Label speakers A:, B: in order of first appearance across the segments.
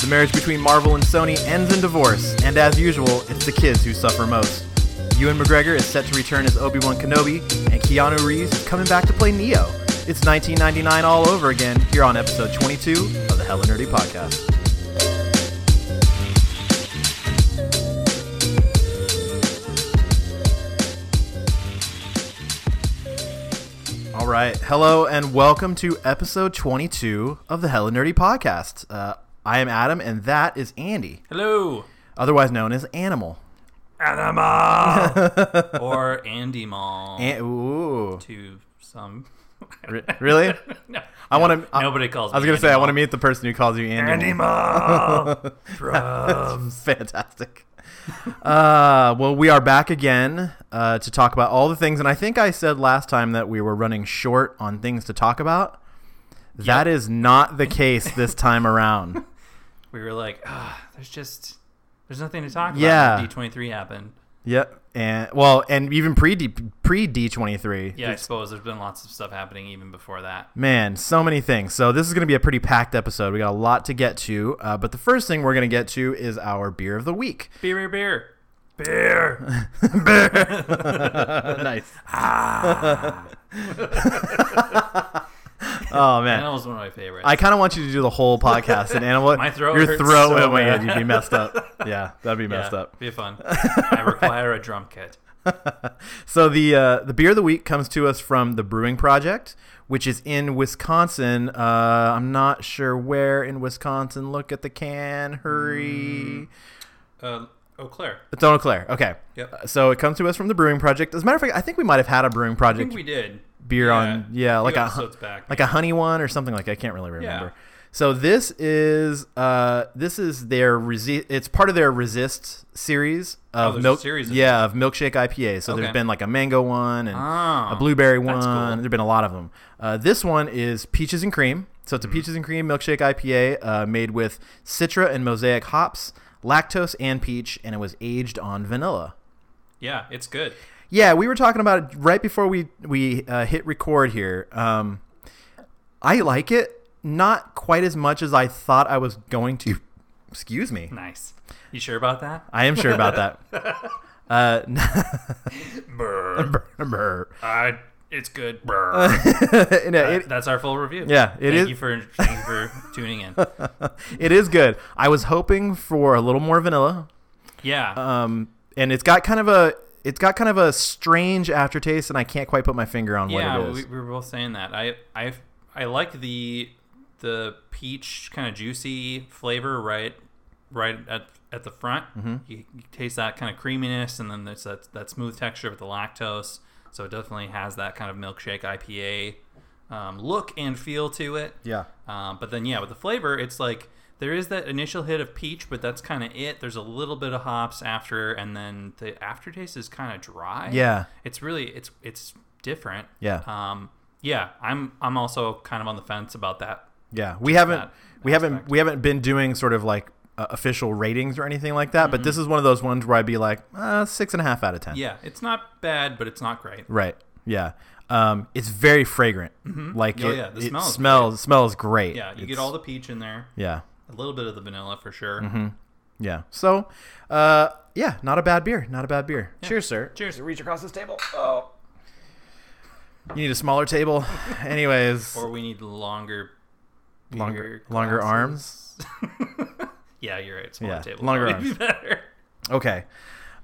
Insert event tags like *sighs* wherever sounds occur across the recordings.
A: The marriage between Marvel and Sony ends in divorce, and as usual, it's the kids who suffer most. Ewan McGregor is set to return as Obi Wan Kenobi, and Keanu Reeves is coming back to play Neo. It's 1999 all over again here on episode 22 of the Hella Nerdy Podcast. All right. Hello and welcome to episode 22 of the Hella Nerdy Podcast. Uh, I am Adam and that is Andy,
B: Hello,
A: otherwise known as Animal.
B: animal or Andy Mall
A: An- Ooh.
B: to some. *laughs*
A: Re- really?
B: no,
A: I want to.
B: nobody calls.
A: I was
B: me
A: gonna say I want to
B: Andy
A: meet the person who calls you Andy.
B: Mall. Andy Mall drums.
A: *laughs* Fantastic. uh, well, we are back again uh, to talk about all the things, and I think I said last time that we were running short on things to talk about. That is not the case this time around.
B: We were like, ah, there's just there's nothing to talk
A: Yeah.
B: about. D twenty three happened.
A: yep. And well, and even pre D pre D twenty three.
B: Yeah, I suppose there's been lots of stuff happening even before that.
A: Man, so many things. So this is going to be a pretty packed episode. We got a lot to get to, uh, but the first thing we're going to get to is our beer of the week. *laughs*
B: Beer, beer, beer, beer.
A: nice. *laughs* oh man,
B: *laughs* That was one of my favorites.
A: I kind of want you to do the whole podcast and animal.
B: *laughs* My throat
A: Your
B: hurts
A: throat.
B: so
A: oh my
B: bad.
A: god, you'd be messed
B: *laughs*
A: up. Yeah, that'd be
B: Yeah,
A: messed up. *laughs*
B: Be fun. I require a drum kit.
A: So the uh, the beer of the week comes to us from the Brewing Project, which is in Wisconsin. Uh, I'm not sure where in Wisconsin. Look at the can.
B: Mm.
A: Hurry.
B: Uh, Eau Claire.
A: It's Eau Claire. Okay.
B: Yep.
A: Uh, So it comes to us from the Brewing Project. As a matter of fact, I think we might have had a Brewing
B: I
A: Project
B: think we did
A: beer on yeah
B: few
A: like a
B: episodes back.
A: like a honey one or something like that. I can't really remember.
B: Yeah.
A: So this is uh this is their resi- it's part of their resist series of
B: Oh, there's a
A: milk
B: series of
A: yeah of milkshake IPA. So there's
B: Okay.
A: been like a mango one and
B: Ah,
A: a blueberry one.
B: that's cool.
A: There've been a lot of them. Uh, this one is peaches and cream. So
B: Mm-hmm.
A: it's a peaches and cream milkshake IPA uh, made with Citra and Mosaic hops, lactose and peach, and it was aged on vanilla.
B: Yeah, it's good.
A: Yeah, we were talking about it right before we we uh, hit record here. Um, I like it, not quite as much as I thought I was going to. Excuse me.
B: Nice. You sure about that?
A: *laughs* I am sure about that. Uh,
B: *laughs* Brr.
A: brr.
B: I, it's good. Brr.
A: *laughs* No, it-
B: That's our full review.
A: Yeah, it
B: Thank
A: is- Uh,
B: you for thank
A: *laughs*
B: you for tuning in.
A: it is good. I was hoping for a little more vanilla,
B: Yeah,
A: um, and it's got kind of a it's got kind of a strange aftertaste, and I can't quite put my finger on what
B: yeah.
A: it is.
B: We, we were both saying that. I I I like the the peach kind of juicy flavor right right at at the front.
A: Mm-hmm.
B: You, you taste that kind of creaminess, and then there's that that smooth texture with the lactose. So it definitely has that kind of milkshake IPA um, look and feel to it.
A: yeah,
B: Um, but then, yeah, with the flavor, it's like there is that initial hit of peach, but that's kind of it. There's a little bit of hops after, and then the aftertaste is kind of dry.
A: yeah,
B: it's really it's it's different.
A: Yeah.
B: Um, yeah, I'm I'm also kind of on the fence about that.
A: Yeah, we haven't
B: that
A: we haven't
B: aspect.
A: we haven't been doing sort of like uh, official ratings or anything like that. But this is one of those ones where I'd be like uh, six and a half out of ten.
B: Mm-hmm. Yeah, it's not bad, but it's not great.
A: Right. Yeah. Um, it's very fragrant. Like
B: Oh,
A: it,
B: yeah, the
A: it
B: smell is
A: smells smells great.
B: Yeah,
A: It's-
B: you
A: Mm-hmm.
B: get all the peach in there,
A: yeah
B: a little bit of the vanilla for sure.
A: yeah. So, uh, yeah, not a bad beer. Not a bad beer. Cheers, sir.
B: Cheers.
A: Oh. You need a smaller *laughs* table, anyways.
B: Or we need longer,
A: longer
B: beer
A: longer
B: glasses.
A: arms.
B: Yeah, you're right. Smaller
A: Yeah,
B: table.
A: longer
B: would be
A: arms.
B: *laughs* better.
A: Okay.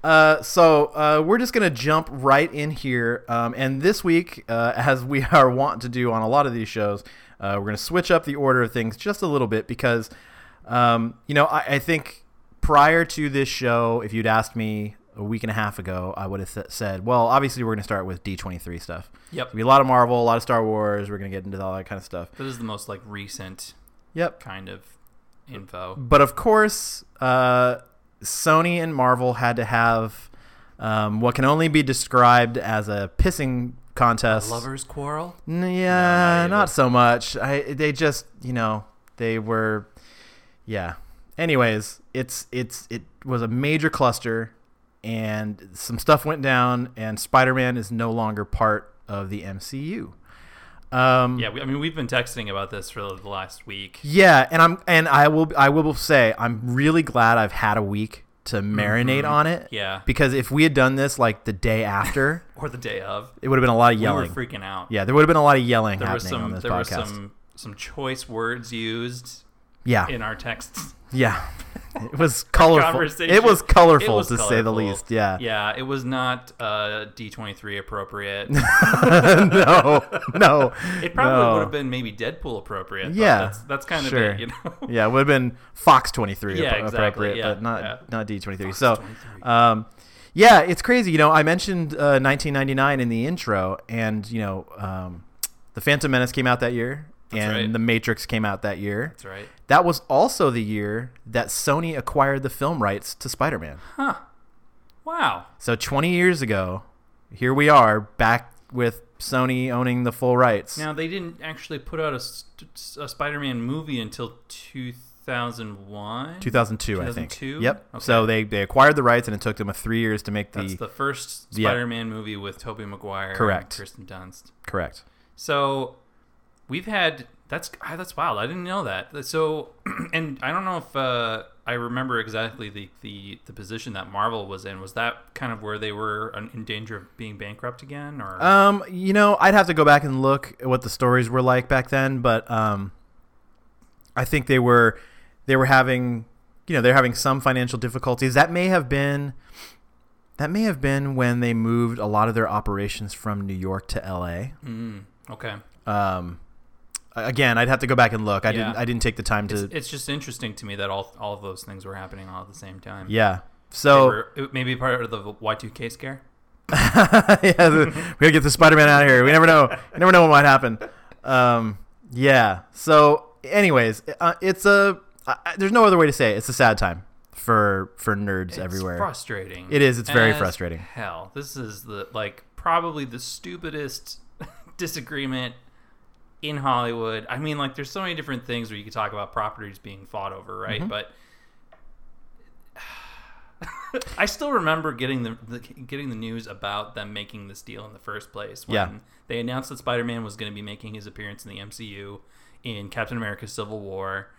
A: Uh, so uh, we're just gonna jump right in here, um, and this week, uh, *laughs* as we are wont to do on a lot of these shows, uh, we're gonna switch up the order of things just a little bit because, um, you know, I, I think prior to this show, if you'd asked me a week and a half ago, I would have th- said, well, obviously we're gonna start with D twenty three stuff.
B: Yep.
A: It'll be a lot of Marvel, a lot of Star Wars. We're gonna get into all that kind of stuff.
B: This is the most like recent
A: Yep.
B: kind of info.
A: but of course, uh, Sony and Marvel had to have um, what can only be described as a pissing contest.
B: Lovers quarrel.
A: N-
B: No,
A: yeah,
B: not
A: not,
B: even.
A: so much. I they just you know they were, yeah. Anyways, it's it's it was a major cluster, and some stuff went down, and Spider Man is no longer part of the MCU. Um,
B: Yeah, we, I mean, we've been texting about this for the last week.
A: Yeah, and I'm and I will I will say I'm really glad I've had a week to marinate on it.
B: Mm-hmm. Yeah.
A: Because if we had done this like the day after,
B: Or the day of.
A: it would have been a lot of
B: We
A: yelling.
B: were freaking out.
A: yeah, there would have been a lot of yelling
B: there was
A: happening on
B: some
A: this
B: there were
A: podcast.
B: some some choice words used
A: yeah,
B: in our texts.
A: yeah. It
B: *laughs*
A: was Ah. *laughs* colorful.
B: Conversation.
A: It was colorful
B: It was
A: to say the
B: colorful.
A: least. Yeah.
B: Yeah, it was not uh, D23
A: *laughs*
B: appropriate.
A: *laughs* no. No.
B: *laughs* It probably
A: no.
B: would have been maybe Deadpool appropriate. but
A: Yeah,
B: that's, that's kind of
A: sure.
B: it,
A: *laughs*
B: you know.
A: yeah, it would have been Fox 23
B: *laughs* Yeah,
A: appro-
B: exactly,
A: appropriate,
B: yeah,
A: but not
B: yeah.
A: not D23. so,
B: 23.
A: um, yeah, it's crazy. You know, I mentioned uh, 1999 in the intro, and you know, um, the Phantom Menace came out that year,
B: That's
A: and
B: right.
A: the Matrix came out that year.
B: That's right.
A: That was also the year that Sony acquired the film rights to Spider-Man.
B: Huh. Wow.
A: So 20 years ago, here we are back with Sony owning the full rights.
B: Now they didn't actually put out a, st- a Spider-Man movie until 2001.
A: 2002, I think.
B: 2002?
A: Yep.
B: Okay.
A: So they, they acquired the rights, and it took them a three years to make
B: That's
A: the
B: the first
A: Yeah.
B: Spider-Man movie with Tobey Maguire
A: Correct.
B: and Kristen Dunst.
A: correct.
B: So we've had that's ah, that's wild. I didn't know that. So *clears throat* and I don't know if uh, I remember exactly the, the the position that Marvel was in. Was that kind of where they were in- in danger of being bankrupt again, or
A: Um, you know, I'd have to go back and look at what the stories were like back then, but um, I think they were they were having you know they're having some financial difficulties. That may have been that may have been when they moved a lot of their operations from New York to L.A.
B: Mm, okay?
A: Um, again, I'd have to go back and look. I
B: Yeah.
A: didn't I didn't take the time
B: It's,
A: to
B: it's just interesting to me that all all of those things were happening all at the same time.
A: yeah.
B: They
A: So
B: were- it may be part of the Y2K scare.
A: *laughs* yeah, the, we gotta get the Spider Man out of here. We never know. You never know what might happen. Um, yeah. So, anyways, uh, it's a. I, I- there's no other way to say it. It's a sad time for for nerds everywhere.
B: It's frustrating.
A: It is. It's very
B: As
A: frustrating.
B: Hell, this is the like probably the stupidest *laughs* disagreement in Hollywood. I mean, like, there's so many different things where you could talk about properties being fought over, right?
A: Mm-hmm.
B: But *sighs* I still remember getting the, the getting the news about them making this deal in the first place. When
A: Yeah.
B: they announced that Spider-Man was going to be making his appearance in the MCU in Captain America: Civil War.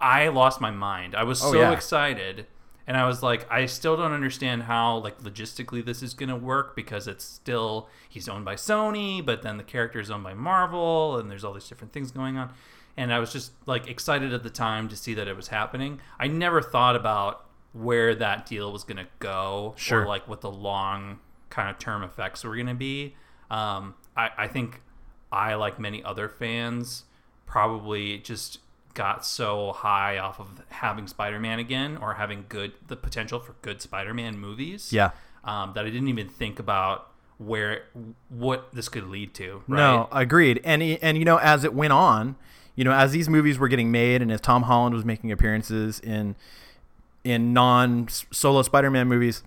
B: I lost my mind. I was
A: Oh,
B: so
A: yeah.
B: excited, and I was like, I still don't understand how like logistically this is going to work because it's still he's owned by Sony, but then the character is owned by Marvel, and there's all these different things going on. And I was just like excited at the time to see that it was happening. I never thought about where that deal was going to go,
A: Sure.
B: or like what the long kind of term effects were going to be. Um, I, I think I, like many other fans, probably just got so high off of having Spider-Man again or having good the potential for good Spider-Man movies.
A: Yeah.
B: Um, that I didn't even think about where what this could lead to. Right?
A: No, agreed. And y- and you know, as it went on, you know, as these movies were getting made, and as Tom Holland was making appearances in in non solo Spider-Man movies,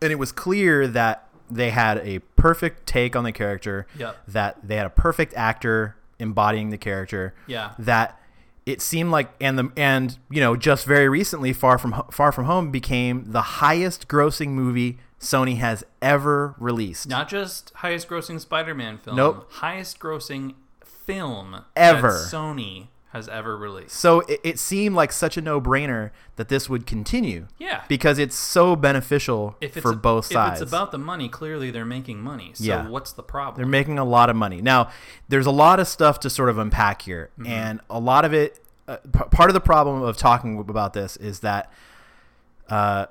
A: and it was clear that they had a perfect take on the character.
B: Yep.
A: That they had a perfect actor embodying the character.
B: Yeah.
A: That it seemed like and the and you know just very recently far from Ho- far from home became the highest grossing movie Sony has ever released.
B: Not just highest grossing Spider-Man film.
A: Nope.
B: Highest grossing film
A: Ever.
B: that Sony has ever released.
A: So it, it seemed like such a no-brainer that this would continue
B: Yeah.
A: because it's so beneficial
B: if it's
A: for both sides.
B: If it's about the money, clearly they're making money. So
A: Yeah.
B: what's the
A: They're
B: problem?
A: making a lot of money. Now, there's a lot of stuff to sort of unpack here,
B: Mm-hmm.
A: and a lot of it. Uh, p- part of the problem of talking about this is that uh,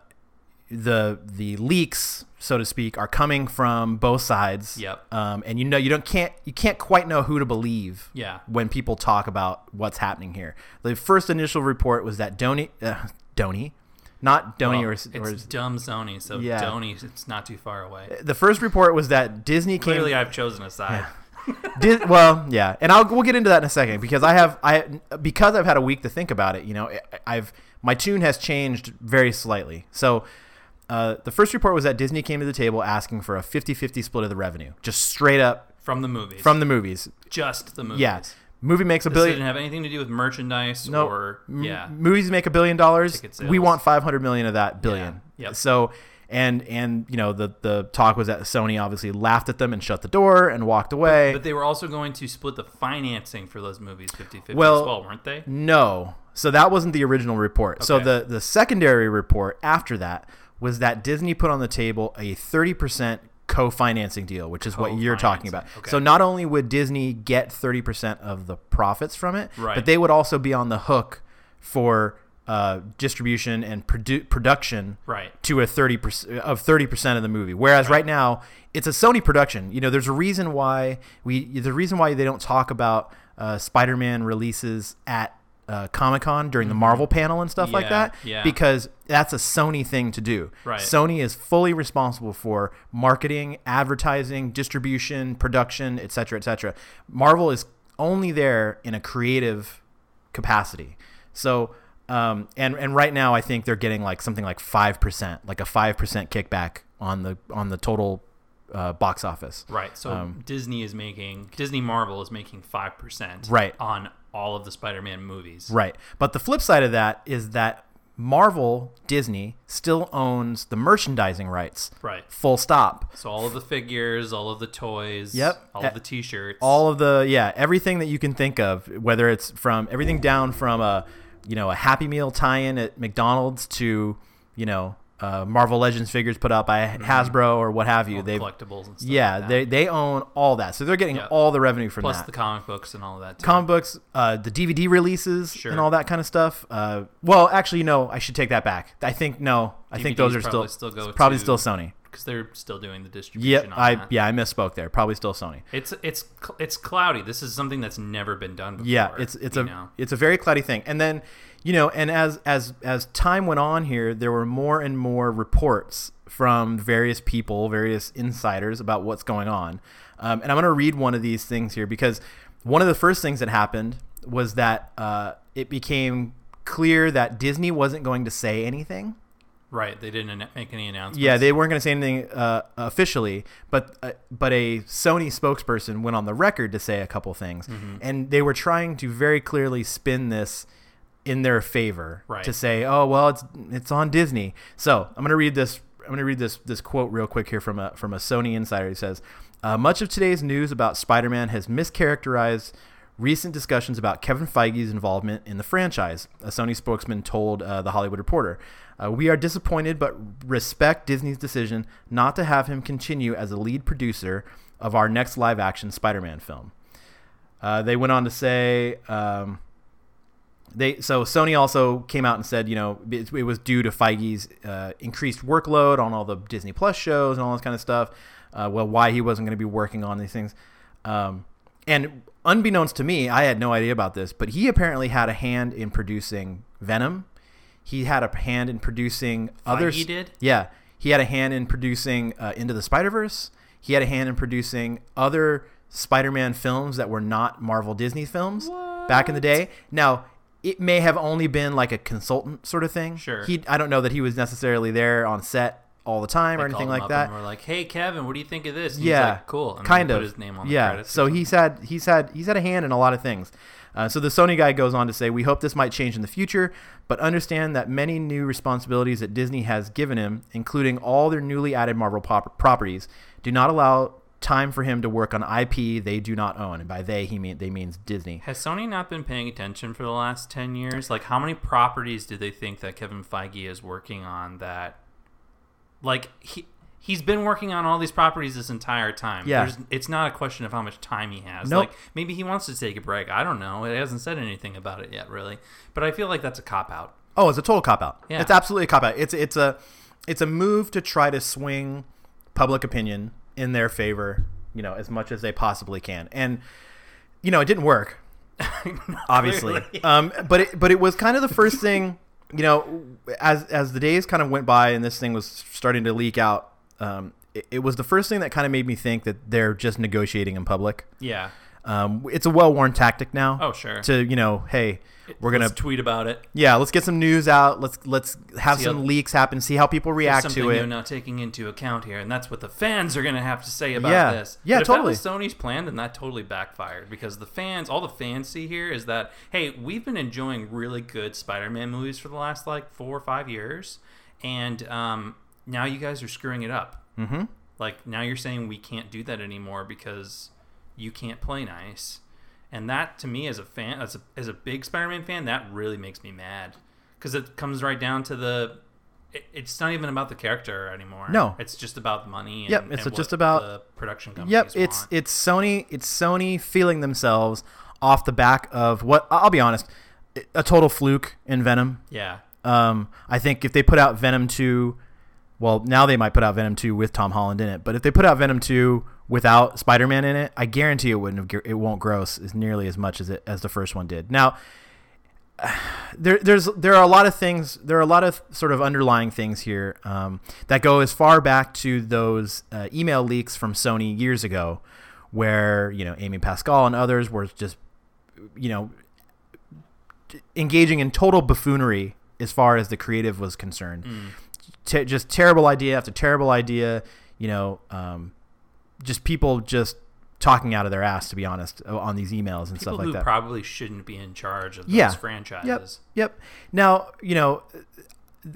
A: the the leaks, so to speak, are coming from both sides.
B: Yep.
A: Um, and you know you don't can't you can't quite know who to believe.
B: Yeah.
A: When people talk about what's happening here, the first initial report was that Donny, uh, Donny, not Donny
B: Well,
A: or,
B: it's
A: or is-
B: dumb Sony, so
A: Yeah. Uh,
B: Sony, it's not too far away.
A: the first report was that Disney came. *laughs*
B: Clearly, I've chosen a side.
A: Did, well, yeah, and I'll we'll get into that in a second because I have I because I've had a week to think about it. You know, I- I've my tune has changed very slightly. So, uh, the first report was that Disney came to the table asking for a 50-50 split of the revenue, just straight up
B: From the movies.
A: from the movies.
B: just the movies.
A: Yeah, movie makes a
B: This
A: billion.
B: didn't have anything to do with merchandise
A: Nope. Mm-hmm.
B: or.
A: M-
B: Yeah.
A: movies make a billion dollars.
B: Ticket
A: We
B: sales.
A: want 500 million of that billion.
B: Yeah. Yep.
A: So, and and you know the the talk was that Sony obviously laughed at them and shut the door and walked away.
B: But they were also going to split the financing for those movies 50-50
A: Well-
B: as well, weren't they?
A: No. So that wasn't the original report. So
B: Okay.
A: the the secondary report after that was that Disney put on the table a 30% co-financing deal, which is what you're talking about.
B: Co-financing. Okay.
A: So not only would Disney get 30% of the profits from it,
B: Right.
A: but they would also be on the hook for uh, distribution and produ- production
B: Right.
A: to a 30% of 30% of the movie whereas right. now it's a sony production you know there's a reason why we the reason why they don't talk about uh, spider-man releases at uh, comic-con during the marvel panel and stuff like
B: Mm-hmm. Yeah,
A: that
B: yeah.
A: because that's a sony thing to do
B: Right.
A: sony is fully responsible for marketing advertising distribution production etc etc marvel is only there in a creative capacity. So, um, and and right now, I think they're getting like something like five percent, like a five percent kickback on the on the total uh, box office.
B: Right. So
A: um,
B: Disney is making Disney Marvel is making 5%
A: Right.
B: on all of the Spider-Man movies.
A: Right. But the flip side of that is that Marvel Disney still owns the merchandising rights.
B: Right.
A: Full stop.
B: So all of the figures, all of the toys,
A: Yep.
B: all
A: Uh,
B: of the t-shirts,
A: All of the yeah, everything that you can think of, whether it's from everything down from a you know a Happy Meal tie-in at McDonald's to you know uh, Marvel Legends figures put out by Hasbro or what have you.
B: all the
A: They've
B: collectibles and Mm-hmm. stuff.
A: yeah,
B: like that.
A: they they own all that, so they're getting
B: Yeah.
A: all the revenue from
B: plus
A: that.
B: the comic books and all of that. Too.
A: Comic books, uh, the DVD releases,
B: Sure.
A: and all that kind of stuff. Uh, well, actually, no, I should take that back. I think no, I think those
B: DVDs
A: are still
B: probably still go
A: it's probably
B: to-
A: still Sony.
B: because they're still doing the distribution.
A: Yep,
B: on
A: I
B: that.
A: yeah, I misspoke there. Probably still Sony.
B: It's it's cl- it's cloudy. This is something that's never been done before.
A: Yeah, it's it's
B: you
A: a
B: know?
A: it's a very cloudy thing. And then, you know, and as as as time went on here, there were more and more reports from various people, various insiders about what's going on. Um, and I'm going to read one of these things here because one of the first things that happened was that uh, it became clear that Disney wasn't going to say anything.
B: right. They didn't anno- make any announcements.
A: Yeah, they weren't going to say anything uh, officially, but uh, but a Sony spokesperson went on the record to say a couple things, and they were trying to very clearly spin this in their favor
B: Right.
A: to say, oh well, it's it's on Disney. So I'm going to read this. I'm going to read this this quote real quick here from a from a Sony insider. He says, uh, "Much of today's news about Spider-Man has mischaracterized." Recent discussions about Kevin Feige's involvement in the franchise, a Sony spokesman told uh, The Hollywood Reporter. Uh, we are disappointed but respect Disney's decision not to have him continue as a lead producer of our next live action Spider Man film. Uh, they went on to say. Um, they so Sony also came out and said, you know, it, it was due to Feige's uh, increased workload on all the Disney Plus shows and all this kind of stuff. Uh, well, why he wasn't going to be working on these things, um, and unbeknownst to me, I had no idea about this, but he apparently had a hand in producing Venom. He had a hand in producing other.
B: Feige did?
A: Yeah, he had a hand in producing uh, Into the Spider Verse. He had a hand in producing other Spider-Man films that were not Marvel Disney films back in the day. Now, it may have only been like a consultant sort of thing.
B: Sure.
A: He, I don't know that he was necessarily there on set all the time or
B: Called
A: anything
B: him
A: like
B: up
A: that.
B: And we're like, hey Kevin, what do you think of this? And
A: yeah,
B: He's like, cool. And
A: kind
B: then
A: of.
B: Put his name on the
A: yeah.
B: credits or
A: so
B: something.
A: he's had he's had he's had a hand in a lot of things. Uh, so the Sony guy goes on to say, "We hope this might change in the future, but understand that many new responsibilities that Disney has given him, including all their newly added Marvel pop- properties, do not allow time for him to work on IP they do not own." And by they, he mean they means Disney.
B: Has Sony not been paying attention for the last 10 years? Like, how many properties do they think that Kevin Feige is working on that, like, he. He's been working on all these properties this entire time.
A: Yeah.
B: There's, it's not a question of how much time he has.
A: Nope.
B: Like maybe he wants to take a break. I don't know. It hasn't said anything about it yet, really. But I feel like that's a cop *laughs* out.
A: Oh, it's a total cop out.
B: Yeah.
A: It's absolutely a cop out. It's it's a it's a move to try to swing public opinion in their favor, you know, as much as they possibly can. And you know, it didn't work, obviously. *laughs*
B: Clearly.
A: um, but it but it was kind of the first thing, you know, as as the days kind of went by and this thing was starting to leak out, um, it, it was the first thing that kind of made me think that they're just negotiating in public.
B: *laughs* Yeah.
A: Um, it's a well-worn tactic now.
B: Oh, sure.
A: To you know, hey, we're gonna
B: Let's tweet about it.
A: yeah, let's get some news out. Let's let's have
B: See
A: some
B: how-
A: leaks happen. See how people react
B: something
A: to
B: you're
A: it.
B: not taking into account here, and that's what the fans are going to have to say about
A: Yeah.
B: this.
A: Yeah,
B: but If that was Sony's plan, then that totally backfired because the fans, all the fans see here is that hey, we've been enjoying really good Spider-Man movies for the last like four or five years, and um, now you guys are screwing it up.
A: Mm-hmm.
B: Like now you're saying we can't do that anymore because you can't play nice. And that to me as a fan as a, as a big Spider-Man fan, that really makes me mad cuz it comes right down to the it, it's not even about the character anymore.
A: No.
B: It's just about the money and,
A: Yep, it's
B: and
A: just
B: what
A: about-
B: the production companies
A: Yep, it's
B: want.
A: it's Sony. It's Sony feeling themselves off the back of what I'll be honest, a total fluke in Venom.
B: yeah.
A: Um, I think if they put out Venom 2, well, now they might put out Venom 2 with Tom Holland in it. But if they put out Venom 2 without Spider-Man in it, I guarantee it wouldn't have, gr- it won't gross as nearly as much as it as the first one did. Now, *sighs* there, there's there are a lot of things there are a lot of sort of underlying things here um, that go as far back to those uh, email leaks from Sony years ago, where you know Amy Pascal and others were just you know engaging in total buffoonery as far as the creative was
B: Mm.
A: concerned. Te- just terrible idea after terrible idea. You know, um, just people just talking out of their ass to be honest o- on these emails and
B: People
A: stuff like
B: who
A: that.
B: probably shouldn't be in charge of those
A: Yeah.
B: franchises.
A: Yep. Now, you know,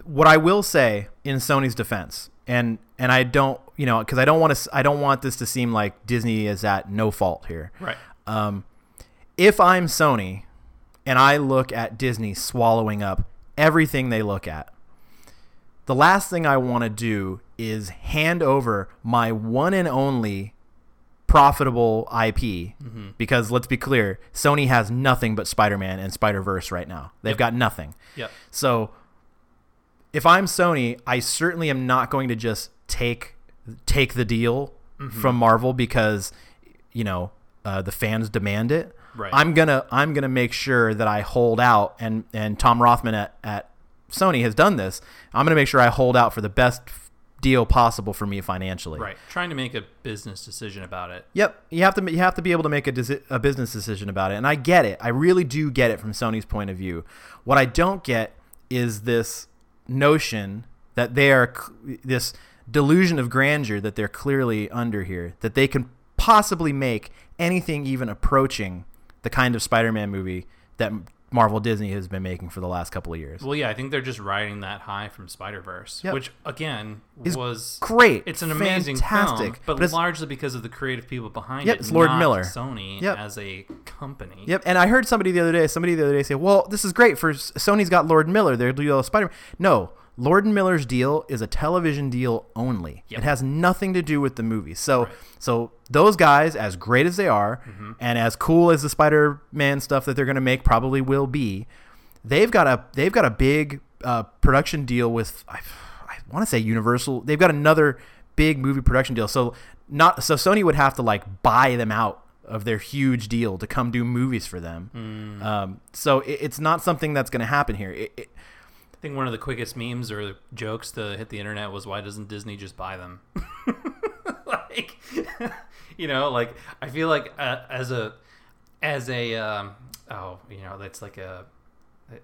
A: what I will say in Sony's defense, and and I don't, you know, because I don't want to, I don't want this to seem like Disney is at no fault here.
B: Right.
A: Um, if I'm Sony, and I look at Disney swallowing up everything they look at, the last thing I want to do is hand over my one and only profitable IP because let's be clear, Sony has nothing but Spider-Man and Spider-Verse right now. They've got nothing.
B: Yep.
A: So if I'm Sony, I certainly am not going to just take take the deal
B: Mm-hmm.
A: from Marvel because you know uh, the fans demand it.
B: Right.
A: I'm gonna I'm gonna make sure that I hold out and and Tom Rothman at, at Sony has done this. I'm gonna make sure I hold out for the best deal possible for me financially.
B: Right. Trying to make a business decision about it.
A: Yep, you have to you have to be able to make a, desi- a business decision about it, and I get it. I really do get it from Sony's point of view. What I don't get is this notion that they are c- this delusion of grandeur that they're clearly under here that they can possibly make anything even approaching the kind of Spider-Man movie that Marvel Disney has been making for the last couple of years.
B: Well, yeah, I think they're just riding that high from Spider Verse,
A: Yep.
B: which again
A: Is
B: was
A: Great,
B: It's an amazing
A: fantastic,
B: film, but,
A: it's-
B: largely because of the creative people behind
A: Yep,
B: it.
A: it's Lord
B: not
A: Miller.
B: Sony
A: Yep.
B: as a company.
A: Yep, and I heard somebody the other day, somebody the other day say, "Well, this is great for Sony's got Lord Miller. They're deal with Spider-Man." No, Lord and Miller's deal is a television deal only.
B: Yep.
A: It has nothing to do with the movie. So, so those guys, as great as they are, and as cool as the Spider-Man stuff that they're going to make probably will be, they've got a they've got a big uh, production deal with I, I want to say Universal. They've got another big movie production deal. So not so Sony would have to like buy them out of their huge deal to come do movies for
B: Hmm.
A: them. Um, so it, it's not something that's going to happen here. It, it,
B: I think one of the quickest memes or jokes to hit the internet was why doesn't Disney just buy them? *laughs* like, *laughs* you know, like I feel like uh, as a as a um, oh, you know, that's like a, a-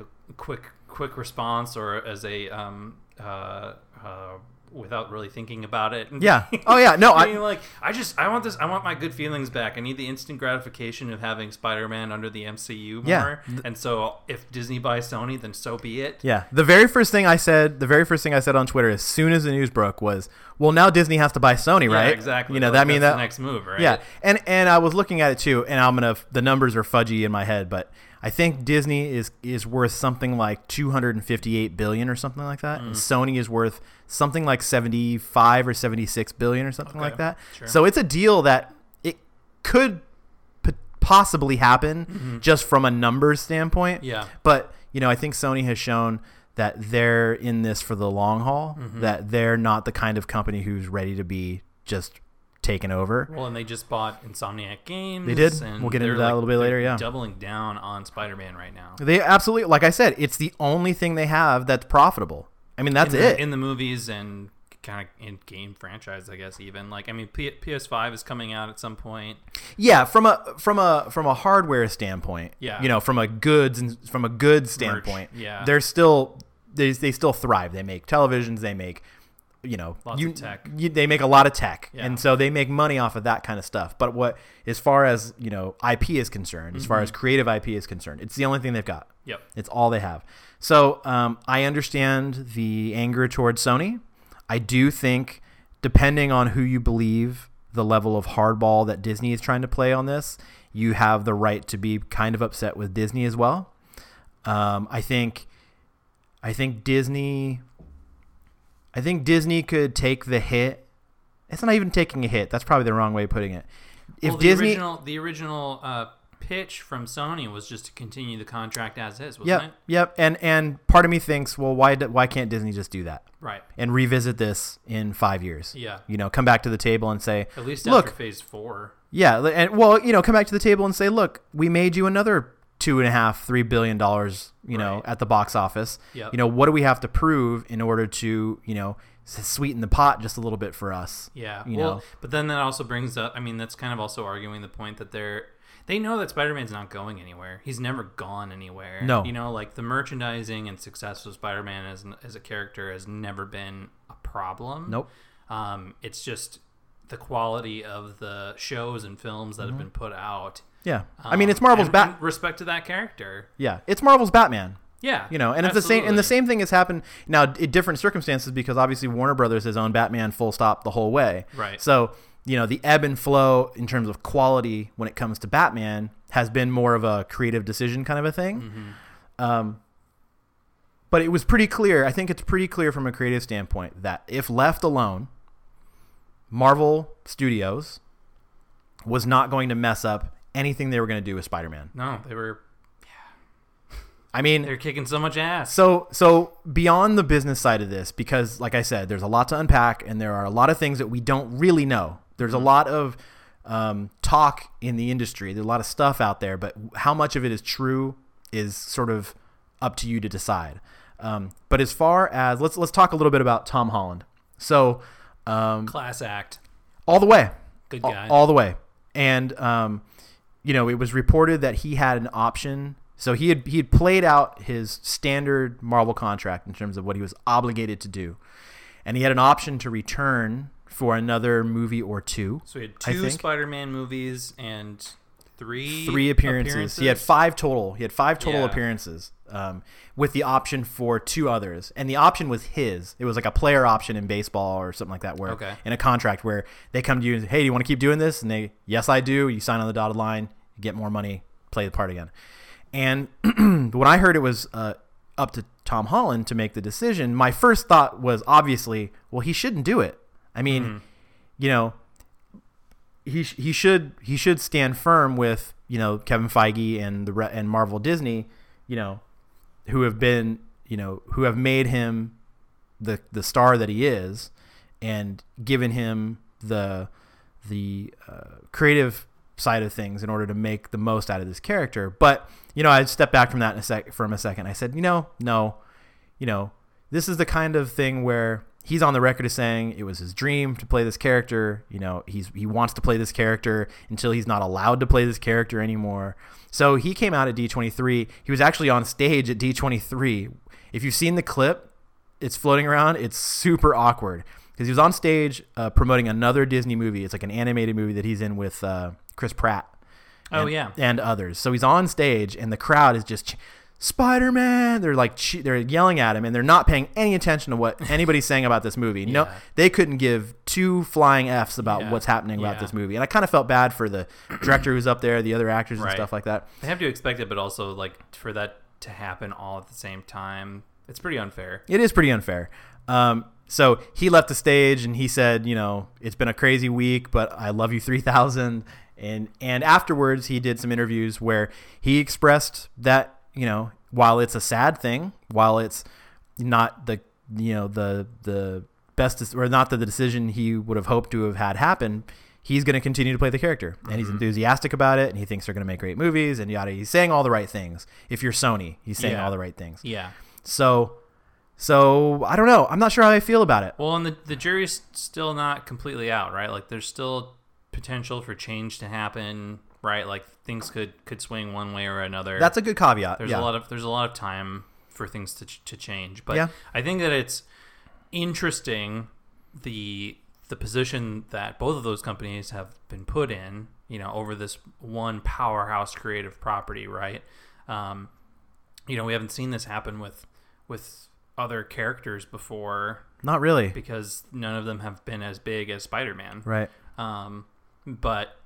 B: a quick quick response or as a um uh, uh without really thinking about it. *laughs*
A: yeah. Oh yeah. No.
B: I
A: I,
B: mean, like, I just, I want this, I want my good feelings back. I need the instant gratification of having Spider-Man under the MCU more.
A: Yeah.
B: And so, if Disney buys Sony, then so be it.
A: yeah. The very first thing I said, the very first thing I said on Twitter as soon as the news broke was, "Well, now Disney has to buy Sony,
B: Yeah,
A: right?"
B: exactly.
A: You know
B: Like,
A: that mean
B: that's
A: that
B: the next move, right?
A: Yeah, and and I was looking at it too, and I'm gonna the numbers are fudgy in my head, but I think Disney is is worth something like 258 billion or something like that,
B: Mm.
A: and Sony is worth something like 75 or 76 billion or something like that.
B: sure.
A: So it's a deal that it could p- possibly happen just from a numbers standpoint.
B: Mm-hmm. Yeah.
A: But you know, I think Sony has shown that they're in this for the long haul.
B: Mm-hmm.
A: That they're not the kind of company who's ready to be just taken over.
B: Well, and they just bought Insomniac Games.
A: They did.
B: And
A: We'll get into that
B: they're,
A: a
B: like,
A: little bit later,
B: they're
A: yeah.
B: Doubling down on Spider-Man right now.
A: They absolutely, like I said, it's the only thing they have that's profitable. I mean, that's
B: in the,
A: it.
B: in the movies and kind of in game franchise, I guess. Even like, I mean, P- PS5 is coming out at some point.
A: yeah, from a from a from a hardware standpoint.
B: Yeah.
A: You know, from a goods and from a goods standpoint.
B: yeah.
A: They're still they they still thrive. They make televisions. They make you know
B: Lots
A: you-
B: of tech.
A: you- they make a lot of tech,
B: Yeah.
A: and so they make money off of that kind of stuff. But what as far as you know IP is concerned,
B: Mm-hmm.
A: as far as creative IP is concerned, it's the only thing they've got.
B: Yep.
A: It's all they have. So um, I understand the anger towards Sony. I do think, depending on who you believe, the level of hardball that Disney is trying to play on this, you have the right to be kind of upset with Disney as well. Um, I think, I think Disney, I think Disney could take the hit. It's not even taking a hit. That's probably the wrong way of putting it. If
B: Well, the
A: Disney,
B: original, the original uh, pitch from Sony was just to continue the contract as is, wasn't
A: yep,
B: it?
A: yep, and and part of me thinks, well, why do, why can't Disney just do that
B: Right.
A: and revisit this in five years?
B: Yeah.
A: you know, come back to the table and say,
B: At least
A: Look-
B: after Phase Four.
A: Yeah, li- and well, you know, come back to the table and say, look, we made you another two and a half, three billion dollars, you know,
B: Right.
A: at the box office.
B: Yep.
A: You know, what do we have to prove in order to, you know, s- sweeten the pot just a little bit for us?
B: Yeah.
A: You
B: well,
A: know.
B: but then that also brings up. I mean, that's kind of also arguing the point that they're they know that Spider-Man's not going anywhere. He's never gone anywhere.
A: No.
B: You know, like the merchandising and success of Spider-Man as an- as a character has never been a problem.
A: Nope.
B: Um, it's just the quality of the shows and films that have been put out.
A: Yeah. Mm-hmm. I mean,
B: Um,
A: it's Marvel's
B: and-
A: Bat.
B: and Respect to that character.
A: yeah, it's Marvel's Batman.
B: Yeah.
A: You know, and it's the same. And
B: absolutely.
A: the same thing has happened now in different circumstances because obviously Warner Brothers has owned Batman full stop the whole way.
B: Right.
A: So you know the ebb and flow in terms of quality when it comes to Batman has been more of a creative decision kind of a thing.
B: Mm-hmm.
A: Um, but it was pretty clear. I think it's pretty clear from a creative standpoint that if left alone, Marvel Studios was not going to mess up anything they were going to do with Spider-Man.
B: No, they were
A: I mean,
B: they're kicking so much ass.
A: so so beyond the business side of this, because like I said, there's a lot to unpack, and there are a lot of things that we don't really know. There's a lot of um, talk in the industry. There's a lot of stuff out there, but how much of it is true is sort of up to you to decide. Um, but as far as let's let's talk a little bit about Tom Holland. So um,
B: Class act.
A: all the way,
B: Good
A: all,
B: guy.
A: all the way. And um, you know, it was reported that he had an option. So he had he had played out his standard Marvel contract in terms of what he was obligated to do, and he had an option to return for another movie or two,
B: So we had
A: I
B: two
A: think.
B: Spider-Man movies and three
A: three appearances. He had five total. He had five total
B: Yeah.
A: appearances, um, with the option for two others, and the option was his. It was like a player option in baseball or something like that, where
B: Okay.
A: in a contract where they come to you and say, "Hey, do you want to keep doing this?" And they, "Yes, I do." You sign on the dotted line, you get more money, play the part again. And *clears throat* when I heard it was uh, up to Tom Holland to make the decision, my first thought was obviously, well, he shouldn't do it. I mean, you know, he sh- he should he should stand firm with you know Kevin Feige and the re- and Marvel Disney, you know, who have been you know who have made him the the star that he is, and given him the the uh, creative side of things in order to make the most out of this character. But you know, I stepped back from that in a sec from a second. I said, you know, no, you know, this is the kind of thing where he's on the record as saying it was his dream to play this character. You know, he's he wants to play this character until he's not allowed to play this character anymore. So he came out at D23. He was actually on stage at D23. If you've seen the clip, it's floating around. It's super awkward because he was on stage uh, promoting another Disney movie. It's like an animated movie that he's in with uh, Chris Pratt
B: Oh
A: and-
B: yeah.
A: and others. So he's on stage, and the crowd is just Spider Man. They're like che- they're yelling at him, and they're not paying any attention to
B: *laughs*
A: what anybody's saying about this movie. No,
B: Yeah.
A: they couldn't give two flying f's about
B: Yeah.
A: what's happening about
B: Yeah.
A: this movie. And I kind of felt bad for the director who's up there, the other actors and
B: Right.
A: stuff like that.
B: They have to expect it, but also like for that to happen all at the same time, it's pretty unfair.
A: It is pretty unfair. Um, so he left the stage and he said, you know, it's been a crazy week, but I love you 3000. And, and afterwards, he did some interviews where he expressed that, you know, while it's a sad thing, while it's not the, you know, the, the best, or not the, the decision he would have hoped to have had happen, he's going to continue to play the character. And he's enthusiastic about it. And he thinks they're going to make great movies and yada. He's saying all the right things. If you're Sony, he's saying
B: Yeah.
A: all the right things.
B: Yeah.
A: So, so I don't know. I'm not sure how I feel about it.
B: Well, and the the jury's still not completely out, right? Like there's still potential for change to happen, right? Like things could could swing one way or another.
A: That's a good caveat.
B: there's
A: yeah.
B: a lot of there's a lot of time for things to, ch- to change but
A: Yeah.
B: i think that it's interesting the the position that both of those companies have been put in you know over this one powerhouse creative property right um, you know we haven't seen this happen with with other characters before
A: Not really.
B: because none of them have been as big as Spider-Man.
A: Right.
B: Um, but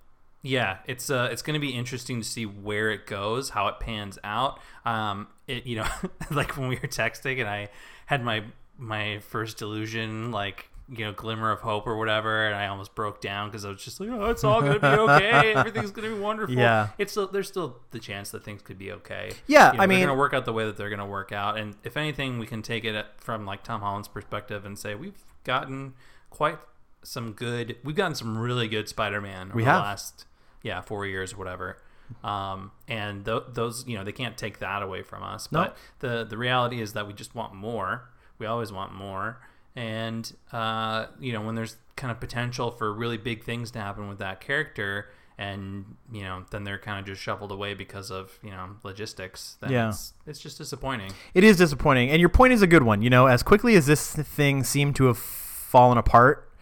B: yeah, it's uh, it's going to be interesting to see where it goes, how it pans out. Um, it you know, *laughs* like when we were texting and I had my my first delusion, like you know, glimmer of hope or whatever, and I almost broke down because I was just like, oh, it's
A: *laughs*
B: all going to be okay, everything's going to be wonderful.
A: Yeah.
B: it's still there's still the chance that things could be okay.
A: Yeah,
B: You
A: I
B: they're
A: mean-
B: gonna work out the way that they're going to work out, and if anything, we can take it at- from like Tom Holland's perspective and say we've gotten quite some good. We've gotten some really good Spider-Man over
A: We
B: the
A: have.
B: last yeah four years or whatever. Um, and th- those you know they can't take that away from us.
A: No.
B: But the the reality is that we just want more. We always want more. And uh, you know when there's kind of potential for really big things to happen with that character, and you know then they're kind of just shuffled away because of you know logistics. Then
A: Yeah.
B: it's, it's just disappointing.
A: It is disappointing, and your point is a good one. You know, as quickly as this thing seemed to have fallen apart,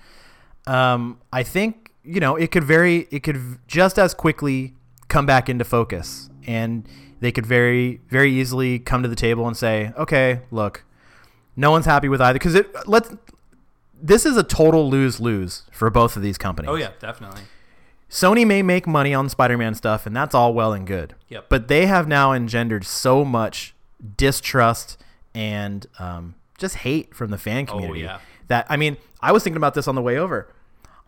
A: um, I think you know it could very, it could v- just as quickly come back into focus, and they could very, very easily come to the table and say, "Okay, look, no one's happy with either." Because it let's, this is a total lose lose for both of these companies.
B: Oh yeah, definitely.
A: Sony may make money on Spider-Man stuff, and that's all well and good.
B: Yep.
A: But they have now engendered so much distrust and um, just hate from the fan community
B: Oh, yeah.
A: that I mean, I was thinking about this on the way over.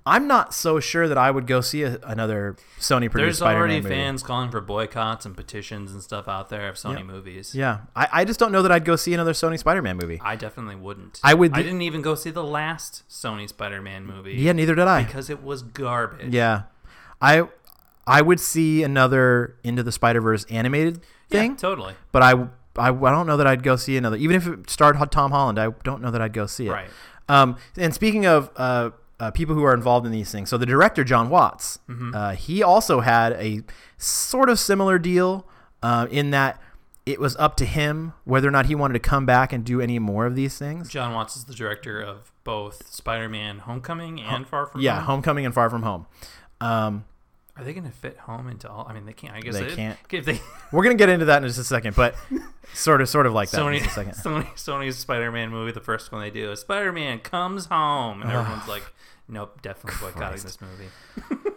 A: I'm not so sure that I would go see a, another Sony
B: There's
A: produced Spider-Man
B: already
A: movie.
B: fans calling for boycotts and petitions and stuff out there of Sony movies.
A: Yeah, I, I just don't know that I'd go see another Sony Spider-Man movie.
B: I definitely wouldn't.
A: I would-
B: I didn't even go see the last Sony Spider-Man movie
A: yeah, neither did I.
B: because it was garbage.
A: yeah, I I would see another Into the Spider-Verse animated
B: Yeah,
A: thing.
B: totally.
A: but I, I, I don't know that I'd go see another. Even if it starred Ho- Tom Holland, I don't know that I'd go see it.
B: Right.
A: Um, and speaking of uh, uh, people who are involved in these things, so the director John Watts,
B: Mm-hmm.
A: uh, he also had a sort of similar deal uh, in that it was up to him whether or not he wanted to come back and do any more of these things.
B: John Watts is the director of both Spider-Man: Homecoming and Far From
A: Yeah,
B: Home.
A: Homecoming and Far From Home. Um,
B: Are they going to fit Home into all? I mean, they can't. I guess
A: They
B: it-
A: can't.
B: If they
A: we're gonna get into that in just a second,
B: *laughs*
A: but sort of, sort of like that
B: Sony,
A: in just a second.
B: Sony, Sony's Spider-Man movie, the first one they do is Spider-Man comes home, and everyone's like, "Nope, definitely boycotting
A: Christ.
B: this movie."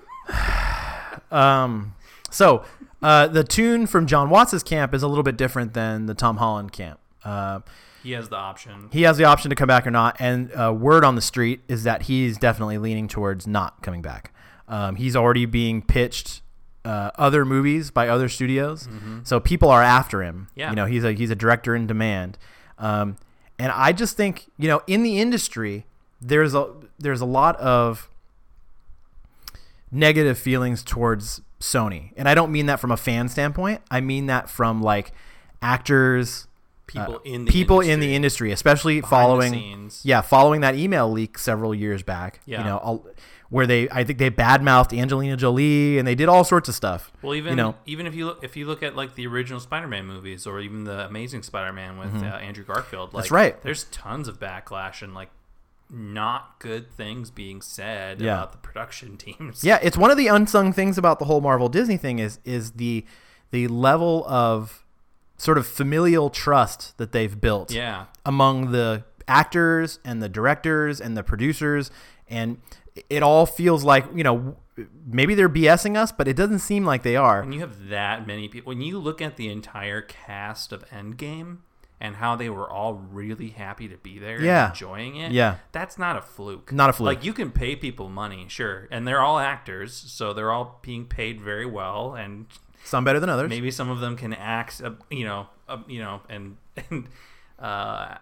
A: Um, so uh, the tune from John Watts' camp is a little bit different than the Tom Holland camp. Uh,
B: He has the option.
A: Um, he has the option to come back or not, and uh, word on the street is that he's definitely leaning towards not coming back. Um, he's already being pitched uh, other movies by other studios, so people are after him.
B: Yeah.
A: you know he's a he's a director in demand, um, and I just think you know in the industry there's a there's a lot of negative feelings towards Sony. And I don't mean that from a fan standpoint. I mean that from like actors,
B: People in the
A: people in
B: industry.
A: the industry, especially
B: Behind the
A: following
B: scenes.
A: yeah, following that email leak several years back.
B: Yeah.
A: You know, all, where they I think they badmouthed Angelina Jolie and they did all sorts of stuff.
B: Well, even
A: you know,
B: even if you look if you look at like the original Spider-Man movies or even the Amazing Spider-Man with uh, Andrew Garfield, like,
A: Mm-hmm. That's right.
B: There's tons of backlash and like not good things being said
A: Yeah.
B: about the production *laughs* teams.
A: Yeah, it's one of the unsung things about the whole Marvel Disney thing is is the the level of sort of familial trust that they've built.
B: yeah,
A: among the actors and the directors and the producers and it all feels like you know maybe they're bsing us but it doesn't seem like they are
B: When you have that many people, when you look at the entire cast of Endgame and how they were all really happy to be there,
A: Yeah.
B: and enjoying it,
A: Yeah.
B: that's not a fluke.
A: Not a fluke.
B: Like you can pay people money, sure, and they're all actors, so they're all being paid very well, and
A: some better than others
B: maybe some of them can act, uh, you know, uh, you know, and *laughs* and uh,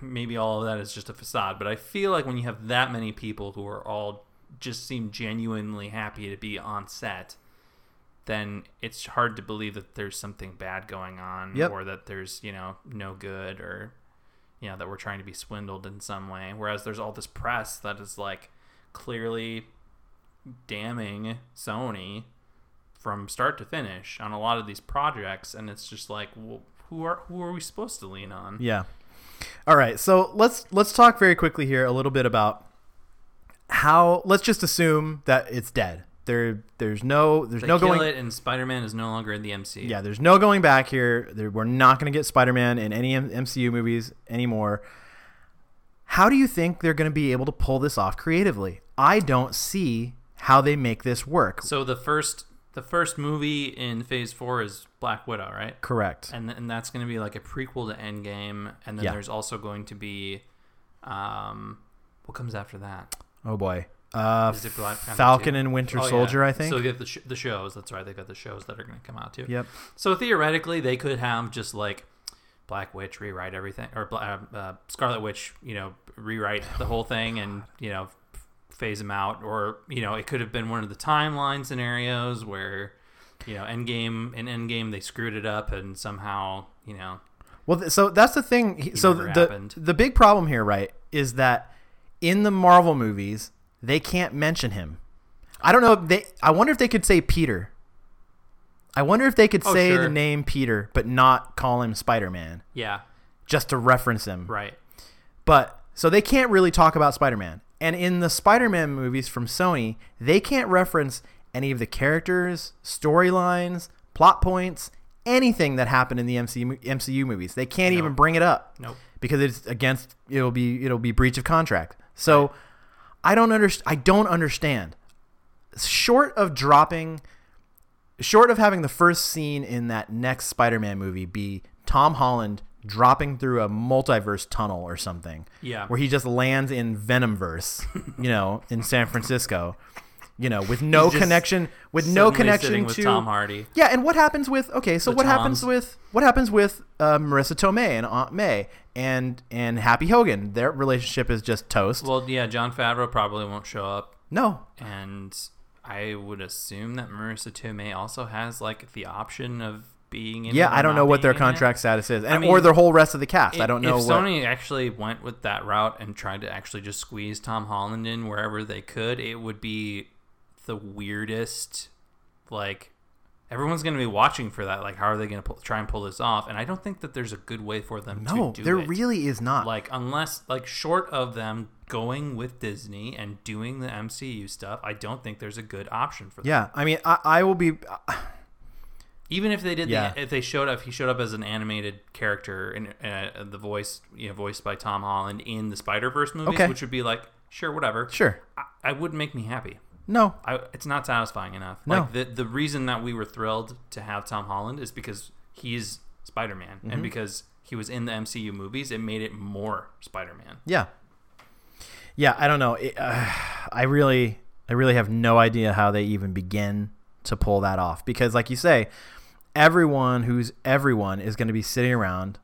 B: maybe all of that is just a facade. But I feel like when you have that many people who are all just seem genuinely happy to be on set, then it's hard to believe that there's something bad going on,
A: Yep.
B: or that there's you know no good, or you know that we're trying to be swindled in some way. Whereas there's all this press that is like clearly damning Sony from start to finish on a lot of these projects, and it's just like, well, who are who are we supposed to lean on?
A: yeah all right so let's let's talk very quickly here a little bit about how let's just assume that it's dead there there's no there's
B: They
A: no
B: kill
A: going
B: it, and Spider-Man is no longer in the MCU.
A: yeah, there's no going back here. There, we're not going to get Spider-Man in any M- MCU movies anymore. How do you think they're going to be able to pull this off creatively? I don't see how they make this work.
B: So the first the first movie in Phase Four is Black Widow, right?
A: Correct.
B: And and that's going to be like a prequel to Endgame, and then
A: Yeah.
B: there's also going to be, um, what comes after that?
A: Oh boy. Uh,
B: Is it Black Panther
A: Falcon
B: two?
A: and Winter
B: Oh, yeah.
A: Soldier, I think.
B: So they got the sh- the shows. That's right. They got the shows that are going to come out too.
A: yep.
B: So theoretically, they could have just like Black Witch rewrite everything, or Bla- uh, uh, Scarlet Witch, you know, rewrite the whole thing and you know phase them out, or you know, it could have been one of the timeline scenarios where you know Endgame in Endgame they screwed it up and somehow you know
A: Well, th- so that's the thing. He- So
B: never
A: the
B: happened.
A: the big problem here, right, is that in the Marvel movies they can't mention him. I don't know. If they. I wonder if they could say Peter. I wonder if they could
B: Oh,
A: say the
B: sure.
A: name Peter, but not call him Spider Man,
B: yeah
A: just to reference him.
B: right
A: But so they can't really talk about Spider Man. And in the Spider Man movies from Sony, they can't reference any of the characters, storylines, plot points, anything that happened in the MCU, MCU movies. They can't even bring it up
B: nope
A: because it's against it'll be it'll be breach of contract. So I don't underst- I don't understand. Short of dropping short of having the first scene in that next Spider-Man movie be Tom Holland dropping through a multiverse tunnel or something
B: yeah
A: where he just lands in
B: *laughs*
A: Venomverse, you know, in San Francisco, you know, with no
B: He's just
A: connection with no
B: Suddenly
A: connection
B: sitting with
A: to
B: Tom Hardy
A: yeah, and what happens with okay? So
B: The
A: what happens
B: Toms.
A: with what happens with uh, Marissa Tomei and Aunt May and and Happy Hogan? Their relationship is just toast.
B: well yeah John Favreau probably won't show up
A: no,
B: and I would assume that Marissa Tomei also has like the option of being in.
A: yeah,
B: it or
A: I don't
B: not
A: know what
B: being
A: their
B: in it.
A: contract status is, and
B: I mean,
A: or the whole rest of the cast. I
B: If-
A: don't know
B: If
A: what.
B: Sony actually went with that route and tried to actually just squeeze Tom Holland in wherever they could, it would be the weirdest. Like everyone's going to be watching for that. Like, how are they going to pull, try and pull this off? And I don't think that there's a good way for them
A: no,
B: to do
A: there
B: it.
A: really is not.
B: like unless like short of them going with Disney and doing the MCU stuff, I don't think there's a good option for them.
A: yeah, I mean, I, I will be. uh,
B: Even if they did,
A: Yeah.
B: the, if they showed up, if he showed up as an animated character and uh, the voice, you know, voiced by Tom Holland in the Spider Verse movies,
A: Okay.
B: which would be like, sure, whatever.
A: Sure,
B: I, I wouldn't make me happy.
A: no,
B: I, it's not satisfying enough.
A: No.
B: Like the the reason that we were thrilled to have Tom Holland is because he's Spider Man,
A: Mm-hmm.
B: and because he was in the MCU movies, it made it more Spider Man.
A: yeah, yeah. I don't know. It, uh, *sighs* I really, I really have no idea how they even begin to pull that off because, like you say, everyone who's everyone is going to be sitting around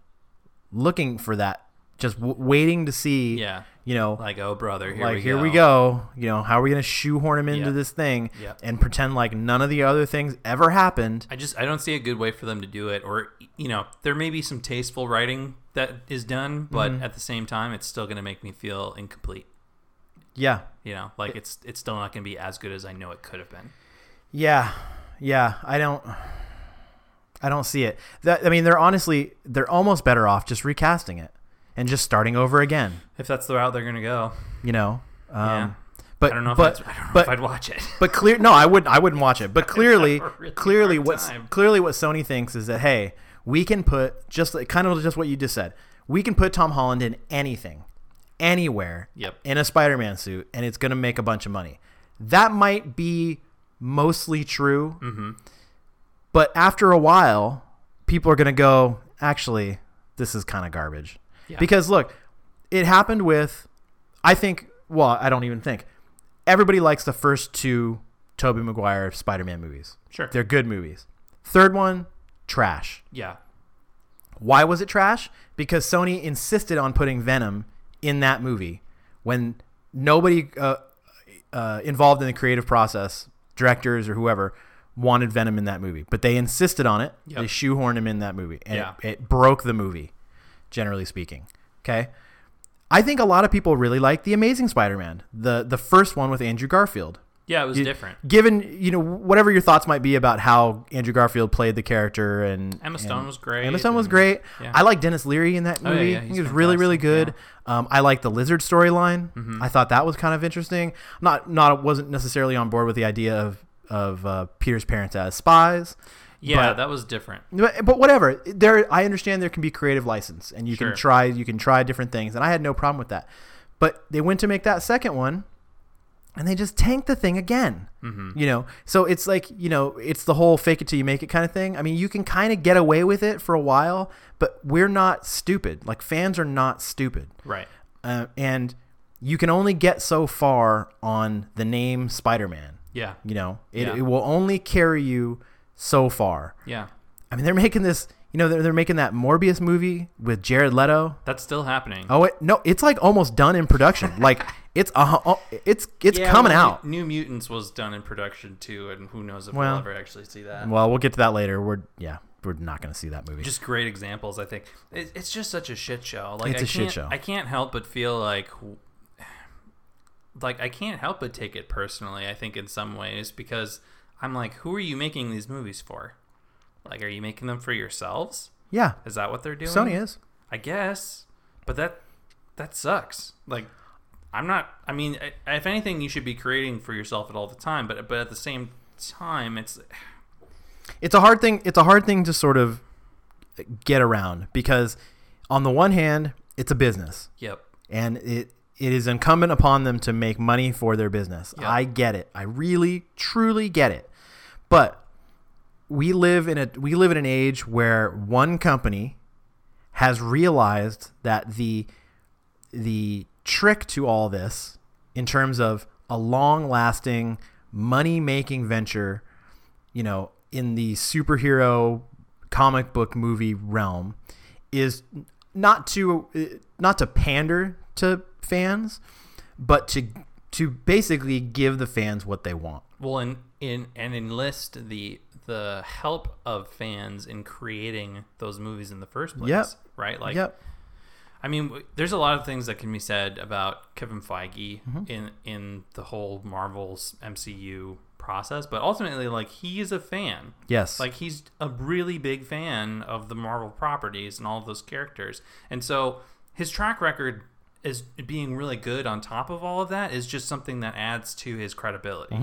A: looking for that, just w- waiting to see.
B: Yeah.
A: You know, like,
B: Like oh brother, here
A: here,
B: we
A: we, go. You know, how are we going to shoehorn him into
B: Yeah.
A: this thing
B: Yeah.
A: and pretend like none of the other things ever happened?
B: I just I don't see a good way for them to do it, or you know, there may be some tasteful writing that is done, but
A: Mm-hmm.
B: at the same time, it's still going to make me feel incomplete.
A: Yeah.
B: You know, like it's it's still not going to be as good as I know it could have been.
A: Yeah, yeah. I don't, I don't see it. That I mean, they're honestly, they're almost better off just recasting it and just starting over again.
B: If that's the route they're going to go,
A: You know. Um,
B: Yeah.
A: But
B: I don't know. If
A: but
B: that's, I don't know
A: but
B: if I'd watch it. *laughs*
A: but clear. No, I wouldn't. I wouldn't watch it. But clearly,
B: have a really
A: clearly
B: hard
A: what's
B: time.
A: clearly what Sony thinks is that hey, we can put just like- kind of just what you just said. We can put Tom Holland in anything, anywhere,
B: Yep.
A: in a Spider-Man suit, and it's gonna make a bunch of money. That might be mostly true, but after a while, people are gonna go. Actually, this is kind of garbage.
B: Yeah.
A: Because look, it happened with I think well, I don't even think. Everybody likes the first two Toby Maguire Spider-Man movies.
B: Sure.
A: They're good movies. Third one, trash.
B: yeah.
A: Why was it trash? Because Sony insisted on putting Venom in that movie when nobody uh, uh, involved in the creative process, directors or whoever, wanted Venom in that movie. But they insisted on it.
B: Yep.
A: They shoehorned him in that movie. And
B: Yeah.
A: it, it broke the movie, generally speaking. Okay. I think a lot of people really like The Amazing Spider Man, the, the first one with Andrew Garfield
B: Yeah, it was
A: You-
B: different.
A: given you know whatever your thoughts might be about how Andrew Garfield played the character and
B: Emma
A: and-
B: Stone was great
A: Emma Stone was
B: and-
A: great.
B: yeah.
A: I like Dennis Leary in that
B: Oh, yeah,
A: movie.
B: yeah,
A: I think
B: he's
A: he was really really
B: fantastic, Mm-hmm.
A: good. Um, I like the lizard storyline. I thought that was kind of interesting. Not not wasn't necessarily on board with the idea of of uh, Peter's parents as spies.
B: Yeah,
A: But-
B: that was different.
A: But, but whatever, there I understand there can be creative license, and you
B: Sure.
A: can try you can try different things, and I had no problem with that. But they went to make that second one, and they just tanked the thing again.
B: Mm-hmm.
A: You know, so it's like you know, it's the whole fake it till you make it kind of thing. I mean, you can kind of get away with it for a while, but we're not stupid. Like fans are not stupid
B: Right.
A: uh, and you can only get so far on the name Spider-Man.
B: Yeah.
A: You know, it,
B: Yeah.
A: it will only carry you so far.
B: Yeah.
A: I mean, they're making this. You know, they're, they're making that Morbius movie with Jared Leto.
B: That's still happening.
A: Oh wait, no, it's like almost done in
B: *laughs*
A: production. like it's uh, uh, it's it's
B: Yeah,
A: coming
B: well,
A: out.
B: New Mutants was done in production too, and who knows if
A: Well-
B: we'll ever actually see that.
A: Well, we'll get to that later. We're yeah, we're not going to see that movie.
B: just great examples. I think it, it's just such a shit show. Like
A: It's
B: I
A: a shit
B: can't-
A: show.
B: I can't help but feel like, w- like I can't help but take it personally. I think in some ways because I'm like, who are you making these movies for? Like, are you making them for yourselves?
A: yeah,
B: Is that what they're doing?
A: Sony is.
B: I guess, but that that sucks. Like, I'm not. I mean, I- if anything, you should be creating for yourself at all the time. But but at the same time, it's *sighs*
A: it's a hard thing it's a hard thing to sort of get around because on the one hand it's a business
B: yep.
A: and it it is incumbent upon them to make money for their business
B: Yeah.
A: i get it i really truly get it but we live in a we live in an age where one company has realized that the the trick to all this in terms of a long lasting money making venture you know in the superhero comic book movie realm is not to eh, not to pander to fans but to to basically give the fans what they want
B: Well, and in and enlist the the help of fans in creating those movies in the first place.
A: Yep.
B: Right. Like,
A: yep
B: I mean, w- there's a lot of things that can be said about Kevin Feige
A: Mm-hmm.
B: in in the whole Marvel's MCU process, but ultimately, like, he is a fan.
A: yes
B: Like he's a really big fan of the Marvel properties and all of those characters. And so his track record is being really good on top of all of that is just something that adds to his credibility.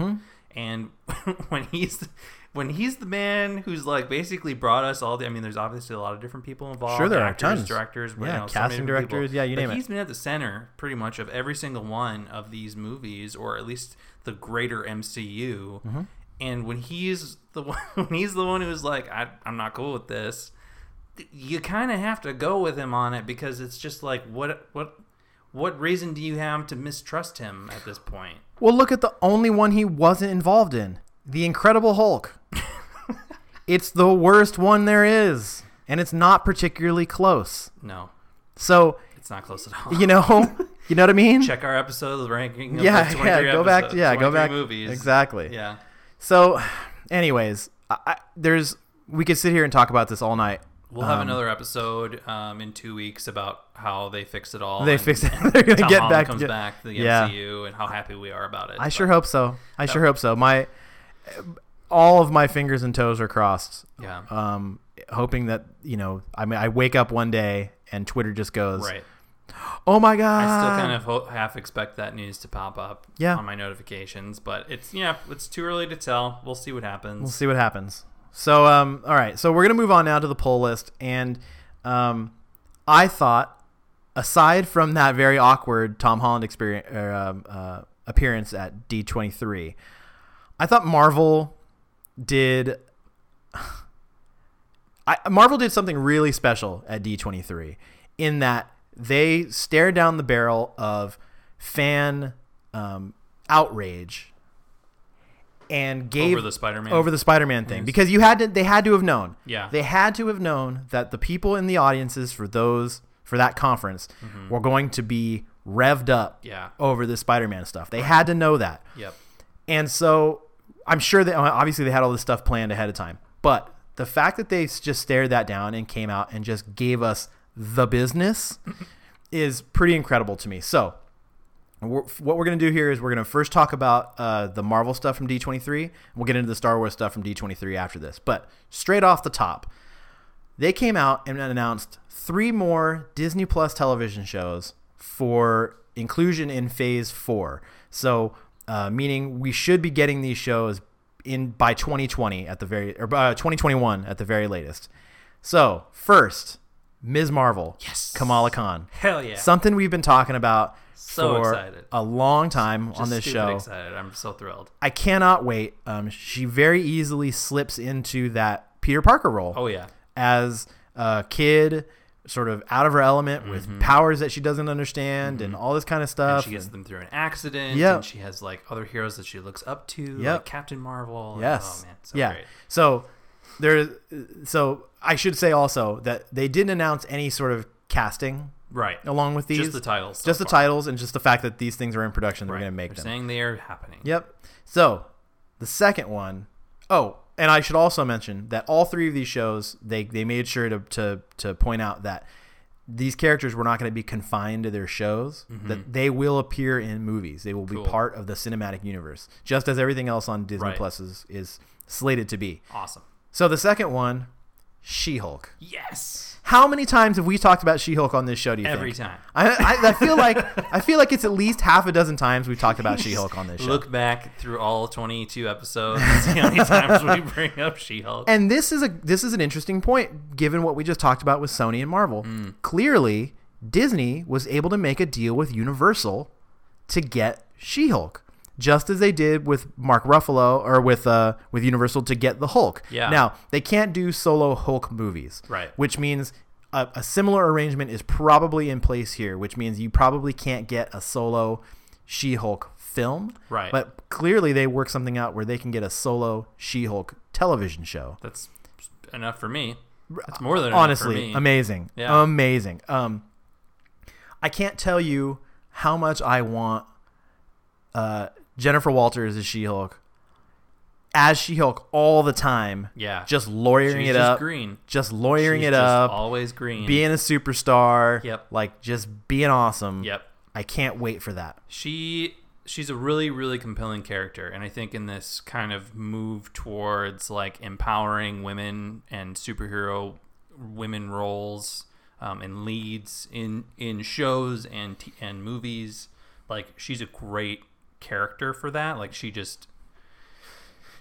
B: And *laughs* when he's when he's the man who's like basically brought us all the I mean there's obviously a lot of different people involved.
A: Sure, there are
B: actors,
A: tons.
B: directors, you
A: Yeah,
B: know, so many
A: casting
B: different people.
A: directors, yeah, you
B: But
A: name it.
B: He's been at the center pretty much of every single one of these movies or at least the greater MCU.
A: Mm-hmm.
B: And when he's the *laughs* one, when he's the one who's like, I, I'm not cool with this. You kind of have to go with him on it because it's just like, what, what, what reason do you have to mistrust him at this point?
A: Well, look at the only one he wasn't involved in The Incredible Hulk. it's the worst one there is, and it's not particularly close.
B: No,
A: So,
B: it's not close at all.
A: you know, you know what I mean?
B: *laughs* Check our episode of ranking. Of
A: yeah,
B: the 23
A: yeah, go back.
B: episodes,
A: Yeah, go
B: 23
A: back.
B: Movies.
A: Exactly.
B: Yeah.
A: So, anyways, I, I, there's we could sit here and talk about this all night.
B: We'll have
A: Um,
B: another episode um, in two weeks about how they fixed it all.
A: They
B: and
A: fix it. *laughs* They're gonna
B: Tom
A: get
B: Holland
A: back.
B: comes
A: to-
B: back to the
A: Yeah.
B: MCU and how happy we are about it.
A: I sure hope so. I sure hope so. My all of my fingers and toes are crossed.
B: Yeah.
A: Um, hoping that you know, I mean, I wake up one day and Twitter just goes,
B: Right.
A: "Oh my god!"
B: I still kind of ho- half expect that news to pop up
A: Yeah.
B: on my notifications, but it's yeah, it's too early to tell. We'll see what
A: We'll
B: happens.
A: see what happens. So, um, all right. So we're gonna move on now to the poll list, and um, I thought, aside from that very awkward Tom Holland experience er, um, uh, appearance at D twenty three, I thought Marvel did. *sighs* I, Marvel did something really special at D23 in that they stared down the barrel of fan um, outrage and gave
B: Over the Spider-Man.
A: over the Spider-Man thing because you had to they had to have known.
B: Yeah.
A: They had to have known that the people in the audiences for those for that conference were going to be revved up
B: Mm-hmm. yeah.
A: over the Oh. Spider-Man stuff. They had to know that.
B: Yep.
A: And so I'm sure that obviously they had all this stuff planned ahead of time. But the fact that they s- just stared that down and came out and just gave us the business is pretty incredible to me. So we're, what we're going to do here is we're going to first talk about uh, the Marvel stuff from D23. And we'll get into the Star Wars stuff from D23 after this. But straight off the top, they came out and announced three more Disney Plus television shows for inclusion in Phase Four. So, uh, meaning we should be getting these shows in by 2020 at the very or by 2021 at the very latest. So first, Ms. Marvel,
B: Yes.
A: Kamala Khan,
B: Hell yeah.
A: something we've been talking about
B: So
A: for
B: excited.
A: a long time
B: Just
A: on this
B: stupid
A: show.
B: Excited. I'm so thrilled.
A: I cannot wait. Um, she very easily slips into that Peter Parker role
B: Oh yeah.
A: as a kid, sort of out of her element with powers that she doesn't understand and all this kind of
B: Mm-hmm. And
A: stuff.
B: she gets them through an accident.
A: Yep.
B: And she has like other heroes that she looks up to,
A: Yep.
B: like Captain Marvel. and-
A: Yes.
B: oh man, so
A: yeah.
B: great.
A: So there. So I should say also that they didn't announce any sort of casting
B: Right.
A: along with these.
B: Just the titles. so
A: Just the
B: far.
A: titles and just the fact that these things are in production. That
B: Right.
A: We're going to make
B: They're
A: them.
B: saying they are happening.
A: Yep. So the second one oh and I should also mention that all three of these shows they they made sure to to to point out that these characters were not going to be confined to their shows. That they will appear in movies. They will
B: Mm-hmm. Cool.
A: be part of the cinematic universe, just as everything else on Disney
B: Right.
A: Plus is, is slated to be.
B: Awesome.
A: So the second one, She-Hulk.
B: Yes.
A: How many times have we talked about She-Hulk on this show? Do you
B: Every
A: think?
B: time.
A: I, I, I feel like I feel like it's at least half a dozen times we've talked
B: *laughs*
A: about She-Hulk on this show.
B: Look back through all 22 episodes and see how many
A: *laughs*
B: times we bring up She-Hulk.
A: And this is a this is an interesting point given what we just talked about with Sony and Marvel.
B: Mm.
A: Clearly, Disney was able to make a deal with Universal to get She-Hulk, just as they did with Mark Ruffalo or with uh with Universal to get the Hulk.
B: Yeah.
A: Now, they can't do solo Hulk movies.
B: Right.
A: Which means a, a similar arrangement is probably in place here, which means you probably can't get a solo She-Hulk film.
B: Right.
A: But clearly they work something out where they can get a solo She-Hulk television show
B: That's enough for me. That's more than
A: honestly
B: enough for me.
A: amazing
B: Yeah.
A: amazing um i can't tell you how much i want uh jennifer walters as she-hulk as she-hulk all the time
B: Yeah.
A: just lawyering
B: She's
A: it
B: just
A: up
B: green.
A: just lawyering
B: She's
A: it
B: just
A: up
B: Always green.
A: being a superstar
B: Yep.
A: like just being awesome
B: yep.
A: i can't wait for that
B: She she's a really really compelling character and I think in this kind of move towards like empowering women and superhero women roles um, and leads in in shows and t- and movies like she's a great character for that like she just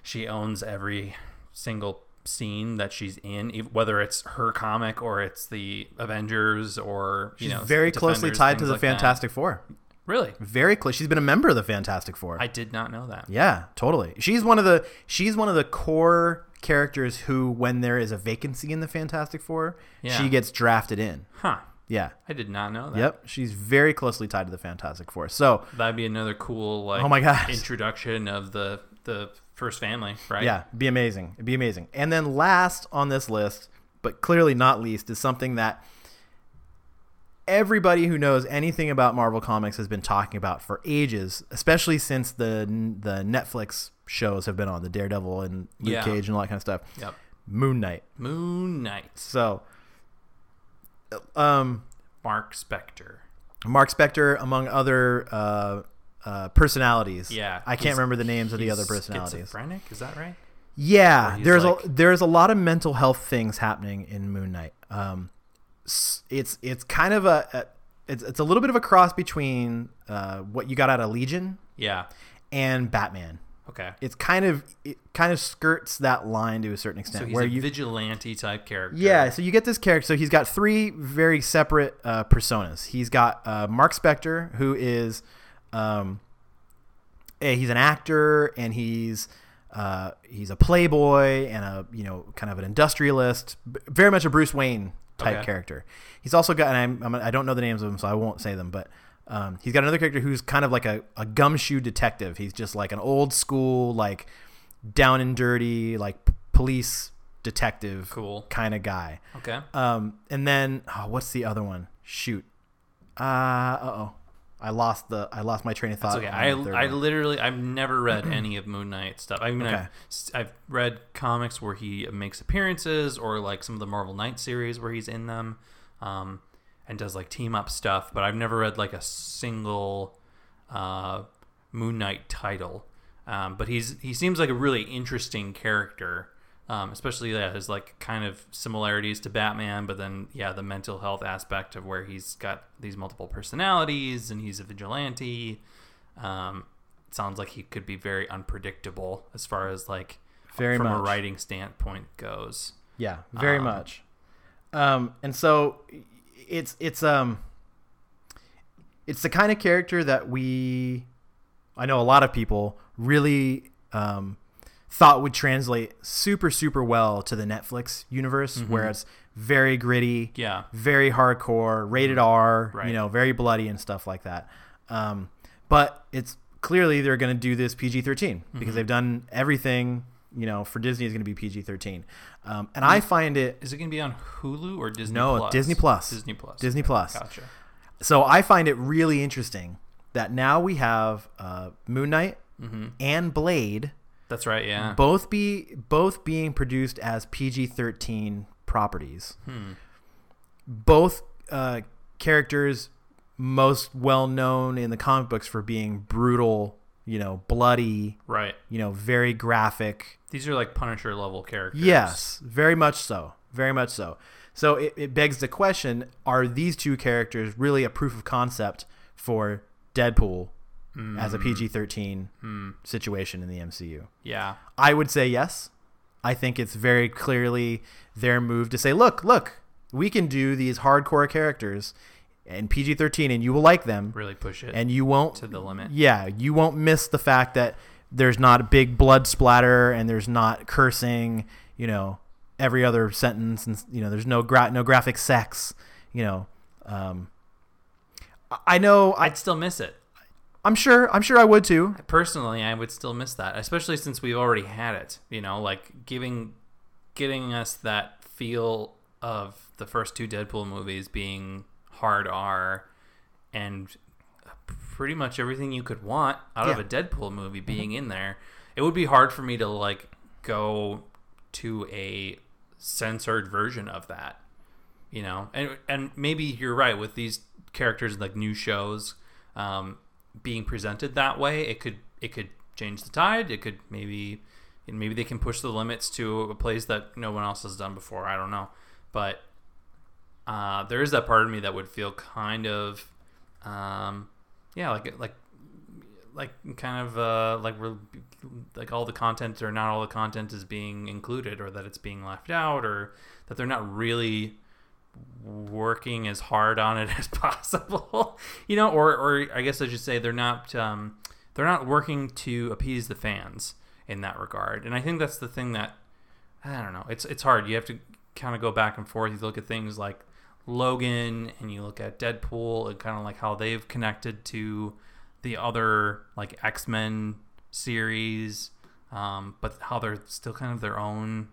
B: she owns every single scene that she's in ev- whether it's her comic or it's the Avengers or you
A: she's
B: know
A: very closely
B: Defenders,
A: tied to
B: things
A: the
B: like that.
A: fantastic four
B: really
A: very close she's been a member of the fantastic four
B: I did not know that
A: Yeah, totally. She's one of the she's one of the core characters who, when there is a vacancy in the Fantastic Four,
B: Yeah.
A: she gets drafted in.
B: Huh.
A: Yeah.
B: I did not know that.
A: Yep. She's very closely tied to the Fantastic Four. So
B: That'd be another cool like
A: Oh my gosh.
B: introduction of the the first family, right?
A: yeah, be amazing. It'd be amazing. And then last on this list, but clearly not least, is something that everybody who knows anything about Marvel Comics has been talking about for ages, especially since the the Netflix shows have been on the Daredevil and Luke
B: Yeah.
A: Cage and all that kind of stuff.
B: Yep.
A: Moon Knight.
B: Moon Knight.
A: So, um,
B: Mark Spector.
A: Mark Spector, among other uh, uh, personalities.
B: Yeah.
A: I can't
B: he's-
A: remember the names of the
B: he's
A: other personalities.
B: Schizophrenic, is that right?
A: Yeah,
B: he's
A: there's
B: like-
A: a there's a lot of mental health things happening in Moon Knight. Um, s- it's it's kind of a, a it's, it's a little bit of a cross between uh, what you got out of Legion
B: Yeah.
A: and Batman.
B: Okay.
A: It's kind of it kind of skirts that line to a certain extent
B: So he's
A: where
B: a
A: you
B: vigilante type character.
A: Yeah, so you get this character. So he's got three very separate uh, personas. He's got uh, Mark Spector, who is, um, eh, he's an actor and he's uh, he's a playboy and a you know kind of an industrialist, b- very much a Bruce Wayne type
B: Okay.
A: character. He's also got, and I'm, I'm I don't know the names of them, so I won't say them, but. Um, he's got another character who's kind of like a, a gumshoe detective. He's just like an old school, like down and dirty, like p- police detective
B: Cool.
A: kind of guy.
B: Okay.
A: Um, and then oh, what's the other one? Shoot. Uh oh. I lost the I lost my train of thought.
B: okay.
A: on
B: I,
A: the third
B: I
A: one.
B: literally I've
A: *clears throat*
B: never read any of Moon Knight stuff. I mean
A: Okay.
B: I've, s- I've read comics where he makes appearances or like some of the Marvel Knight series where he's in them um, and does like team up stuff, but I've never read like a single uh, Moon Knight title. Um, but he's he seems like a really interesting character. Um, especially yeah, his like kind of similarities to Batman, but then yeah, the mental health aspect of where he's got these multiple personalities and he's a vigilante. Um, sounds like he could be very unpredictable as far as like
A: Very
B: from a
A: much.
B: writing standpoint goes.
A: Yeah, very
B: Um,
A: much. Um, and so it's it's um it's the kind of character that we I know a lot of people really um, thought would translate super super well to the Netflix universe,
B: Mm-hmm.
A: where it's very gritty,
B: Yeah.
A: very hardcore, rated R, you
B: Right.
A: know, very bloody and stuff like that. Um, but it's clearly they're going to do this PG 13 because they've done everything, you know, for Disney is going to be PG 13. Um, and I find it
B: Is it going to be on Hulu or Disney
A: No,
B: Plus?
A: Disney Plus.
B: Disney Plus.
A: Disney Plus.
B: Gotcha.
A: So I find it really interesting that now we have uh, Moon Knight and Blade
B: Mm-hmm. That's right, yeah.
A: both be both being produced as PG-13 properties. Both uh, characters most well known in the comic books for being brutal, you know, bloody,
B: right.
A: you know, very graphic.
B: These are like Punisher level characters.
A: Yes, very much so. Very much so. So it, it begs the question, are these two characters really a proof of concept for Deadpool as a PG-13 situation in the MCU?
B: Yeah.
A: I would say yes. I think it's very clearly their move to say, look, look, we can do these hardcore characters and PG 13 and you will like them
B: Really push it
A: and you won't,
B: to the limit.
A: yeah, you won't miss the fact that there's not a big blood splatter and there's not cursing, you know, every other sentence and, you know, there's no, gra- no graphic sex, you know. Um, I- I know I,
B: I'd still miss it.
A: I'm sure, I'm sure I would too.
B: Personally, I would still miss that, especially since we've already had it, you know, like giving getting us that feel of the first two Deadpool movies being hard R and pretty much everything you could want out of
A: Yeah.
B: a Deadpool movie being in there. It would be hard for me to like go to a censored version of that, you know. And and maybe you're right with these characters like new shows um, being presented that way. It could it could change the tide. It could maybe and maybe they can push the limits to a place that no one else has done before. I don't know, but uh, there is that part of me that would feel kind of, um, yeah, like like like kind of uh, like we're like all the content or not all the content is being included or that it's being left out or that they're not really working as hard on it *laughs* as possible you know or or i guess i should say they're not um they're not working to appease the fans in that regard and i think that's the thing that I don't know. It's it's hard. You have to kind of go back and forth. You look at things like Logan and you look at Deadpool and kind of like how they've connected to the other like X Men series, um, but how they're still kind of their own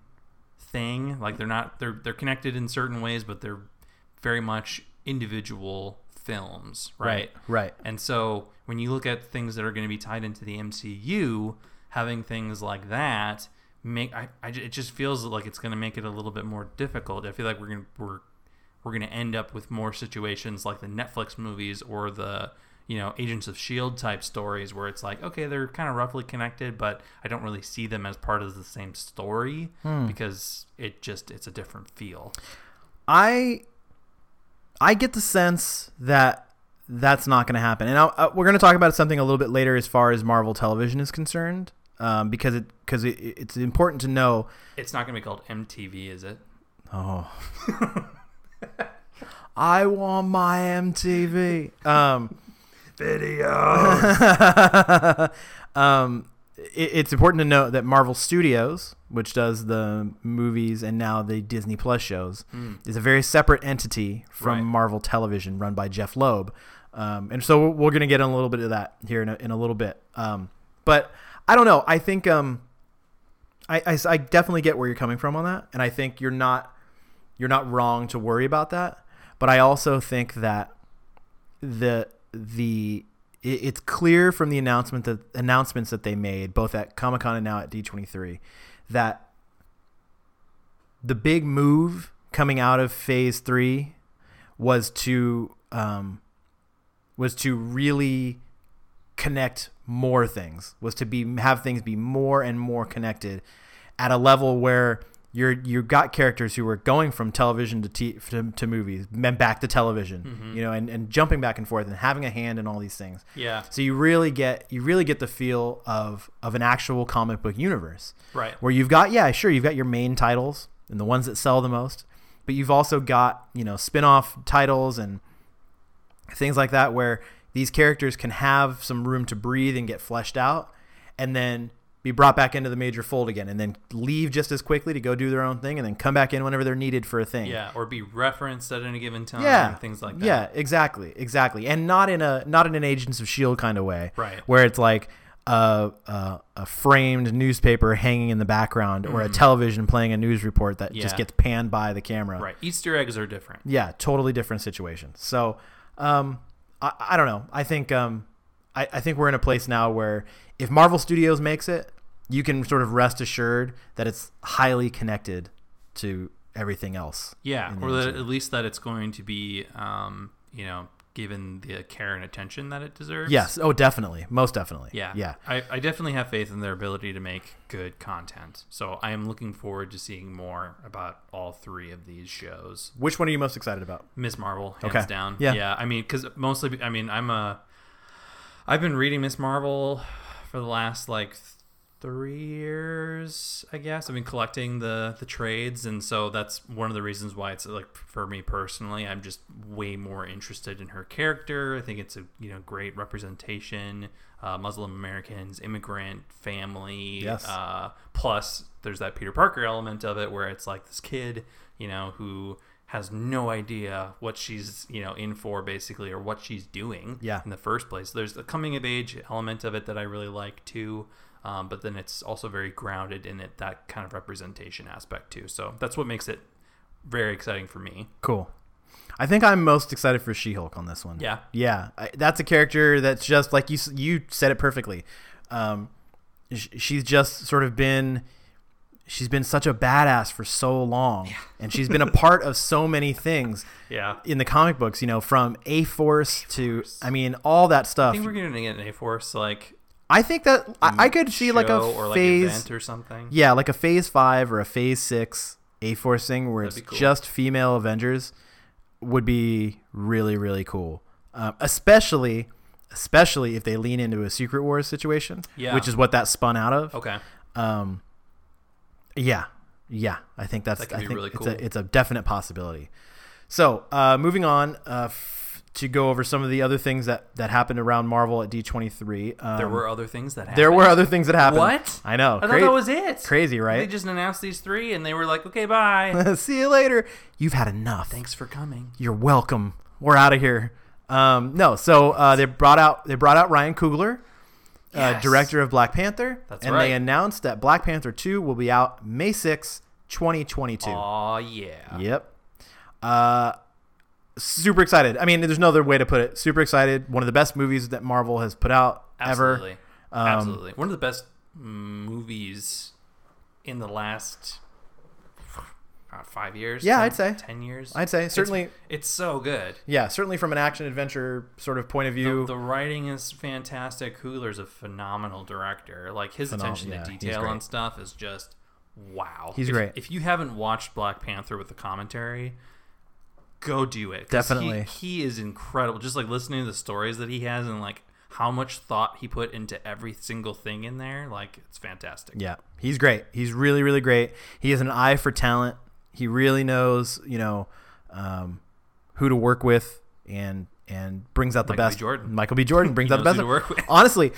B: thing. Like they're not they're they're connected in certain ways, but they're very much individual films, right?
A: Right.
B: And so when you look at things that are going to be tied into the MCU, having things like that make I, I ju- it just feels like it's going to make it a little bit more difficult. I feel like we're going to we're we're going to end up with more situations like the Netflix movies or the you know Agents of Shield E type stories where it's like okay they're kind of roughly connected but I don't really see them as part of the same story because it just it's a different feel.
A: I I get the sense that that's not going to happen, and I, I, we're going to talk about something a little bit later as far as Marvel Television is concerned, um, because it because it, it's important to know.
B: It's not going to be called MTV, is it?
A: Oh, *laughs* I want my MTV. Um, Video. *laughs* um, it, it's important to note that Marvel Studios, which does the movies and now the Disney Plus shows,
B: Hmm.
A: is a very separate entity from
B: Right.
A: Marvel Television, run by Jeff Loeb. Um, and so we're going to get in a little bit of that here in a, in a little bit. Um, but I don't know. I think um, I, I, I definitely get where you're coming from on that, and I think you're not you're not wrong to worry about that. But I also think that the the it, it's clear from the announcement that announcements that they made both at Comic Con and now at D23 that the big move coming out of Phase Three was to um, was to really connect more things was to be have things be more and more connected at a level where you're you got characters who were going from television to t- to, to movies, then back to television, you know, and, and jumping back and forth and having a hand in all these things.
B: Yeah.
A: So you really get you really get the feel of of an actual comic book universe.
B: Right.
A: Where you've got yeah, sure, you've got your main titles and the ones that sell the most, but you've also got, you know, spin-off titles and things like that where these characters can have some room to breathe and get fleshed out and then be brought back into the major fold again and then leave just as quickly to go do their own thing and then come back in whenever they're needed for a thing.
B: Yeah, or be referenced at any given time.
A: Yeah.
B: and um, things like that.
A: Yeah, exactly, exactly, and not in a not in an Agents of Shield E kind of way,
B: Right.
A: Where it's like a a, a framed newspaper hanging in the background or a television playing a news report that just
B: Mm. Yeah.
A: gets panned by the camera,
B: Right. Easter eggs are different.
A: yeah, totally different situation. So, um, I, I don't know. I think um, I, I think we're in a place now where if Marvel Studios makes it, you can sort of rest assured that it's highly connected to everything else.
B: Yeah,
A: in the
B: or that
A: MCU.
B: at least that it's going to be, um, you know, given the care and attention that it deserves.
A: Yes. Oh, definitely. Most definitely.
B: Yeah.
A: Yeah.
B: I, I definitely have faith in their ability to make good content. So I am looking forward to seeing more about all three of these shows.
A: Which one are you most excited about?
B: Miss Marvel, hands
A: Okay.
B: down.
A: Yeah.
B: Yeah. I mean, because mostly, I mean, I'm a, I've been reading Miss Marvel for the last like th- three years, I guess. I've been collecting the the trades, and so that's one of the reasons why it's like for me personally, I'm just way more interested in her character. I think it's a you know great representation, uh, Muslim Americans, immigrant family.
A: Yes.
B: Uh, plus, there's that Peter Parker element of it where it's like this kid, you know, who has no idea what she's you know in for basically or what she's doing
A: Yeah.
B: in the first place there's the coming of age element of it that i really like too um, but then it's also very grounded in it that kind of representation aspect too so that's what makes it very exciting for me
A: Cool. I think I'm most excited for She-Hulk on this one.
B: yeah
A: Yeah, I, that's a character that's just like you. s- You said it perfectly. Um, sh- she's just sort of been, she's been such a badass for so long, *laughs* and she's been a part of so many things
B: yeah
A: in the comic books. You know, from A Force to, I mean, all that
B: i
A: stuff.
B: think we're gonna get an a force like
A: I think that I, I could see like a
B: show or like
A: phase,
B: event or something
A: yeah, like a phase five or a phase six A Force thing where
B: That'd
A: it's
B: be cool.
A: just female Avengers would be really, really cool. Um, especially, especially if they lean into a Secret Wars situation,
B: Yeah.
A: which is what that spun out of.
B: okay
A: Um, yeah, yeah, I think that's
B: That could
A: I
B: be
A: think
B: really
A: it's
B: cool.
A: a it's a definite possibility. So uh, moving on uh, f- to go over some of the other things that that happened around Marvel at D twenty three.
B: there were other things that happened
A: Um, there were other things that happened.
B: What?
A: I know.
B: i
A: Cra-
B: thought that was it
A: crazy, right?
B: they just announced these three and they were like okay bye
A: *laughs* See you later. You've had enough.
B: thanks for coming
A: You're welcome. We're out of here. Um, no, so uh, they brought out they brought out Ryan Coogler, uh,
B: Yes.
A: director of Black Panther,
B: That's
A: and
B: right.
A: they announced that Black Panther 2 will be out May 6, 2022.
B: oh yeah
A: Yep. Uh, super excited. I mean, there's no other way to put it. Super excited. One of the best movies that Marvel has put out
B: Absolutely.
A: ever. Um,
B: Absolutely. One of the best movies in the last uh, five years.
A: Yeah,
B: 10
A: I'd say.
B: ten years.
A: I'd say
B: It's-
A: certainly-
B: It's, so good.
A: Yeah, certainly from an action adventure sort of point of view.
B: The writing is fantastic. Hugler's a phenomenal director. Like his
A: Phenom-
B: attention
A: yeah,
B: to
A: he's
B: detail
A: great.
B: and stuff is just wow.
A: He's
B: if,
A: great.
B: If you haven't watched Black Panther with the commentary, go do it. 'Cause
A: Definitely.
B: He, he is incredible. Just like listening to the stories that he has and like how much thought he put into every single thing in there. Like it's fantastic.
A: Yeah, he's great. He's really, really great. He has an eye for talent. He really knows, you know, um, who to work with, and and brings out the
B: Michael B.
A: best.
B: Jordan.
A: Michael B. Jordan brings out the
B: knows
A: best.
B: who to work with.
A: *laughs* Honestly,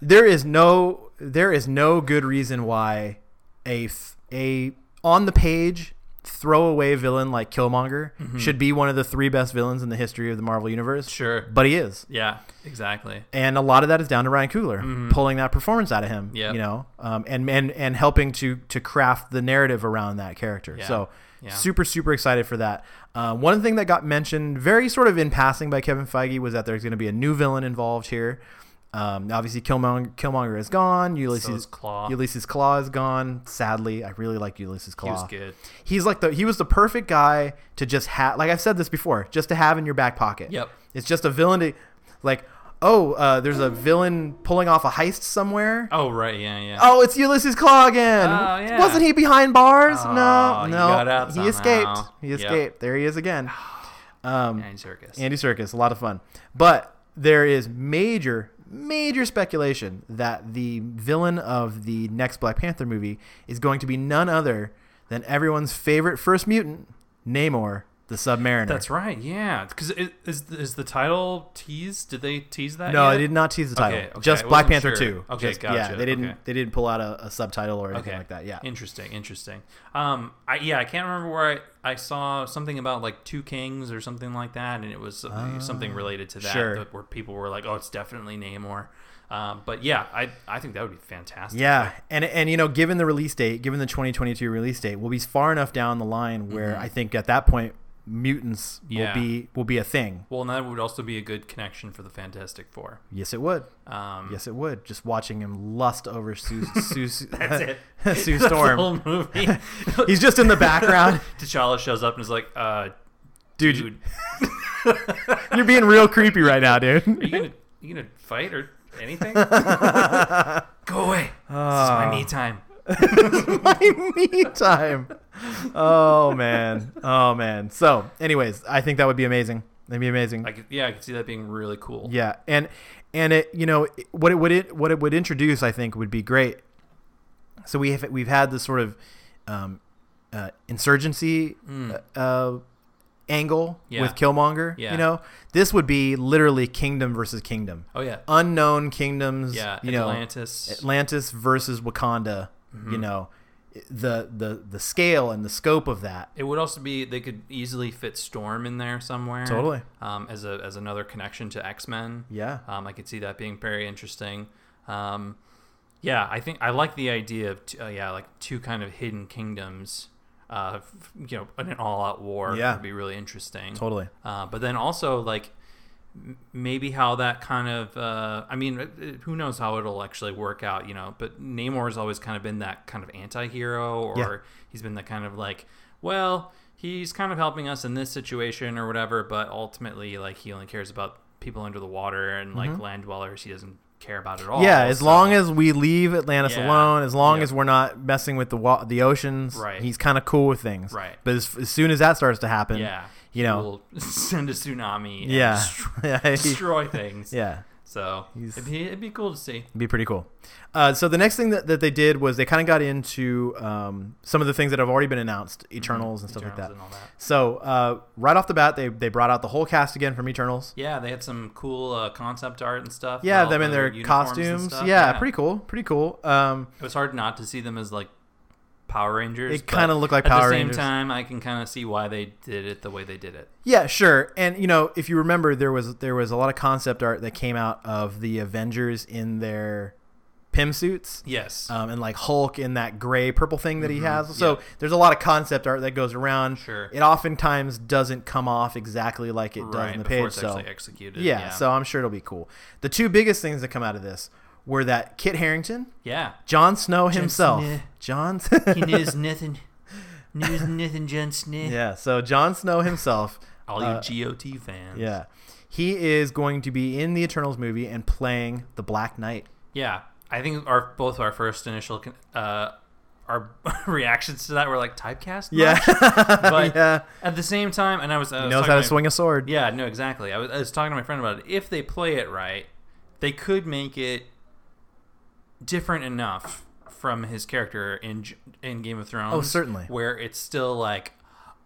A: there is no there is no good reason why a f- a on the page throwaway villain like Killmonger should be one of the three best villains in the history of the Marvel universe.
B: Mm-hmm. Sure.
A: But he is
B: Yeah, exactly.
A: and a lot of that is down to Ryan Coogler pulling that performance out of him.
B: Mm-hmm. Yep.
A: you know, um, and and and helping to to craft the narrative around that character.
B: Yeah.
A: So.
B: Yeah.
A: Super, super excited for that. Uh, one thing that got mentioned very sort of in passing by Kevin Feige was that there's going to be a new villain involved here. Um, obviously, Killmonger, Killmonger is gone.
B: So
A: Ulysses
B: is Claw.
A: Ulysses Claw is gone. Sadly, I really liked Ulysses Claw.
B: He was good.
A: He's like the he was the perfect guy to just have. Like I've said this before, just to have in your back pocket.
B: Yep.
A: It's just a villain to like. oh, uh, there's a villain pulling off a heist somewhere.
B: Oh right, yeah, yeah.
A: Oh, it's Ulysses Claw again.
B: Oh, yeah.
A: Wasn't he behind bars?
B: Oh,
A: no,
B: he
A: no.
B: got out
A: he escaped.
B: somehow.
A: He
B: Yep.
A: escaped. There he is
B: *sighs*
A: again. Um,
B: And circus.
A: Andy Circus, a lot of fun. But there is major, major speculation that the villain of the next Black Panther movie is going to be none other than everyone's favorite first mutant, Namor the Submariner.
B: That's right. Yeah, because is is the title teased? Did they tease that?
A: No,
B: yet?
A: I did not tease the title.
B: Okay, okay,
A: Just
B: I
A: Black
B: wasn't
A: Panther
B: sure.
A: Two.
B: Okay,
A: Just- Yeah,
B: gotcha,
A: they didn't
B: okay.
A: they didn't pull out a, a subtitle or anything
B: Okay,
A: like that. Yeah.
B: Interesting. Interesting. Um, I, yeah, I can't remember where I, I saw something about like two kings or something like that, and it was something, something related to that,
A: Ah, sure.
B: that where people were like, "Oh, it's definitely Namor." Um, but yeah, I I think that would be fantastic.
A: Yeah, and and you know, given the release date, given the 2022 release date, we'll be far enough down the line where I think at that point mutants
B: Mm-hmm. Yeah.
A: will be will be a thing.
B: Well, and that would also be a good connection for the Fantastic Four.
A: Yes, it would.
B: Um, *laughs*
A: Yes, it would. Just watching him lust over Sue *laughs* Sue,
B: *laughs* That's
A: Sue
B: it. That's the
A: Storm.
B: whole movie.
A: *laughs* He's just in the background.
B: *laughs* T'Challa shows up and is like, uh,
A: Dude,
B: dude,
A: *laughs* you're being real creepy right now,
B: *laughs* are you
A: dude.
B: gonna you gonna fight or
A: *laughs*
B: anything? Ah. Go away. This is my me time.
A: *laughs*
B: *laughs*
A: My me time. Oh man. Oh man. So, anyways, I think that would be amazing. That'd be amazing.
B: I could, yeah, I could see that being really cool.
A: Yeah, and and it you know it- what it would it what it would introduce I think would be great. So we have we've had this sort of um, uh, insurgency uh, uh, angle
B: Hmm. Yeah.
A: with Killmonger.
B: Yeah.
A: You know, this would be literally kingdom versus kingdom,
B: Oh yeah.
A: unknown kingdoms.
B: Yeah.
A: you know,
B: Atlantis. Mm-hmm.
A: Atlantis versus Wakanda. You know, the the the scale and the scope of that.
B: it would also be they could easily fit Storm in there somewhere.
A: Totally.
B: Um, as a as another connection to X Men.
A: Yeah.
B: Um, I could see that being very interesting. Um, yeah, I think I like the idea of t- uh, yeah, like two kind of hidden kingdoms. Uh, f- you know, an all-out war
A: Yeah.
B: would be really interesting.
A: Totally.
B: Uh, but then also like m- maybe how that kind of uh, I mean, it- it- who knows how it'll actually work out, you know? But Namor's always kind of been that kind of anti-hero, or
A: Yeah.
B: he's been the kind of like, well, he's kind of helping us in this situation or whatever, but ultimately, like, he only cares about people under the water and like land dwellers. He doesn't care about at all.
A: Mm-hmm. Yeah, as
B: Oh, So-
A: long as we leave Atlantis
B: Yeah.
A: alone, as long
B: Yep.
A: as we're not messing with the wa- the oceans,
B: Right.
A: he's kind of cool with things.
B: Right.
A: But as, as soon as that starts to happen,
B: yeah,
A: you know.
B: we'll *laughs* send a tsunami,
A: *laughs*
B: and
A: yeah,
B: destroy,
A: yeah, he-
B: *laughs* destroy
A: *laughs*
B: things.
A: yeah,
B: So
A: He's-
B: it'd be, it'd be cool to see.
A: it'd be pretty cool. Uh, so the next thing that, that they did was they kind of got into um, some of the things that have already been announced, Mm-hmm. Eternals and stuff
B: Mm-hmm. Eternals
A: like
B: and
A: that.
B: all that.
A: So uh, right off the bat, they they brought out the whole cast again from Eternals.
B: Yeah, they had some cool uh, concept art and stuff.
A: Yeah,
B: with all
A: them in
B: the
A: their
B: uniforms and
A: costumes.
B: stuff.
A: Yeah, pretty cool, pretty cool. Um,
B: It was hard not to see them as like Power Rangers.
A: It
B: but
A: kinda looked like
B: at
A: Power
B: the same
A: Rangers.
B: time, I can kind of see why they did it the way they did it.
A: Yeah, sure. And you know, if you remember, there was there was a lot of concept art that came out of the Avengers in their pim suits,
B: Yes.
A: um, and like Hulk in that gray purple thing that he has. So
B: Mm-hmm. yeah.
A: there's a lot of concept art that goes around.
B: Sure.
A: it oftentimes doesn't come off exactly like it does
B: right
A: in the
B: before
A: page.
B: it's
A: So
B: actually executed.
A: yeah,
B: Yeah.
A: so I'm sure it'll be cool. The two biggest things that come out of this were that Kit Harrington, *laughs*
B: yeah.
A: Jon Snow himself,
B: Snow.
A: Jon. *laughs*
B: He knows nothing. Knows nothing, Jon Snow.
A: yeah, so Jon Snow himself.
B: All
A: uh,
B: you GOT fans.
A: Yeah. He is going to be in the Eternals movie and playing the Black Knight.
B: Yeah, I think our both our first initial con- uh, our *laughs* reactions to that were like typecast.
A: *laughs* Yeah.
B: much? but
A: Yeah.
B: at the same time, and I was, uh, I was
A: Knows
B: talking
A: how to
B: my-
A: swing a sword.
B: Yeah, no, exactly. I was, I was talking to my friend about it. If they play it right, they could make it different enough from his character in J- in Game of Thrones.
A: Oh, certainly.
B: Where it's still like,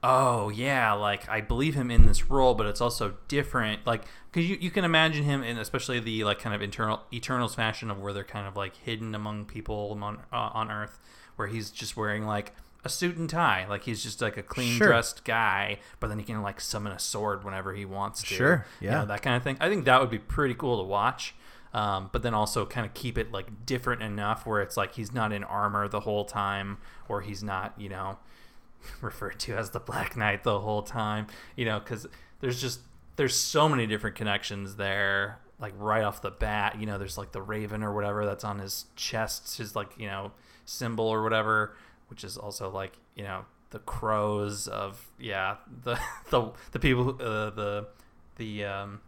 B: oh yeah, like I believe him in this role, but it's also different. Like, cause you you can imagine him in especially the like kind of internal Eternals fashion of where they're kind of like hidden among people on uh, on Earth, where he's just wearing like. A suit and tie, like he's just like a clean
A: Sure.
B: dress guy, but then he can like summon a sword whenever he wants to.
A: Sure,
B: You
A: yeah.
B: know, that kind of thing. I think that would be pretty cool to watch. Um, but then also kind of keep it like different enough where it's like he's not in armor the whole time, or he's not, you know, *laughs* referred to as the Black Knight the whole time. You know, because there's just there's so many different connections there. Like right off the bat, you know, there's like the Raven or whatever that's on his chest, his like you know symbol or whatever, which is also like you know the crows *laughs* of yeah the the the people who- uh, the the um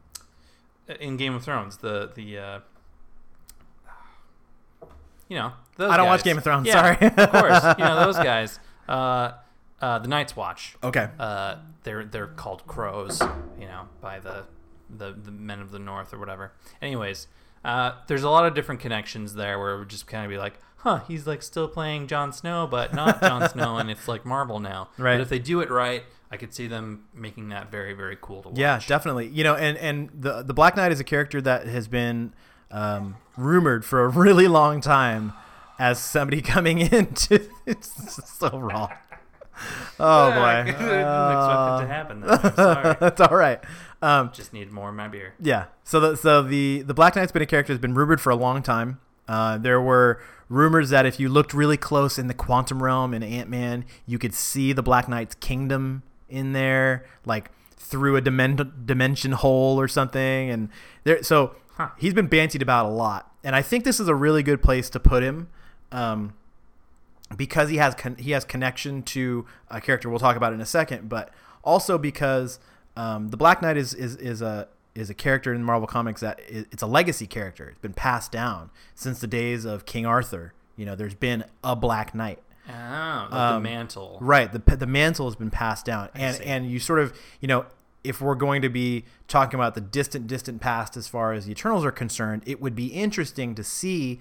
B: in Game of Thrones. The the uh, you know those
A: I don't watch
B: guys.
A: Game of Thrones,
B: Yeah,
A: sorry.
B: of course, you know
A: *laughs*
B: those guys. Uh, uh, the Night's Watch.
A: Okay.
B: Uh, they're they're called crows, you know, by the the, the men of the north or whatever. Anyways, uh, there's a lot of different connections there where it would just kind of be like, huh, he's like still playing Jon Snow, but not Jon Snow, and it's like Marvel now.
A: *laughs* Right.
B: But if they do it right, I could see them making that very very cool to watch.
A: Yeah, definitely. You know, and and the the Black Knight is a character that has been um, rumored for a really long time as somebody *laughs* coming into. It's so
B: *laughs*
A: wrong. Oh
B: I
A: boy, Uh.
B: didn't expect it to happen. Though. I'm sorry.
A: *laughs*
B: *laughs*
A: that's all right. Um,
B: Just need more of
A: *laughs*
B: my beer.
A: yeah. So the, so the the Black Knight's been a character that's been rumored for a long time. Uh, there were rumors that if you looked really close in the quantum realm in Ant Man, you could see the Black Knight's kingdom in there, like through a dimen- dimension hole or something. And there, so
B: Huh.
A: he's been bantied about a lot. And I think this is a really good place to put him. Um, because he has con- he has connection to a character we'll talk about in a second, but also because um, the Black Knight is, is is a is a character in Marvel Comics that i it's a legacy character. It's been passed down since the days of King Arthur. You know, there's been a Black Knight.
B: Oh, like the
A: Um,
B: mantle.
A: Right. The, the mantle has been passed down. And,
B: see.
A: and you sort of, you know, if we're going to be talking about the distant, distant past as far as the Eternals are concerned, it would be interesting to see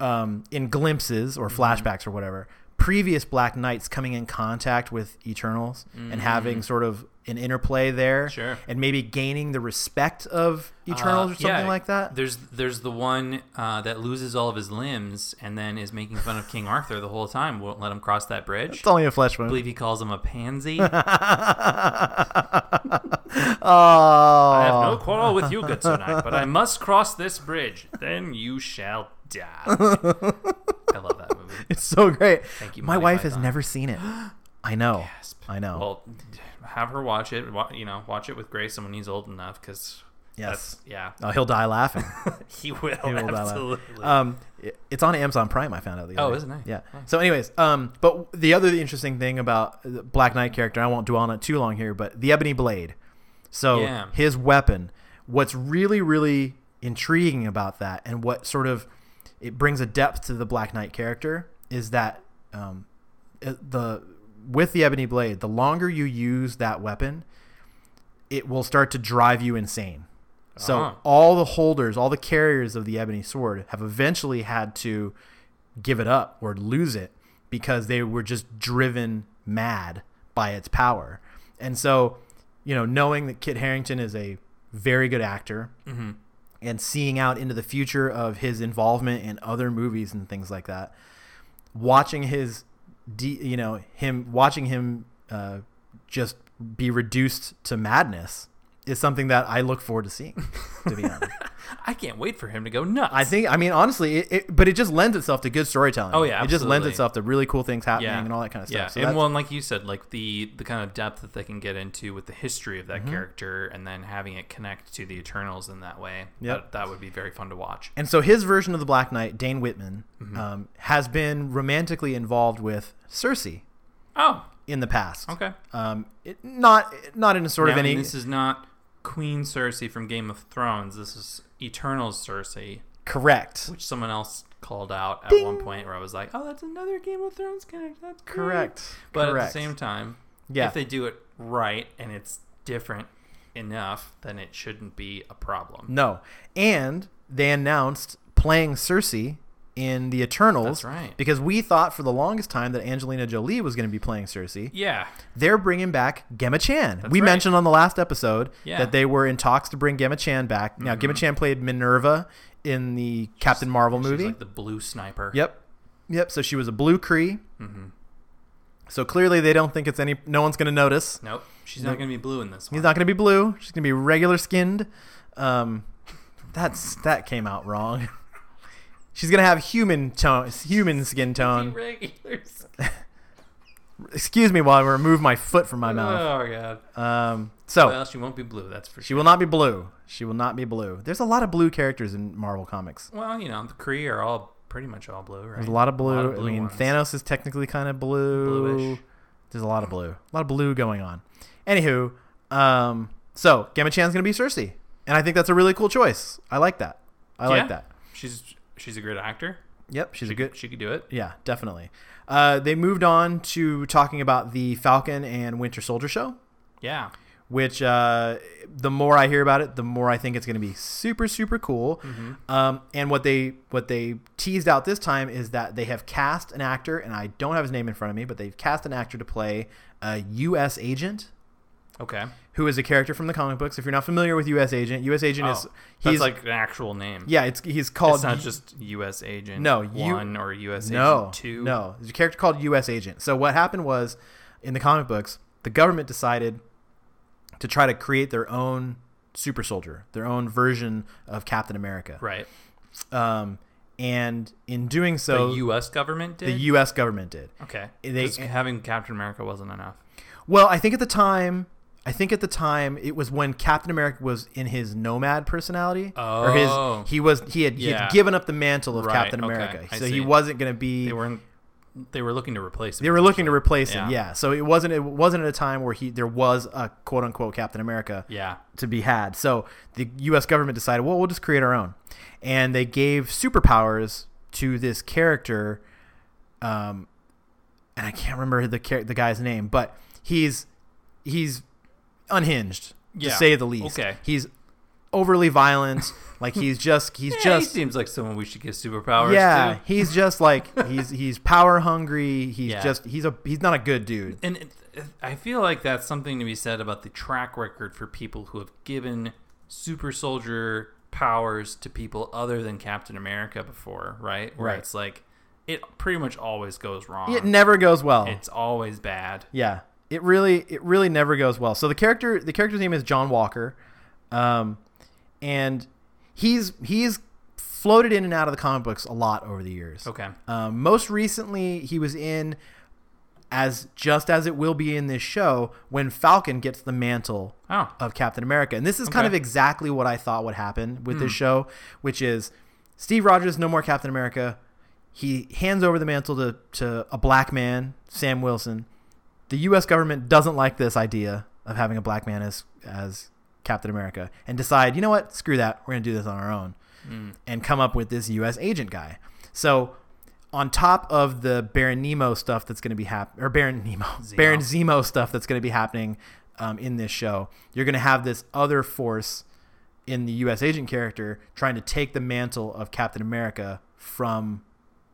A: um, in glimpses
B: Mm-hmm.
A: or flashbacks or whatever previous Black Knights coming in contact with Eternals and having sort of an interplay there
B: Mm-hmm. Sure.
A: and maybe gaining the respect of
B: Uh,
A: Eternals or something
B: yeah,
A: like that.
B: There's there's the one uh, that loses all of his limbs and then is making fun of King Arthur the whole time. Won't let him cross that
A: *laughs*
B: bridge.
A: It's only a flesh
B: I
A: wound.
B: believe he calls him
A: *laughs*
B: a pansy.
A: Oh.
B: I have no quarrel with you, good sir knight,
A: *laughs*
B: but I must cross this bridge. Then you shall die.
A: *laughs*
B: I love that movie.
A: It's so great.
B: Thank you,
A: My
B: Monty
A: wife has
B: Python.
A: never seen it. I know. I know.
B: Well, have her watch it. Wa- You know, watch it with Grayson when he's old enough, because
A: yes.
B: yeah,
A: Oh, he'll die
B: *laughs*
A: laughing.
B: he will
A: He will die laughing.
B: Oh, absolutely.
A: Um, it- it's on Amazon Prime. I found out the
B: Oh,
A: other
B: isn't it?
A: Yeah. So, anyways, um, but the other interesting thing about the Black Knight character, I won't dwell on it too long here, but the Ebony Blade. So
B: Yeah.
A: his weapon. What's really, really intriguing about that, and what sort of it brings a depth to the Black Knight character, is that um, it- the with the Ebony Blade, the longer you use that weapon, it will start to drive you insane. So
B: Ah.
A: all the holders, all the carriers of the ebony sword have eventually had to give it up or lose it because they were just driven mad by its power. And so, you know, knowing that Kit Harrington is a very good actor and seeing out into the future of his involvement in other movies and things like that, watching his de- you know him watching him uh, just be reduced to madness is something that I look forward to seeing. To be
B: *laughs*
A: honest,
B: I can't wait for him to go nuts.
A: I think I mean honestly, it, it, but it just lends itself to good storytelling.
B: Oh, yeah,
A: it just lends
B: absolutely.
A: itself to really cool things happening
B: yeah,
A: and all that kind of stuff.
B: Yeah,
A: So
B: and
A: that's-
B: well, and like you said, like the the kind of depth that they can get into with the history of that
A: Mm-hmm.
B: character, and then having it connect to the Eternals in that way.
A: Yep.
B: that, that would be very fun to watch.
A: And so his version of the Black Knight, Dane Whitman,
B: Mm-hmm.
A: um, has been romantically involved with Cersei
B: Oh,
A: in the past.
B: okay.
A: Um, it, not not in a sort
B: Now,
A: of any.
B: this is not Queen Cersei from Game of Thrones. This is Eternals Cersei,
A: Correct.
B: which someone else called out at
A: Ding.
B: one point where I was like, "Oh, that's another Game of Thrones connect." That's great."
A: Correct.
B: But
A: Correct.
B: at the same time,
A: Yeah.
B: if they do it right and it's different enough, then it shouldn't be a problem.
A: No. And they announced playing Cersei in the Eternals.
B: That's right.
A: Because we thought for the longest time that Angelina Jolie was going to be playing Cersei.
B: Yeah,
A: They're bringing back Gemma Chan. we
B: right.
A: mentioned on the last episode
B: Yeah. Mm-hmm.
A: that they were in talks to bring Gemma Chan back. Now, Gemma Chan played Minerva in the Captain Marvel
B: she's
A: movie.
B: like the blue sniper. Mm-hmm.
A: Yep. Yep. So she was a blue Cree. So clearly they don't think it's any. No one's going to notice.
B: Nope, she's not going to be blue in this one.
A: He's not going to be blue. She's going to be regular skinned. Um, that's that came out wrong. She's going to have human tone, human skin
B: He
A: tone. *laughs*
B: regulars.
A: Excuse me while I remove my foot from my
B: Oh
A: mouth.
B: god.
A: Um, so
B: Well, she won't be blue. That's for
A: she
B: sure.
A: will not be blue. She will not be blue. There's a lot of blue characters in Marvel comics.
B: Well, you know, the Kree are all pretty much all blue, right?
A: There's a lot of blue.
B: lot of blue
A: I mean,
B: ones.
A: Thanos is technically kind of blue.
B: Bluish.
A: There's a lot of blue. A lot of blue going on. Anywho, um, so Gemma Chan's gonna be Cersei. And I think that's a really cool choice. I like that. I
B: Yeah.
A: like that.
B: She's she's a great actor.
A: Yep, she's a good.
B: She could do it.
A: Yeah, definitely. Uh, they moved on to talking about the Falcon and Winter Soldier show,
B: Yeah.
A: which uh, the more I hear about it, the more I think it's going to be super, super cool.
B: Mm-hmm.
A: Um, and what they what they teased out this time is that they have cast an actor, and I don't have his name in front of me, but they've cast an actor to play a U.S. agent.
B: Okay.
A: Who is a character from the comic books? If you're not familiar with U.S. Agent, U.S. Agent
B: Oh,
A: is
B: that's
A: he's
B: like an actual name.
A: yeah, it's he's called
B: It's not just U.S. Agent
A: No, you-
B: one or U.S.
A: no,
B: Agent two.
A: No, there's a character called U.S. Agent. So what happened was, in the comic books, the government decided to try to create their own super soldier, their own version of Captain America.
B: Right.
A: Um, and in doing so,
B: the U.S. government
A: the
B: did.
A: U.S. government did.
B: okay.
A: they-
B: 'Cause having Captain America wasn't enough.
A: Well, I think at the time, I think at the time it was when Captain America was in his nomad personality, or
B: Oh.
A: his he was he had, he
B: Yeah.
A: had given up the mantle of
B: Right,
A: Captain
B: okay,
A: America,
B: I
A: so
B: see.
A: he wasn't going to be
B: They weren't. They were looking to replace. Him
A: They were looking to replace him,
B: Yeah.
A: yeah. So it wasn't it wasn't at a time where he there was a quote unquote Captain America
B: Yeah.
A: to be had. So the U.S. government decided, well, we'll just create our own, and they gave superpowers to this character, um, and I can't remember the char- the guy's name, but he's he's unhinged
B: Yeah.
A: to say the least.
B: Okay.
A: he's overly
B: *laughs*
A: violent. like he's just he's
B: Yeah,
A: just
B: he seems like someone we should give superpowers
A: yeah,
B: to.
A: he's just like he's he's power hungry. He's
B: Yeah.
A: just he's a he's not a good dude.
B: And it, I feel like that's something to be said about the track record for people who have given super soldier powers to people other than Captain America before, right? Where
A: Right.
B: it's like it pretty much always goes wrong.
A: It never goes well.
B: it's always bad.
A: yeah, it really it really never goes well. So the character the character's name is John Walker, um, and he's he's floated in and out of the comic books a lot over the years.
B: Okay.
A: Um, most recently, he was in as just as it will be in this show when Falcon gets the mantle
B: Oh.
A: of Captain America. And this is kind
B: Okay.
A: of exactly what I thought would happen with this show, which is Steve Rogers, no more Captain America. He hands over the mantle to, to a black man, Sam Wilson. The U.S. government doesn't like this idea of having a black man as, as Captain America and decide, you know what, screw that. We're going to do this on our own and come up with this U.S. agent guy. So, on top of the Baron Nemo stuff that's going to be happening, or Baron Nemo, Baron Zemo stuff that's going to be happening um, in this show, you're going to have this other force in the U.S. agent character trying to take the mantle of Captain America from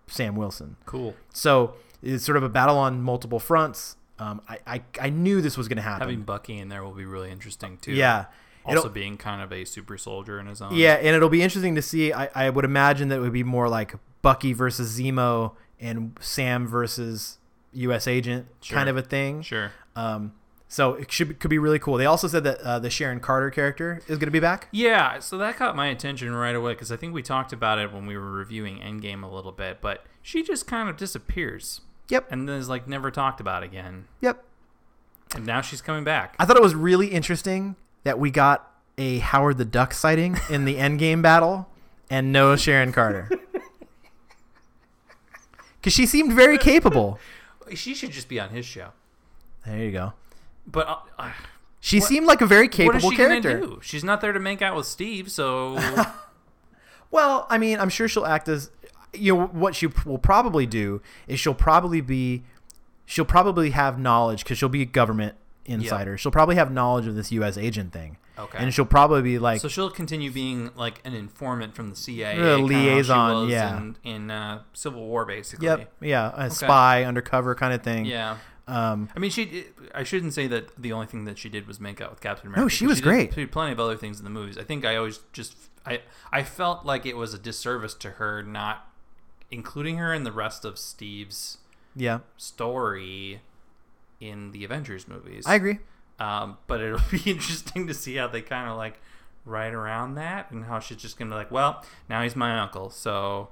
A: Sam Wilson.
B: Cool.
A: So it's sort of a battle on multiple fronts. Um, I, I I knew this was going to happen.
B: Having Bucky in there will be really interesting too.
A: yeah.
B: Also
A: It'll-
B: being kind of a super soldier in his own.
A: Yeah, and it'll be interesting to see. I, I would imagine that it would be more like Bucky versus Zemo and Sam versus U.S. Agent
B: Sure.
A: kind of a thing.
B: Sure.
A: Um, so it should could be really cool. They also said that uh, the Sharon Carter character is going to be back.
B: Yeah, so that caught my attention right away because I think we talked about it when we were reviewing Endgame a little bit, but she just kind of disappears
A: Yep.
B: and then is like never talked about again.
A: Yep.
B: And now she's coming back.
A: I thought it was really interesting that we got a Howard the Duck sighting in the Endgame battle and no Sharon Carter. *laughs* Because she seemed very capable.
B: She should just be on his show.
A: There you go.
B: But uh, *sighs* uh,
A: She seemed like a very
B: what
A: capable
B: is she
A: character.
B: gonna do? She's not there to make out with Steve, so
A: *laughs* Well, I mean, I'm sure she'll act as you know what she will probably do is she'll probably be she'll probably have knowledge because she'll be a government insider. She'll probably have knowledge of this U.S. agent thing,
B: okay.
A: and she'll probably be like,
B: so she'll continue being like an informant from the CIA,
A: The
B: kinda how she
A: liaison,
B: was
A: yeah.
B: in, in uh, Civil War, basically.
A: "Yep, yeah, a spy, undercover kind of thing."
B: Yeah.
A: Um,
B: I mean, she. I shouldn't say that the only thing that she did was make out with Captain America.
A: No, she
B: 'cause
A: was
B: did-
A: great.
B: She did plenty of other things in the movies. I think I always just. I I felt like it was a disservice to her not including her in the rest of Steve's
A: yeah,
B: story in the Avengers movies.
A: I agree.
B: Um, but it'll *laughs* be interesting to see how they kind of like write around that and how she's just gonna be like, well, now he's my uncle, so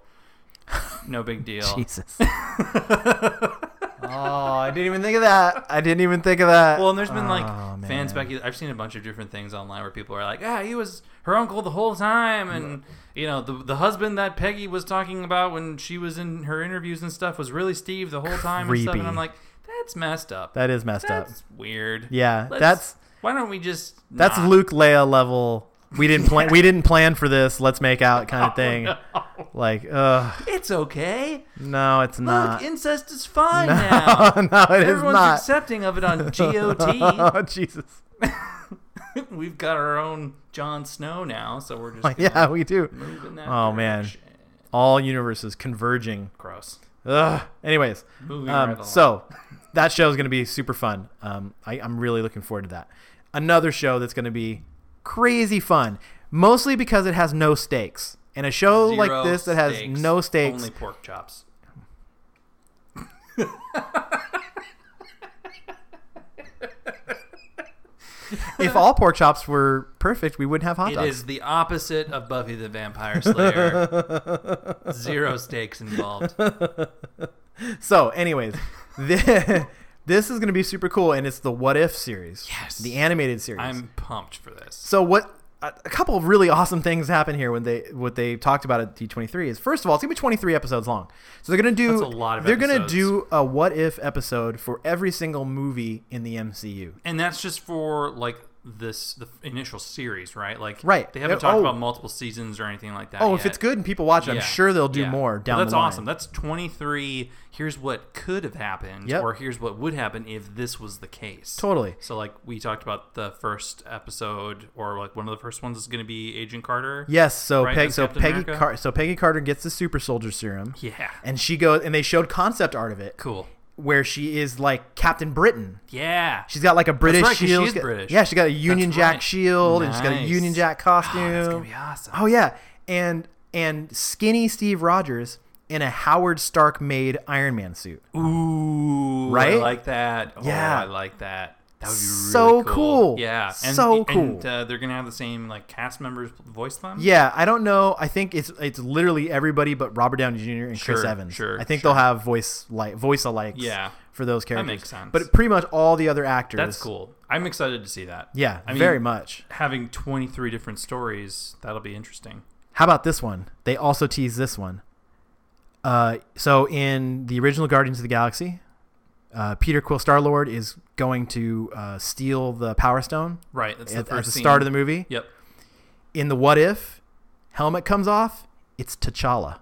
B: *laughs* no big deal.
A: *laughs* Jesus. oh, I didn't even think of that. I didn't even think of that.
B: *laughs* Well, and there's been like
A: Oh, man.
B: fan speculation. I've seen a bunch of different things online where people are like, "Ah, he was her uncle the whole time," and you know, the the husband that Peggy was talking about when she was in her interviews and stuff was really Steve the whole time and stuff. And
A: Creepy.
B: I'm like, that's messed up.
A: That is messed up.
B: that's weird.
A: Yeah,
B: Let's-
A: that's
B: why don't we just
A: that's
B: not?
A: Luke Leia level we didn't plan
B: *laughs*
A: we didn't plan for this. Let's make out kind
B: Oh,
A: of thing. Like, uh,
B: It's okay.
A: no, it's not.
B: Look, incest is fine
A: *laughs* no,
B: now.
A: no, it is
B: Everyone's
A: not.
B: accepting of
A: *laughs*
B: it on GOT.
A: oh Jesus!
B: *laughs*
A: *laughs*
B: We've got our own Jon Snow now, so we're just gonna
A: Oh, Yeah, we do.
B: move in that.
A: Oh, man.
B: direction.
A: All universes converging.
B: gross.
A: Ugh. Anyways,
B: Moving right
A: um,
B: along.
A: so *laughs* that show is going to be super fun. Um, I, I'm really looking forward to that. Another show that's going to be crazy fun, mostly because it has no stakes. And a show like
B: Zero
A: this that has
B: steaks,
A: no stakes,
B: only *laughs*
A: *laughs*
B: pork chops.
A: if all pork chops were perfect, we wouldn't have hot
B: It
A: dogs.
B: is the opposite of Buffy the Vampire
A: *laughs*
B: Slayer. Zero stakes involved.
A: So, anyways, thi- *laughs* this is going to be super cool, and it's the What If series,
B: Yes.
A: the animated series.
B: I'm pumped for this.
A: So what? A a couple of really awesome things happen here when they what they talked about at D23 is first of all it's gonna be 23 episodes long, so they're gonna do
B: That's a lot of
A: they're gonna
B: episodes.
A: do a what if episode for every single movie in the MCU.
B: And that's just for like this the initial series, right? Like
A: Right.
B: They haven't
A: Yeah,
B: talked
A: oh.
B: about multiple seasons or anything like that.
A: Oh, if
B: yet.
A: it's good and people watch it,
B: Yeah.
A: I'm sure they'll do
B: Yeah.
A: more
B: But
A: down
B: That's
A: the line.
B: awesome. That's 23. Here's what could have happened,
A: Yep.
B: or here's what would happen if this was the case.
A: Totally.
B: So, like, we talked about the first episode, or like one of the first ones is going to be Agent Carter.
A: Yes. So
B: Right,
A: Peg,
B: as
A: so
B: Captain
A: Peggy
B: America?
A: Car- so Peggy Carter gets the super soldier serum,
B: Yeah.
A: and she goes and they showed concept art of it
B: Cool.
A: where she is like Captain Britain.
B: Yeah.
A: She's got like a British
B: right, 'cause she
A: shield.
B: is British.
A: Yeah, she got a Union
B: That's
A: Jack
B: right.
A: shield and she's got a
B: Nice. Ah,
A: Union Jack costume.
B: that's gonna be awesome.
A: Oh yeah, and and skinny Steve Rogers in a Howard Stark made Iron Man suit.
B: Ooh. I
A: Right?
B: like that. Oh,
A: Yeah.
B: I like that. That would be really
A: So cool.
B: Yeah. And,
A: So cool.
B: And, uh, they're gonna have the same like cast members voice them.
A: Yeah, I don't know. I think it's it's literally everybody but Robert Downey Jr. and Chris
B: Sure,
A: Evans.
B: sure,
A: I think
B: sure.
A: they'll have voice like voice alikes.
B: Yeah.
A: for those characters.
B: makes sense.
A: But pretty much all the other actors.
B: That's cool. I'm excited to see that.
A: Yeah,
B: I mean,
A: very much.
B: having 23 different stories that'll be interesting
A: How about this one? They also tease this one. Uh, so in the original Guardians of the Galaxy, uh, Peter Quill Star Lord is going to uh, steal the Power Stone
B: right that's
A: at,
B: the
A: at
B: first
A: the start of
B: scene.
A: the movie.
B: yep
A: In the What If, helmet comes off. It's T'Challa.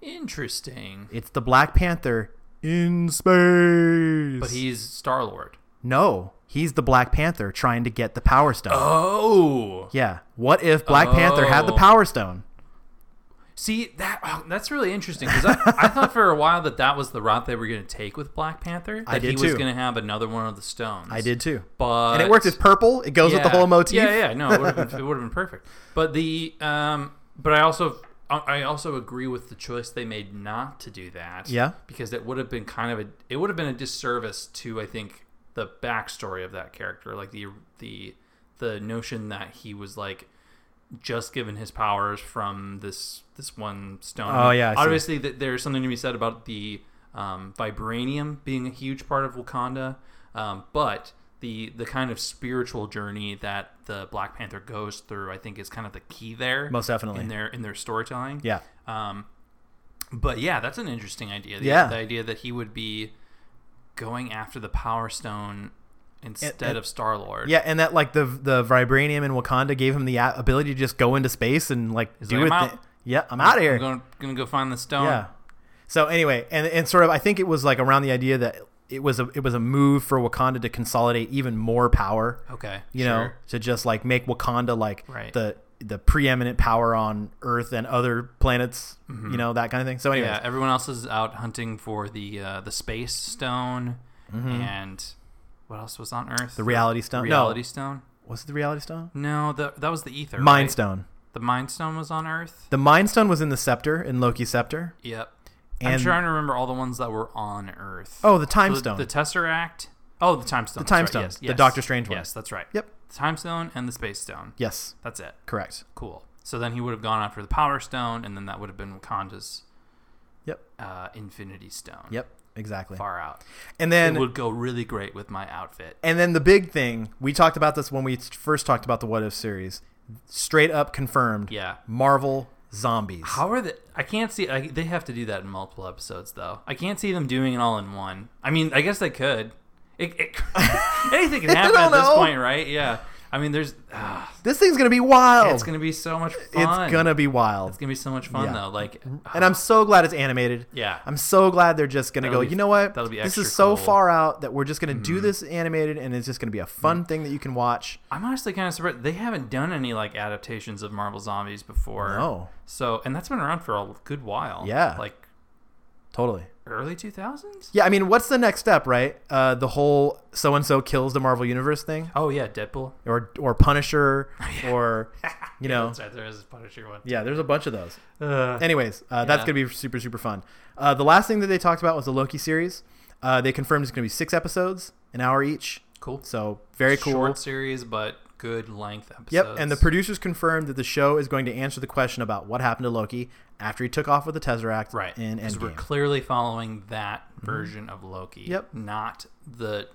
B: interesting
A: It's the Black Panther in space.
B: but he's star lord
A: no, he's the Black Panther trying to get the Power Stone.
B: oh
A: Yeah. What if Black Panther had the
B: Oh.
A: Power Stone?
B: see that oh, that's really interesting because I, I thought for a while that that was the route they were going to take with black panther that
A: I did
B: he was
A: too.
B: going to have another one of the stones
A: I did too.
B: but
A: and it worked. It's purple. It goes with the
B: Yeah.
A: whole motif.
B: Yeah, yeah, no, it would have been, it would've been perfect. But the um, but I also I also agree with the choice they made not to do that.
A: Yeah.
B: because it would have been kind of a it would have been a disservice to I think the backstory of that character, like the the the notion that he was like just given his powers from this this one stone.
A: Oh, yeah, I see.
B: obviously that there's something to be said about the um, vibranium being a huge part of Wakanda, um, but the the kind of spiritual journey that the Black Panther goes through, I think, is kind of the key there.
A: Most definitely.
B: in their in their storytelling.
A: Yeah.
B: Um, but yeah, that's an interesting idea. The,
A: Yeah.
B: the idea that he would be going after the Power Stone instead
A: and-
B: of Star Lord.
A: Yeah, and that like the the vibranium in Wakanda gave him the a- ability to just go into space and like do
B: like,
A: it.
B: "I'm
A: thi-
B: out."
A: yeah, I'm out of here.
B: I'm going, gonna go find the stone.
A: yeah. So anyway, and and sort of I think it was like around the idea that it was a it was a move for Wakanda to consolidate even more power.
B: Okay.
A: You know,
B: sure.
A: to just like make Wakanda like
B: Right.
A: the the preeminent power on Earth and other planets. You know that kind of thing. So anyway,
B: Mm-hmm. Yeah, everyone else is out hunting for the uh, the space stone and what else was on Earth?
A: Mm-hmm. the reality stone.
B: reality
A: No,
B: stone.
A: was it the reality stone?
B: No, the, that was the ether.
A: Mind
B: right?
A: stone.
B: The mind stone was on Earth.
A: The mind stone was in the scepter in Loki's scepter.
B: Yep. I'm
A: And-
B: trying to remember all the ones that were on Earth.
A: Oh, the time
B: the,
A: stone.
B: The tesseract. Oh, the time stone.
A: The Time
B: that's
A: Stone,
B: right, Yes,
A: the
B: yes.
A: Doctor Strange one.
B: Yes, that's right.
A: Yep.
B: The time stone and the space stone.
A: Yes,
B: That's it.
A: correct.
B: Cool. So then he would have gone after the power stone, and then that would have been Wakanda's
A: Yep.
B: uh, infinity stone.
A: Yep, exactly.
B: Far out.
A: And then
B: it would go really great with my outfit.
A: and then the big thing we talked about this when we first talked about the What If series. Straight up confirmed.
B: Yeah.
A: Marvel zombies.
B: How are they? I can't see. I, they have to do that in multiple episodes, though. I can't see them doing it all in one. I mean, I guess they could. It, *laughs* it, anything can happen
A: *laughs* don't
B: at this
A: know.
B: point, right? Yeah. I mean, there's ah,
A: This thing's gonna be wild.
B: it's gonna be so much fun.
A: Oh. It's gonna be wild.
B: It's gonna be so much fun
A: Yeah.
B: though. Like,
A: and I'm so glad it's animated.
B: *sighs* Yeah.
A: I'm so glad they're just gonna
B: That'll
A: go.
B: be-
A: you know what?
B: that'll be
A: this
B: extra
A: is so
B: cool." Mm-hmm.
A: far out that we're just gonna do this animated, and it's just gonna be a
B: Mm.
A: fun thing that you can watch.
B: I'm honestly kind of surprised they haven't done any like adaptations of Marvel Zombies before.
A: No.
B: So, and that's been around for a good while.
A: Yeah.
B: Like
A: Totally.
B: early 2000s.
A: Yeah, I mean, what's the next step, right? Uh, the whole so and so kills the Marvel Universe thing,
B: Oh yeah, Deadpool.
A: or or
B: *laughs*
A: Punisher, *laughs*
B: Oh,
A: or you know,
B: Sorry, there is a Punisher one.
A: yeah, there's a bunch of those.
B: Uh,
A: Anyways, uh, that's
B: Yeah.
A: going to be super, super fun. Uh, the last thing that they talked about was the Loki series. Uh, they confirmed it's going to be six episodes, an hour each.
B: cool.
A: So very cool.
B: Short series, but good length episodes.
A: Yep, and the producers confirmed that the show is going to answer the question about what happened to Loki after he took off with the Tesseract
B: right.
A: in
B: Because we're
A: Endgame. Mm-hmm.
B: clearly following that version of Loki.
A: Yep.
B: Not the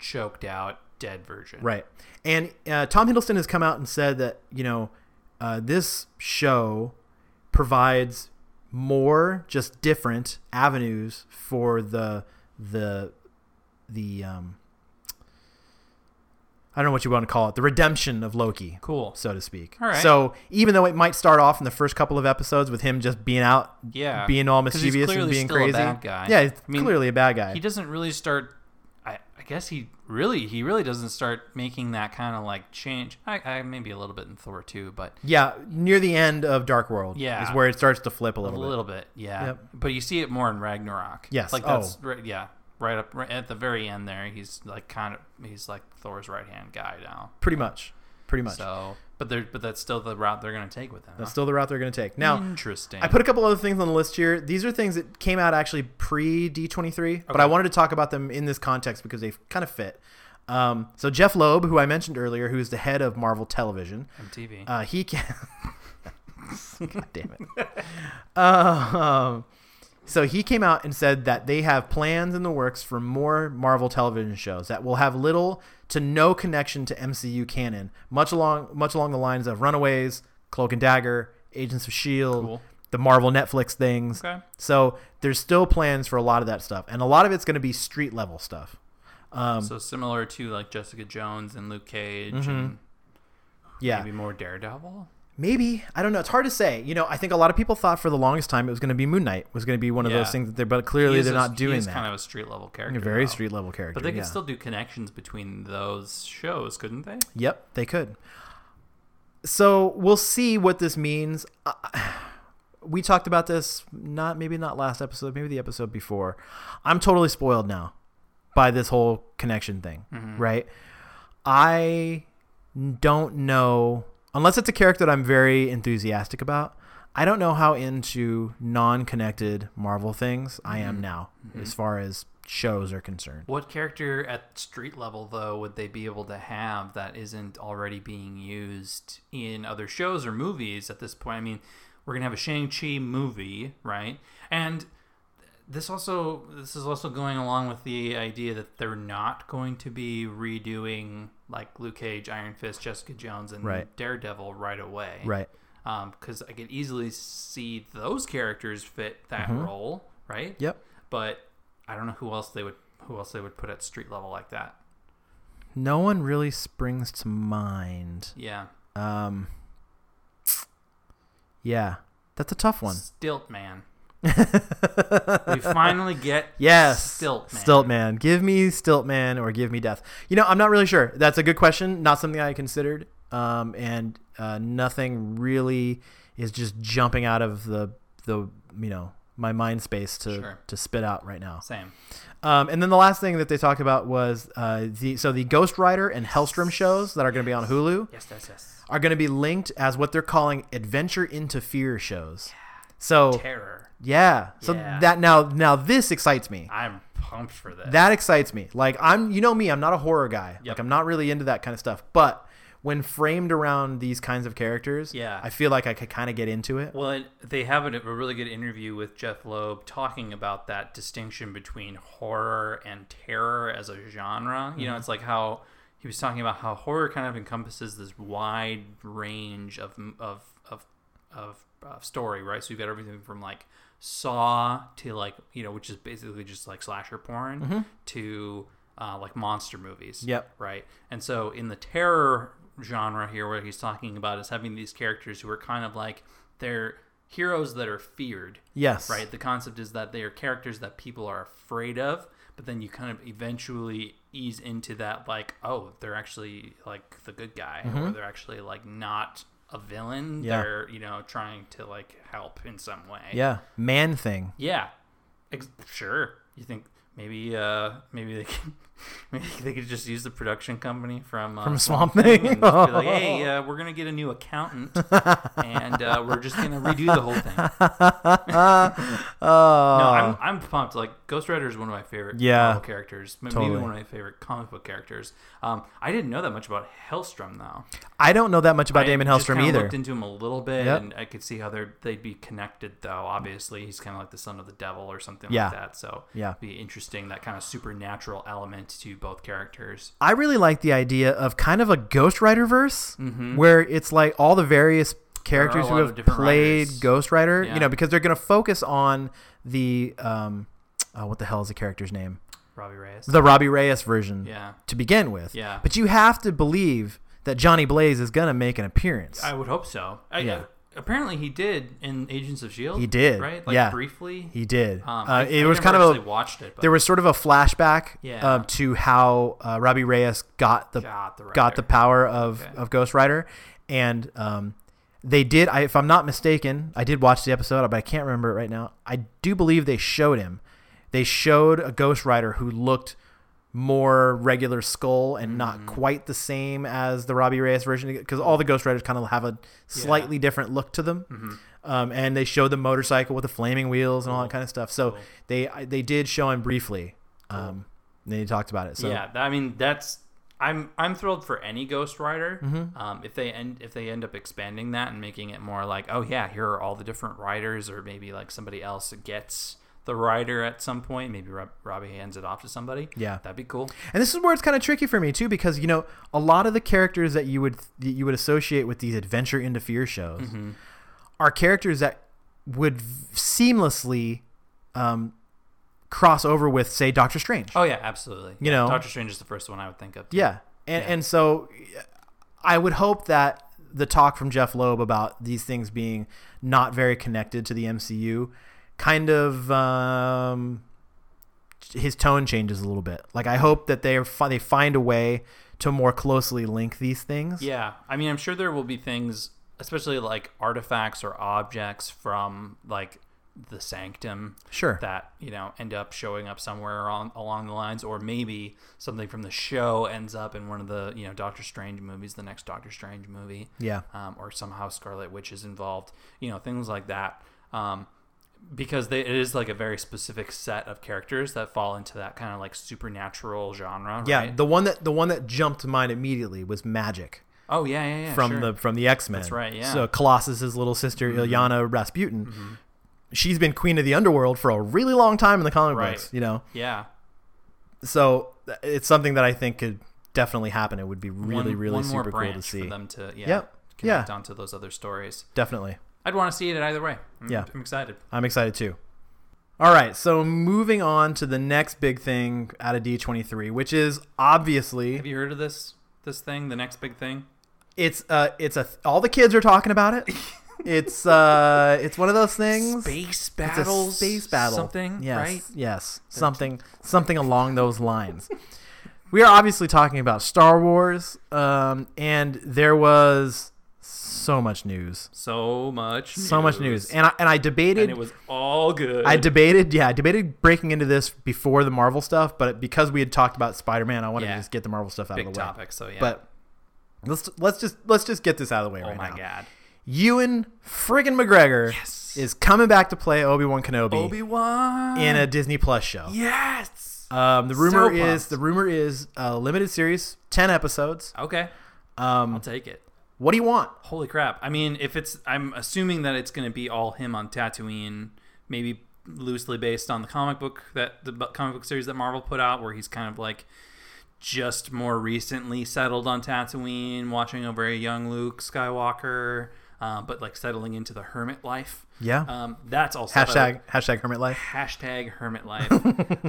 B: choked out dead version.
A: Right. And uh, Tom Hiddleston has come out and said that, you know, uh, this show provides more, just different avenues for the, the, the, um, I don't know what you want to call it, the redemption of Loki,
B: Cool.
A: so to speak.
B: All right.
A: So even though it might start off in the first couple of episodes with him just being out,
B: Yeah.
A: being all
B: 'Cause he's
A: mischievous and
B: clearly
A: being
B: still a
A: crazy,
B: bad guy.
A: yeah, he's
B: I mean,
A: clearly a bad guy.
B: he doesn't really start I, I guess he really he really doesn't start making that kind of like change I, I maybe a little bit in thor too but
A: yeah, near the end of Dark World,
B: Yeah.
A: is where it starts to flip a
B: a
A: little bit.
B: little bit, yeah
A: Yep.
B: but you see it more in ragnarok
A: Yes,
B: like
A: oh.
B: that's right yeah right up right at the very end there he's like kind of he's like thor's right hand guy now
A: Pretty much. Pretty much.
B: so but they're but that's still the route they're gonna take with him
A: That's
B: huh?
A: still the route they're going to take. Now,
B: interesting
A: I put a couple other things on the list here. These are things that came out actually pre D23, but
B: Okay.
A: I wanted to talk about them in this context because they kind of fit. Um, so, Jeff Loeb, who I mentioned earlier, who is the head of Marvel Television,
B: mtv
A: uh, he can. *laughs* God damn it. um, so he came out and said that they have plans in the works for more Marvel television shows that will have little to no connection to MCU canon, much along much along the lines of Runaways, Cloak and Dagger, Agents of Shield,
B: Cool.
A: E the Marvel Netflix things.
B: okay
A: So there's still plans for a lot of that stuff, and a lot of it's going to be street level stuff. Um, Mm-hmm.
B: so similar to like jessica jones and luke cage and
A: yeah,
B: maybe more daredevil
A: Maybe I don't know. It's hard to say. You know, I think a lot of people thought for the longest time it was going to be Moon Knight was going to be one of
B: Yeah.
A: those things that they're. But
B: He
A: clearly
B: is
A: they're
B: a-
A: not
B: he
A: doing
B: is
A: that.
B: kind of a street level character
A: a very
B: though.
A: street level character.
B: But they could
A: yeah.
B: still do connections between those shows, couldn't they?
A: Yep, they could. So we'll see what this means. Uh, *sighs* we talked about this not maybe not last episode, maybe the episode before. I'm totally spoiled now by this whole connection thing, right? I don't know unless it's a character that I'm very enthusiastic about. I don't know how into non-connected Marvel things I am now as far as shows are concerned.
B: What character at street level though would they be able to have that isn't already being used in other shows or movies at this point? I mean, we're gonna have a Shang Chi movie, right? And this also this is also going along with the idea that they're not going to be redoing like Luke Cage, Iron Fist, Jessica Jones, and
A: Right.
B: Daredevil right away,
A: Right.
B: because um, I could easily see those characters fit that role, right?
A: Mm-hmm. Yep.
B: But I don't know who else they would who else they would put at street level like that.
A: No one really springs to mind.
B: Yeah,
A: Um, yeah, that's a tough one.
B: Stilt Man. we finally get
A: *laughs* Yes,
B: Stilt Man.
A: Stilt Man. Give me Stilt Man or give me death. You know, I'm not really sure. That's a good question. Not something I considered. Um, and uh, nothing really is just jumping out of the the you know my mind space to
B: Sure.
A: to spit out right now.
B: Same.
A: Um, and then the last thing that they talked about was uh, the so the Ghost Rider and Hellstrom shows that are going to be on Hulu.
B: Yes, yes, yes.
A: are going to be linked as what they're calling adventure into fear shows. So
B: Terror.
A: yeah, so
B: Yeah.
A: that now now this excites me.
B: I'm pumped for this.
A: That excites me. Like I'm, you know me, I'm not a horror guy.
B: Yep.
A: Like I'm not really into that kind of stuff. But when framed around these kinds of characters,
B: Yeah.
A: I feel like I could kind of get into it.
B: well, it, they have a, a really good interview with Jeff Loeb talking about that distinction between horror and terror as a genre. You know, it's like how he was talking about how horror kind of encompasses this wide range of of of of, of story, right? So you've got everything from like Saw to like you know, which is basically just like slasher porn to uh, like monster movies.
A: Yep.
B: Right. And so in the terror genre here where he's talking about is having these characters who are kind of like they're heroes that are feared
A: Yes.
B: right the concept is that they are characters that people are afraid of but then you kind of eventually ease into that like oh they're actually like the good guy or they're actually like not a villain
A: Mm-hmm. Yeah.
B: they're you know trying to like help in some way
A: Yeah. Man thing.
B: yeah, ex- sure. You think maybe uh maybe they can, *laughs* maybe they could just use the production company from uh,
A: From Swamp Thing?
B: and just be like,
A: *laughs*
B: hey, uh, we're gonna get a new accountant, and uh, we're just gonna redo the
A: *laughs*
B: whole thing. No,
A: Oh.
B: I'm, I'm pumped. Like Ghost Rider is one of my favorite
A: Yeah.
B: Marvel characters, M- maybe
A: Totally.
B: one of my favorite comic book characters. Um, I didn't know that much about Hellstrom though.
A: I don't know that much about
B: I
A: Damon
B: just
A: Hellstrom
B: kinda
A: either.
B: Looked into him a little bit,
A: Yep.
B: and I could see how they are they'd be connected, though. Obviously, he's kind of like the son of the devil or something
A: Yeah.
B: like that. So
A: Yeah.
B: it'd be interesting that kind of supernatural element to both characters.
A: I really like the idea of kind of a Ghost Rider verse where it's like all the various characters
B: Mm-hmm. a
A: who
B: lot of
A: have
B: different
A: played
B: writers.
A: Ghost Rider,
B: Yeah.
A: you know, because they're going to focus on the um oh, what the hell is the character's name?
B: Robbie Reyes.
A: The Robbie Reyes version
B: yeah,
A: to begin with.
B: Yeah.
A: But you have to believe that Johnny Blaze is going to make an appearance.
B: I would hope so. I,
A: Yeah.
B: Apparently, he did in Agents of Shield.
A: He did,
B: E right? Like
A: yeah.
B: briefly.
A: he did. uh,
B: um, I-
A: it
B: I
A: was
B: never
A: kind of a
B: actually watched it. But
A: there was sort of a flashback
B: Yeah.
A: uh, to how uh, Robbie Reyes got the
B: got the
A: got the
B: writer.
A: power of,
B: Okay.
A: of Ghost Rider, and um, they did. I, if I'm not mistaken, I did watch the episode, but I can't remember it right now. I do believe they showed him. They showed a Ghost Rider who looked more regular skull and
B: Mm-hmm.
A: not quite the same as the Robbie Reyes version because all the Ghost Riders kind of have a slightly different look to them.
B: Mm-hmm.
A: Um, and they showed the motorcycle with the flaming wheels and all that kind of stuff. So they I- they did show him briefly. Um, They talked about it. So
B: Yeah, th- I mean that's I'm I'm thrilled for any Ghost Rider.
A: Mm-hmm.
B: Um, if they end if they end up expanding that and making it more like oh yeah here are all the different riders or maybe like somebody else gets the rider at some point maybe Rob, Robbie hands it off to somebody
A: Yeah.
B: that'd be cool
A: And this is where it's kind of tricky for me too, because you know a lot of the characters that you would that you would associate with these adventure into fear shows are characters that would v- seamlessly um, cross over with, say, Doctor Strange.
B: oh yeah absolutely
A: You
B: Yeah,
A: know-
B: Doctor Strange is the first one I would think of
A: Yeah, and
B: Yeah.
A: and so I would hope that the talk from Jeff Loeb about these things being not very connected to the MCU, kind of um, his tone changes a little bit. Like I hope that they are fi- they find a way to more closely link these things.
B: Yeah, I mean, I'm sure there will be things, especially like artifacts or objects from like the sanctum
A: Sure.
B: that you know end up showing up somewhere on, along the lines or maybe something from the show ends up in one of the you know doctor strange movies the next doctor strange movie
A: Yeah.
B: um, or somehow scarlet witch is involved you know things like that um, because they, it is like a very specific set of characters that fall into that kind of like supernatural genre
A: Yeah,
B: right?
A: the one that the one that jumped to mind immediately was magic
B: oh yeah yeah yeah
A: from
B: sure.
A: the from the X Men.
B: That's right, yeah. Mm-hmm.
A: So Colossus's little sister Ilyana Rasputin, she's been queen of the underworld for a really long time in the comic
B: Right.
A: books. You know,
B: yeah
A: so th- it's something that I think could definitely happen. It would be really,
B: one-
A: really
B: one more
A: super cool to
B: branch
A: see.
B: for them to yeah
A: Yep.
B: connect
A: Yeah.
B: onto those other stories.
A: Definitely,
B: I'd want to see it either way. I'm,
A: Yeah.
B: I'm excited.
A: I'm excited too. All right, so moving on to the next big thing out of D23, which is obviously
B: Have you heard of this this thing? The next big thing?
A: it's uh it's a all the kids are talking about
B: *laughs*
A: it. it's uh it's one of those things. It's
B: Space
A: a
B: battles.
A: space battle.
B: Something.
A: Yes.
B: Mm, Right.
A: Yes. Something. Something along those lines. *laughs* we are obviously talking about Star Wars, um, and there was so much news,
B: So much.
A: so much news, and I and I debated.
B: And it was all good.
A: I debated, yeah, I debated breaking into this before the Marvel stuff, but because we had talked about Spider Man, I wanted
B: Yeah.
A: to just get the Marvel stuff out
B: big
A: of the way.
B: topic. So yeah.
A: But let's let's just let's just get this out of the way
B: oh
A: right
B: my
A: now.
B: god.
A: Ewan friggin' McGregor
B: Yes.
A: is coming back to play Obi Wan Kenobi
B: Obi Wan
A: in a Disney Plus show.
B: yes.
A: Um, the
B: So
A: rumor is
B: pumped.
A: the rumor is a limited series, ten episodes.
B: Okay. I'll
A: Um,
B: take it.
A: what do you want?
B: Holy crap! I mean, if it's, I'm assuming that it's going to be all him on Tatooine, maybe loosely based on the comic book that the bu- comic book series that Marvel put out, where he's kind of like just more recently settled on Tatooine, watching over a young Luke Skywalker. um, but like settling into the hermit life.
A: Yeah.
B: Um, that's all stuff I
A: Uh, hashtag hashtag hermit life.
B: hashtag hermit
A: *laughs*
B: life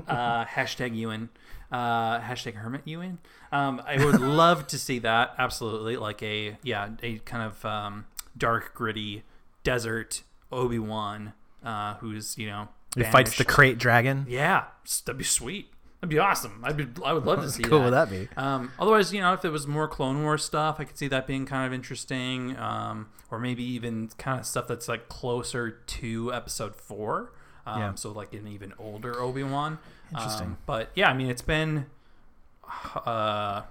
B: uh, hashtag ewan uh, hashtag hermit ewan um, i would love to see that absolutely like a yeah a kind of um, dark gritty desert obi-wan uh, who's you know
A: Who fights the
B: banished.
A: crate dragon?
B: yeah s- that'd be sweet that'd be awesome i'd be i would
A: *laughs*
B: love to see
A: cool
B: that.
A: would that be?
B: Um, otherwise, you know, if there was more Clone Wars stuff, I could see that being kind of interesting, um, or maybe even kind of stuff that's like closer to Episode Four. Um,
A: Yeah.
B: So like an even older Obi Wan.
A: Interesting.
B: but yeah, I mean, it's been uh,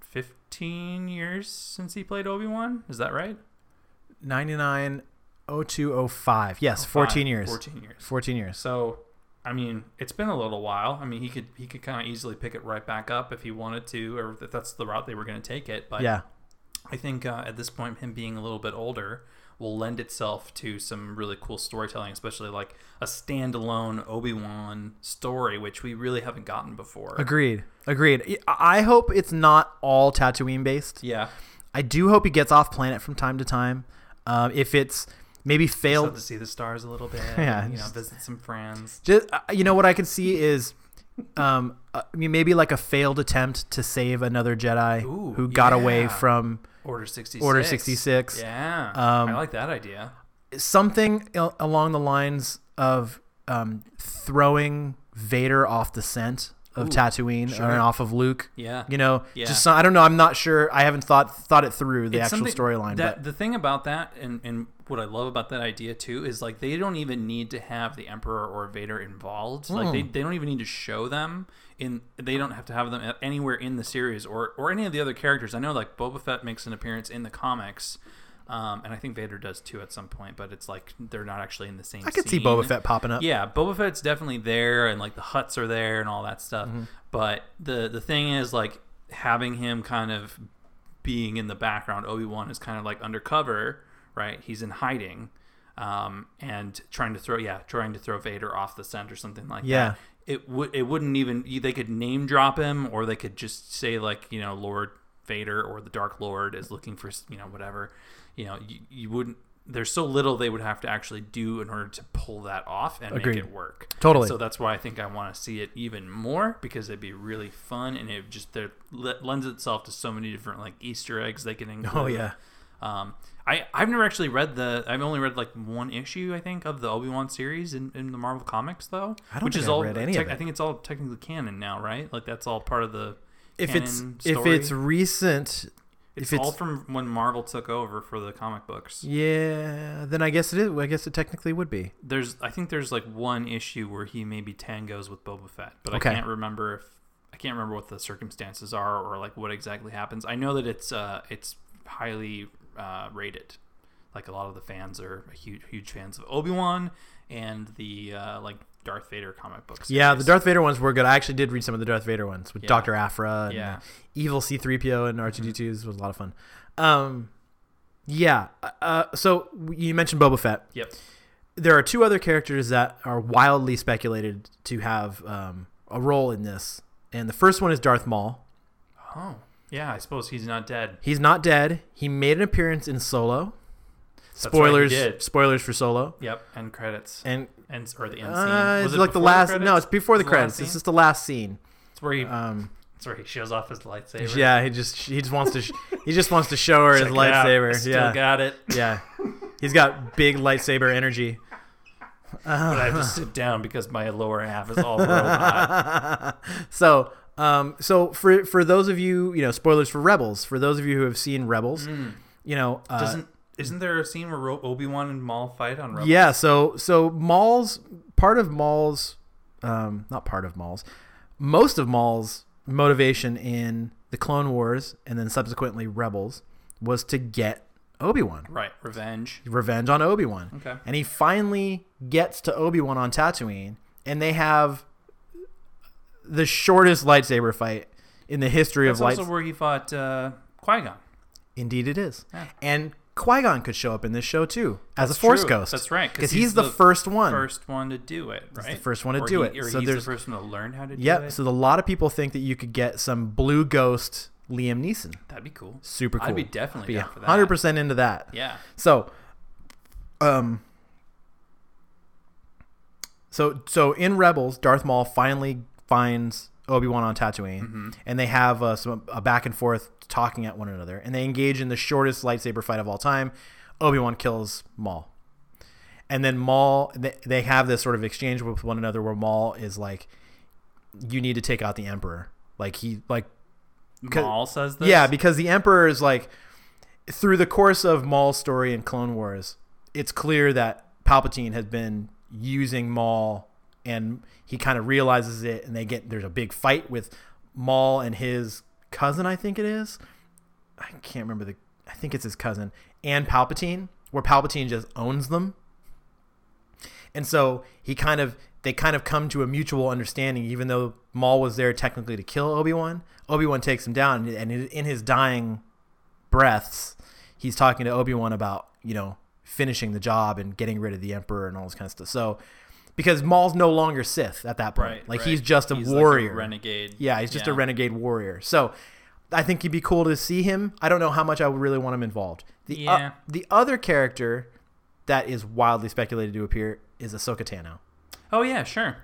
B: fifteen years since he played Obi Wan. Is that right?
A: 99 0205. Yes, 14
B: Five-
A: years. 14,
B: Fourteen years.
A: years. So
B: So, I mean, it's been a little while. I mean, he could he could kind of easily pick it right back up if he wanted to, or if that's the route they were going to take it. But
A: yeah.
B: I think uh, at this point, him being a little bit older will lend itself to some really cool storytelling, especially like a standalone Obi Wan story, which we really haven't gotten before.
A: Agreed. Agreed. I I hope it's not all Tatooine based.
B: Yeah,
A: I do hope he gets off planet from time to time. Um, if it's maybe
B: just have
A: failed,
B: to see the stars a little bit.
A: *laughs* Yeah,
B: and, you know,
A: just-
B: visit some friends.
A: just, uh, you know what I can see is, um, uh, I mean, maybe like a failed attempt to save another Jedi
B: Ooh,
A: who got away
B: yeah.
A: from
B: Order sixty.
A: Order 66.
B: Yeah,
A: Um,
B: I like that idea.
A: something al- along the lines of um, throwing Vader off the scent of
B: Ooh,
A: Tatooine
B: sure.
A: or off of Luke.
B: Yeah,
A: You know,
B: Yeah.
A: just some, I don't know. I'm not sure. I haven't thought thought it through the
B: It's
A: actual
B: something-
A: storyline,
B: that-
A: but
B: the thing about that, and and what I love about that idea too, is like they don't even need to have the Emperor or Vader involved. Like
A: Hmm.
B: they, they don't even need to show them in. They don't have to have them anywhere in the series or or any of the other characters. I know like Boba Fett makes an appearance in the comics. Um, and I think Vader does too at some point, but it's like they're not actually in the same.
A: I could see
B: scene.
A: Boba Fett popping up.
B: Yeah, Boba Fett's definitely there, and like the huts are there and all that stuff.
A: Mm-hmm.
B: But the the thing is, like having him kind of being in the background, Obi Wan is kind of like undercover, right? He's in hiding, um, and trying to throw yeah, trying to throw Vader off the scent or something like
A: Yeah.
B: that. It would it wouldn't even you- they could name drop him, or they could just say like you know Lord Vader or the Dark Lord is looking for s- you know whatever, you know you, you wouldn't. There's so little they would have to actually do in order to pull that off and
A: Agreed.
B: make it work.
A: Totally.
B: So that's why I think I want to see it even more because it'd be really fun and it just there l- lends itself to so many different like Easter eggs they can include.
A: *laughs* Oh yeah.
B: Um, I I've never actually read the I've only read like one issue I think of the Obi Wan series in, in the Marvel comics though.
A: I don't
B: which
A: think
B: is
A: I've
B: all
A: read any
B: tec-
A: of it.
B: I think it's all technically canon now, right? Like that's all part of the.
A: If
B: canon
A: it's if
B: story.
A: it's recent,
B: it's
A: if
B: all
A: it's-
B: from when Marvel took over for the comic books.
A: yeah, then I guess it is. I guess it technically would be.
B: There's I think there's like one issue where he maybe tangos with Boba Fett, but
A: Okay.
B: I can't remember if I can't remember what the circumstances are or like what exactly happens. I know that it's uh it's highly uh, rated. Like a lot of the fans are huge huge fans of Obi Wan and the uh, like Darth Vader comic books.
A: Yeah, the Darth Vader ones were good. I actually did read some of the Darth Vader ones with
B: Yeah.
A: Doctor Afra and
B: Yeah. Mm-hmm.
A: uh, Evil C three PO and R two D twos was a lot of fun. Um, yeah. Uh, so you mentioned Boba Fett.
B: Yep.
A: There are two other characters that are wildly speculated to have um, a role in this, and the first one is Darth Maul.
B: Oh. Yeah, I suppose he's not dead.
A: He's not dead. He made an appearance in Solo.
B: That's right, he
A: Spoilers.
B: did.
A: spoilers for Solo.
B: Yep. End credits.
A: And
B: And or the end scene.
A: uh,
B: Was
A: it's
B: it
A: like the
B: before
A: last. no,
B: credits?
A: it's before the
B: It's the last
A: credits.
B: scene?
A: It's just the last scene.
B: It's where he
A: Um,
B: it's where he shows off his lightsaber.
A: yeah, he just he just wants to sh- he just wants to show her his
B: Check it out. I
A: lightsaber.
B: Still
A: Yeah,
B: got it.
A: yeah. He's got big lightsaber energy. *laughs*
B: but I have to sit down because my lower half is all *laughs* robot.
A: so um, so for for those of you you know spoilers for Rebels for those of you who have seen Rebels,
B: Mm-hmm.
A: you know uh,
B: Hmm. Doesn't isn't there a scene where Ro- Obi Wan and Maul fight on Rebels?
A: Yeah, so so Maul's part of Maul's um, not part of Maul's most of Maul's motivation in the Clone Wars and then subsequently Rebels was to get Obi-Wan.
B: Right, revenge.
A: Revenge on Obi-Wan.
B: Okay.
A: And he finally gets to Obi-Wan on Tatooine and they have the shortest lightsaber fight in the history
B: That's
A: of lights.
B: also where he fought uh, Qui Gon.
A: Indeed it is.
B: Yeah.
A: And Qui-Gon could show up in this show too as a
B: That's
A: Force
B: true.
A: ghost.
B: That's right, 'cause
A: Because he's,
B: he's
A: the,
B: the
A: first one.
B: First one to do it, right?
A: the first one to
B: Or
A: do
B: he-
A: it.
B: Or
A: So
B: he's
A: there's-
B: the first one to learn how to do
A: Yep.
B: it.
A: So a lot of people think that you could get some blue ghost Liam Neeson.
B: That'd be cool.
A: Super cool.
B: I'd be definitely down for that.
A: hundred percent into that.
B: Yeah.
A: So, um, so so in Rebels, Darth Maul finally finds Obi Wan on Tatooine, and they have uh, some a back and forth talking at one another, and they engage in the shortest lightsaber fight of all time. Obi Wan kills Maul, and then Maul they, they have this sort of exchange with one another where Maul is like, "You need to take out the Emperor." Like he like Cause-
B: Maul says this.
A: yeah, because the Emperor is like, through the course of Maul's story in Clone Wars, it's clear that Palpatine has been using Maul, and he kind of realizes it, and they get there's a big fight with Maul and his cousin, I think it is. I can't remember the. I think it's his cousin and Palpatine, where Palpatine just owns them. And so he kind of they kind of come to a mutual understanding, even though Maul was there technically to kill Obi Wan. Obi Wan takes him down, and in- in his dying breaths, he's talking to Obi Wan about you know finishing the job and getting rid of the Emperor and all this kind of stuff. So because Maul's no longer Sith at that point,
B: Right,
A: like
B: right.
A: he's just a
B: He's like
A: warrior,
B: renegade.
A: yeah, he's just a renegade warrior. So I think it'd be cool to see him. I don't know how much I would really want him involved. The o-
B: Yeah.
A: the other character that is wildly speculated to appear is Ahsoka Tano.
B: Oh yeah, sure.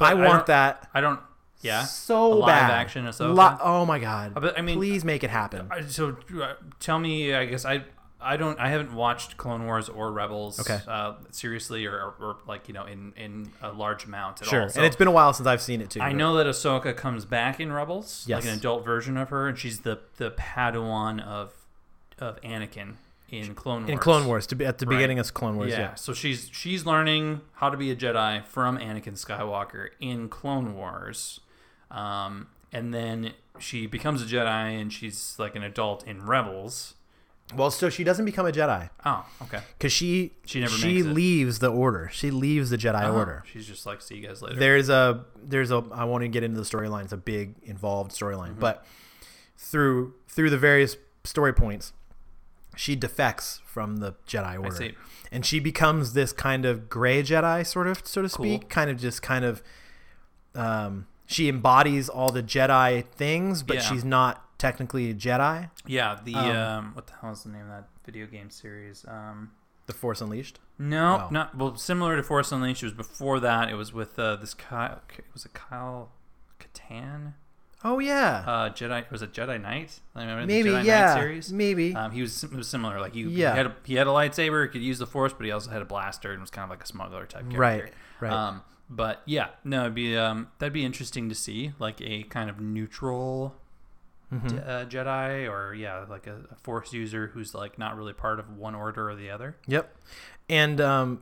A: I
B: I
A: want
B: don't-
A: that
B: I don't. Yeah.
A: so
B: A live
A: bad.
B: action Ahsoka?
A: Li- oh my god!
B: But, I mean-
A: please make it happen.
B: I- So uh, tell me, I guess I I don't I haven't watched Clone Wars or Rebels
A: Okay.
B: uh, seriously or, or, or like you know in in a large amount at
A: sure,
B: all. So
A: and it's been a while since I've seen it too.
B: I know that Ahsoka comes back in Rebels,
A: Yes.
B: like an adult version of her, and she's the the Padawan of of Anakin in Clone Wars.
A: in Clone Wars to be at the
B: Right.
A: beginning of Clone Wars.
B: yeah.
A: Yeah,
B: So she's she's learning how to be a Jedi from Anakin Skywalker in Clone Wars, um, and then she becomes a Jedi and she's like an adult in Rebels.
A: well, so she doesn't become a Jedi
B: Oh, okay.
A: because she
B: She never
A: she
B: makes it.
A: leaves the Order. She leaves the Jedi Order.
B: Oh, she's just like, see you guys later.
A: there's a there's a I won't even get into the storyline. It's a big involved storyline,
B: Mm-hmm.
A: but through through the various story points, she defects from the Jedi Order,
B: see.
A: and she becomes this kind of gray Jedi, sort of so to speak,
B: Cool.
A: kind of just kind of. Um, she embodies all the Jedi things, but
B: Yeah.
A: she's not technically a Jedi.
B: yeah, the
A: Um,
B: um, what the hell is the name of that video game series? Um,
A: The Force Unleashed.
B: no,
A: No.
B: not well. Similar to Force Unleashed, it was before that. It was with uh, this Kyle. Was it Kyle Katan?
A: Oh yeah,
B: Uh, Jedi was it Jedi Knight? I remember
A: maybe
B: the Jedi
A: yeah,
B: Knight series.
A: maybe.
B: Um, he was, sim- was similar. Like he,
A: Yeah.
B: he had a, he had a lightsaber, could use the force, but he also had a blaster and was kind of like a smuggler type character.
A: Right, right.
B: Um, but yeah, no, it'd be um, that'd be interesting to see like a kind of neutral
A: Mm-hmm.
B: d- uh, Jedi or yeah, like a, a force user who's like not really part of one order or the other.
A: Yep. And um,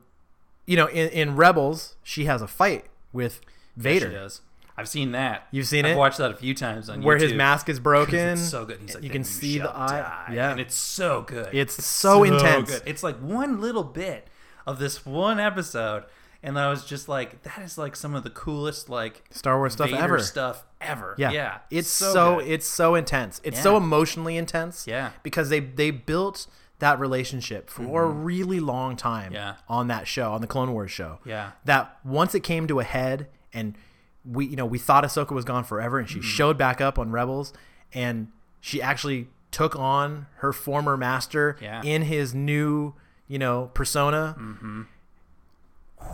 A: you know, in, in Rebels, she has a fight with
B: She
A: Vader,
B: does. I've seen that.
A: You've seen
B: I've
A: it?
B: watched that a few times on
A: where
B: YouTube.
A: his mask is broken.
B: It's so good. He's like,
A: you can
B: "Then
A: see the
B: shall
A: eye.
B: die."
A: Yeah.
B: and it's so good.
A: It's so intense.
B: It's like one little bit of this one episode, and I was just like, that is like some of the coolest like
A: Star Wars stuff
B: Vader
A: ever.
B: stuff ever.
A: Yeah.
B: Yeah,
A: It's so, so
B: good.
A: it's so intense. It's
B: Yeah.
A: so emotionally intense.
B: Yeah.
A: Because they they built that relationship for a really long time
B: Mm-hmm. Yeah.
A: on that show, on the Clone Wars show.
B: Yeah.
A: That once it came to a head and we you know, we thought Ahsoka was gone forever and she
B: Mm-hmm.
A: showed back up on Rebels and she actually took on her former master
B: Yeah. Mm-hmm.
A: in his new, you know, persona.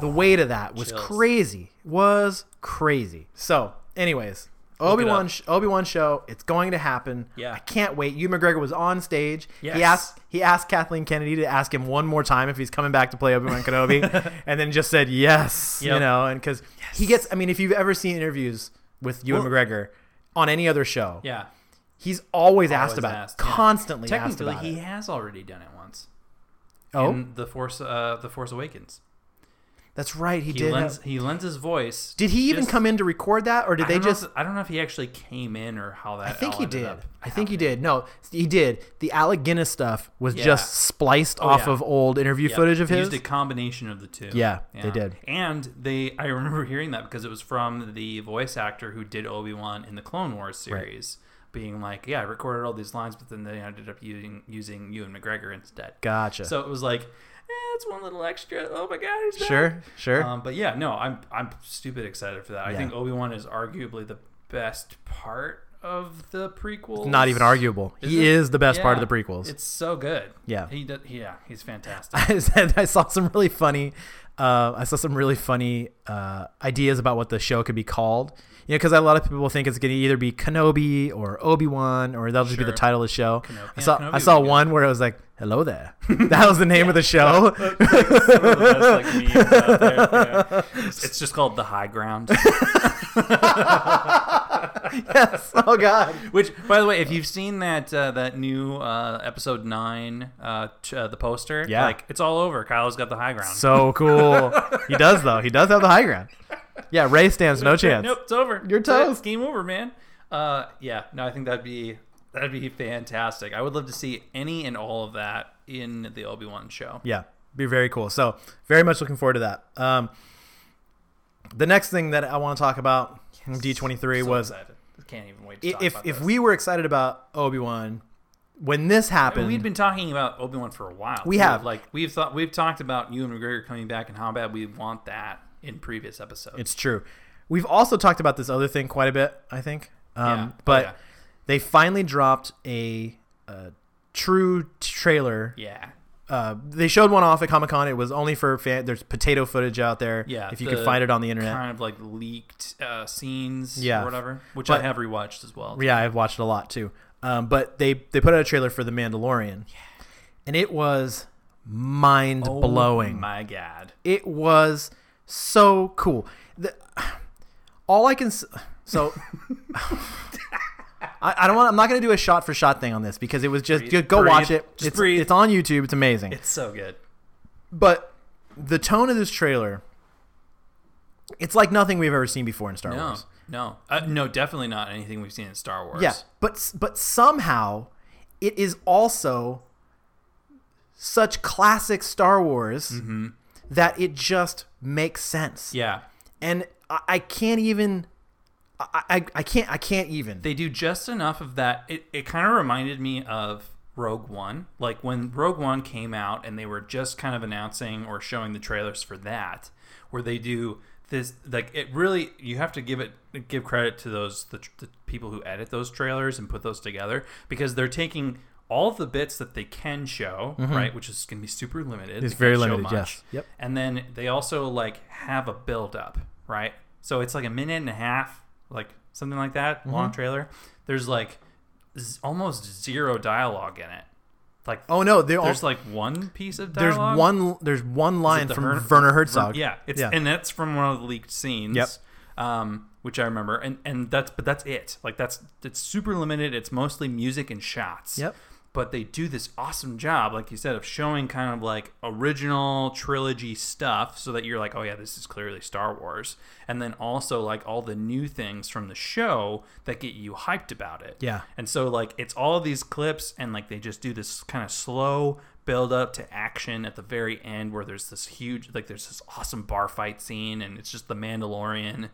A: The weight of that was
B: Chills.
A: crazy. Was crazy. So, anyways, Obi Wan
B: up.
A: Obi Wan show. It's going to happen.
B: Yeah.
A: I can't wait. Hugh McGregor was on stage. He
B: Yes.
A: asked he asked Kathleen Kennedy to ask him one more time if he's coming back to play Obi Wan
B: *laughs*
A: Kenobi, and then just said yes. You
B: Yep.
A: know, and because he gets. I mean, if you've ever seen interviews with Ewan
B: Well-
A: McGregor on any other show,
B: yeah.
A: he's always, asked
B: Always
A: about,
B: asked,
A: it,
B: yeah.
A: constantly asked
B: Technically,
A: about
B: he
A: it.
B: has already done it once.
A: Oh,
B: in the Force, uh, the Force Awakens.
A: that's right. He,
B: He
A: did.
B: lends
A: have-
B: he lends his voice.
A: did he even
B: just-
A: come in to record that, or did
B: I
A: they
B: don't know
A: just?
B: if- I don't know if he actually came in or how that.
A: I think
B: all
A: he
B: ended
A: did.
B: up
A: I think he did. No, he did. The Alec Guinness stuff was
B: Yeah. Oh,
A: just spliced off
B: yeah.
A: of old interview
B: Yep.
A: footage of
B: They
A: his.
B: Used a combination of the two.
A: Yeah, they did.
B: And they, I remember hearing that because it was from the voice actor who did Obi Wan in the Clone Wars series, being like, "Yeah, I recorded all these lines, but then they ended up using using Ewan McGregor instead."
A: Gotcha.
B: So it was like, eh, it's one little extra. Oh my god, he's back.
A: sure, sure.
B: Um, but yeah, no, I'm I'm stupid excited for that. I
A: Yeah.
B: think Obi Wan is arguably the best part of the prequels.
A: Not even arguable.
B: Um, Is
A: he
B: it?
A: is the best part
B: Yeah.
A: of the prequels.
B: It's so good.
A: Yeah.
B: He did, yeah, he's fantastic.
A: *laughs* I said I saw some really funny. Uh, I saw some really funny uh, ideas about what the show could be called. You know, because a lot of people think it's going to either be Kenobi or Obi Wan, or that'll just be the
B: Sure.
A: title of the show.
B: Kenobi-
A: I
B: yeah,
A: saw
B: Kenobi
A: I saw
B: would be
A: one where it was like, "Hello
B: *laughs*
A: there." That was the name of the show.
B: Some of the best, like, memes out there, yeah.
A: *laughs*
B: *laughs* It's it's just called the high *laughs* ground.
A: yes. Oh God.
B: Which, by the way, if you've seen that uh, that new uh, episode nine, uh, ch- uh, the poster,
A: Yeah.
B: like it's all over. Kylo's got the high ground.
A: So cool. he does though. He does have the high
B: *laughs*
A: ground. Yeah. Ray stands no chance.
B: Nope, it's over.
A: You're
B: That's it.
A: toast.
B: Game over, man. Uh, yeah, no, I think that'd be that'd be fantastic. I would love to see any and all of that in the Obi Wan show.
A: yeah be very cool so very much looking forward to that um the next thing that i want to talk about from d23
B: So
A: Mm, was i-
B: excited. Can't even wait. To talk
A: if
B: about
A: if
B: this.
A: we were excited about obi-wan when this happened
B: we'd been talking about Obi Wan for a while.
A: We
B: too.
A: have.
B: like we've thought we've talked about Ewan McGregor coming back and how bad we want that in previous episodes.
A: it's true we've also talked about this other thing quite a bit i think um
B: Yeah. Oh,
A: but
B: yeah.
A: they finally dropped a, a true trailer
B: yeah,
A: uh, they showed one off at comic-con it was only for fan there's potato footage out there
B: Yeah,
A: if you
B: the
A: could find it on the internet
B: kind of like leaked uh, scenes
A: Yeah.
B: or whatever, which
A: But-
B: I have rewatched as well.
A: Yeah, I've watched it a lot too. Um, but they they put out a trailer for The Mandalorian, and it was mind
B: Oh
A: blowing.
B: my god!
A: It was so cool. The, all I can s- so. *laughs* I, I don't want. I'm not going to do a shot for shot thing on this because it was just
B: Breathe.
A: go
B: Breathe.
A: watch it.
B: Just
A: it's,
B: breathe.
A: it's on YouTube. It's amazing.
B: It's so good.
A: but the tone of this trailer, it's like nothing we've ever seen before in Star
B: No,
A: Wars.
B: no, uh, no, definitely not anything we've seen in Star Wars.
A: Yeah, but but somehow it is also such classic Star Wars
B: Mm-hmm.
A: that it just makes sense.
B: yeah,
A: And I, I can't even I, I I can't I can't even.
B: they do just enough of that. It it kind of reminded me of Rogue One, like when Rogue One came out and they were just kind of announcing or showing the trailers for that, where they do this like it really you have to give it give credit to those the, tr- the people who edit those trailers and put those together because they're taking all the bits that they can show right which is going to be super limited
A: Mm-hmm. It's
B: They
A: very
B: can't show
A: limited,
B: much.
A: yes. Yep.
B: And then they also like have a build up, right? So it's like a minute and a half, like something like that,
A: Mm-hmm.
B: long trailer. There's like z- almost zero dialogue in it. Like
A: oh no, they all,
B: there's
A: there's,
B: like one piece of dialogue.
A: one there's one
B: Is it
A: line
B: the
A: from
B: Her-
A: Werner Herzog.
B: Ver- yeah, it's and that's from one of the leaked scenes.
A: Yep.
B: Um, which I remember, and and that's but that's it. Like that's it's super limited. It's mostly music and shots
A: Yep.
B: but they do this awesome job, like you said, of showing kind of like original trilogy stuff so that you're like, oh yeah, this is clearly Star Wars. And then also like all the new things from the show that get you hyped about it.
A: Yeah.
B: And so like it's all these clips and like they just do this kind of slow build up to action at the very end where there's this huge like there's this awesome bar fight scene and it's just the Mandalorian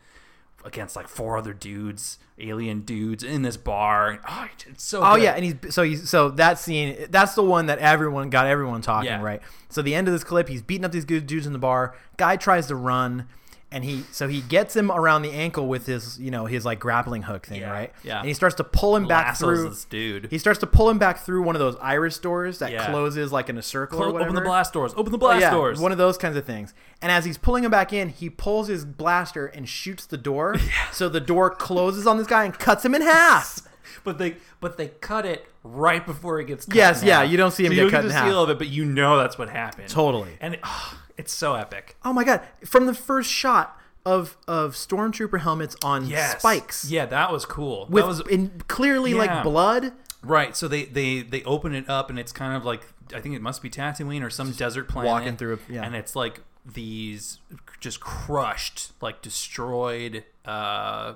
B: against like four other dudes, alien dudes in this bar. Oh, it's so
A: Oh
B: good.
A: yeah, and he's so he's so that scene that's the one that everyone got everyone talking
B: Yeah.
A: right. So the end of this clip, he's beating up these good dudes in the bar. Guy tries to run, and he so he gets him around the ankle with his you know his like grappling hook thing
B: Yeah,
A: right.
B: yeah.
A: and he starts to pull him back
B: Lassos
A: through.
B: this dude.
A: He starts to pull him back through one of those iris doors that
B: Yeah.
A: closes like in a circle or
B: Clo-
A: whatever.
B: open the blast doors. Open the blast
A: yeah,
B: doors.
A: One of those kinds of things. And as he's pulling him back in, he pulls his blaster and shoots the
B: *laughs*
A: door. So the door closes on this guy and cuts him in half.
B: but they but they cut it right before it gets. Cut
A: Yes,
B: in
A: yeah,
B: half.
A: you don't see him
B: so
A: get
B: you don't
A: cut
B: get
A: in
B: to
A: half.
B: See all of it, but you know that's what happened.
A: Totally.
B: And it, *sighs* oh, it's so epic.
A: Oh my god! From the first shot of of stormtrooper helmets on
B: Yes.
A: spikes
B: Yeah, that was cool.
A: with
B: that was
A: in clearly like
B: Yeah.
A: blood.
B: right. So they they they open it up and it's kind of like I think it must be Tatooine or some desert planet.
A: walking through a- yeah.
B: And it's like these just crushed, like destroyed. uh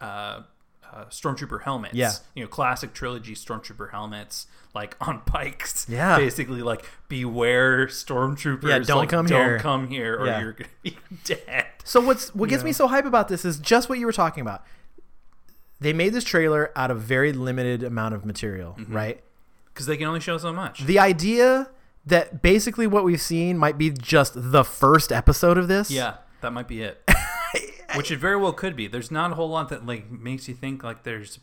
B: uh uh, stormtrooper helmets.
A: Yeah.
B: You know, classic trilogy stormtrooper helmets, like on *laughs* pikes.
A: Yeah.
B: Basically, like, beware stormtroopers.
A: Yeah, don't
B: like,
A: come
B: don't
A: here.
B: come here or
A: Yeah.
B: you're going to be *laughs* dead.
A: So what's what gets me so hype about this is just what you were talking about. They made this trailer out of very limited amount of material,
B: Mm-hmm.
A: right?
B: Because they can only show so much.
A: The idea that basically what we've seen might be just the first episode of this.
B: yeah, that
A: *laughs*
B: might be it. Which it very well could be. There's not a whole lot that, like, makes you think, like, there's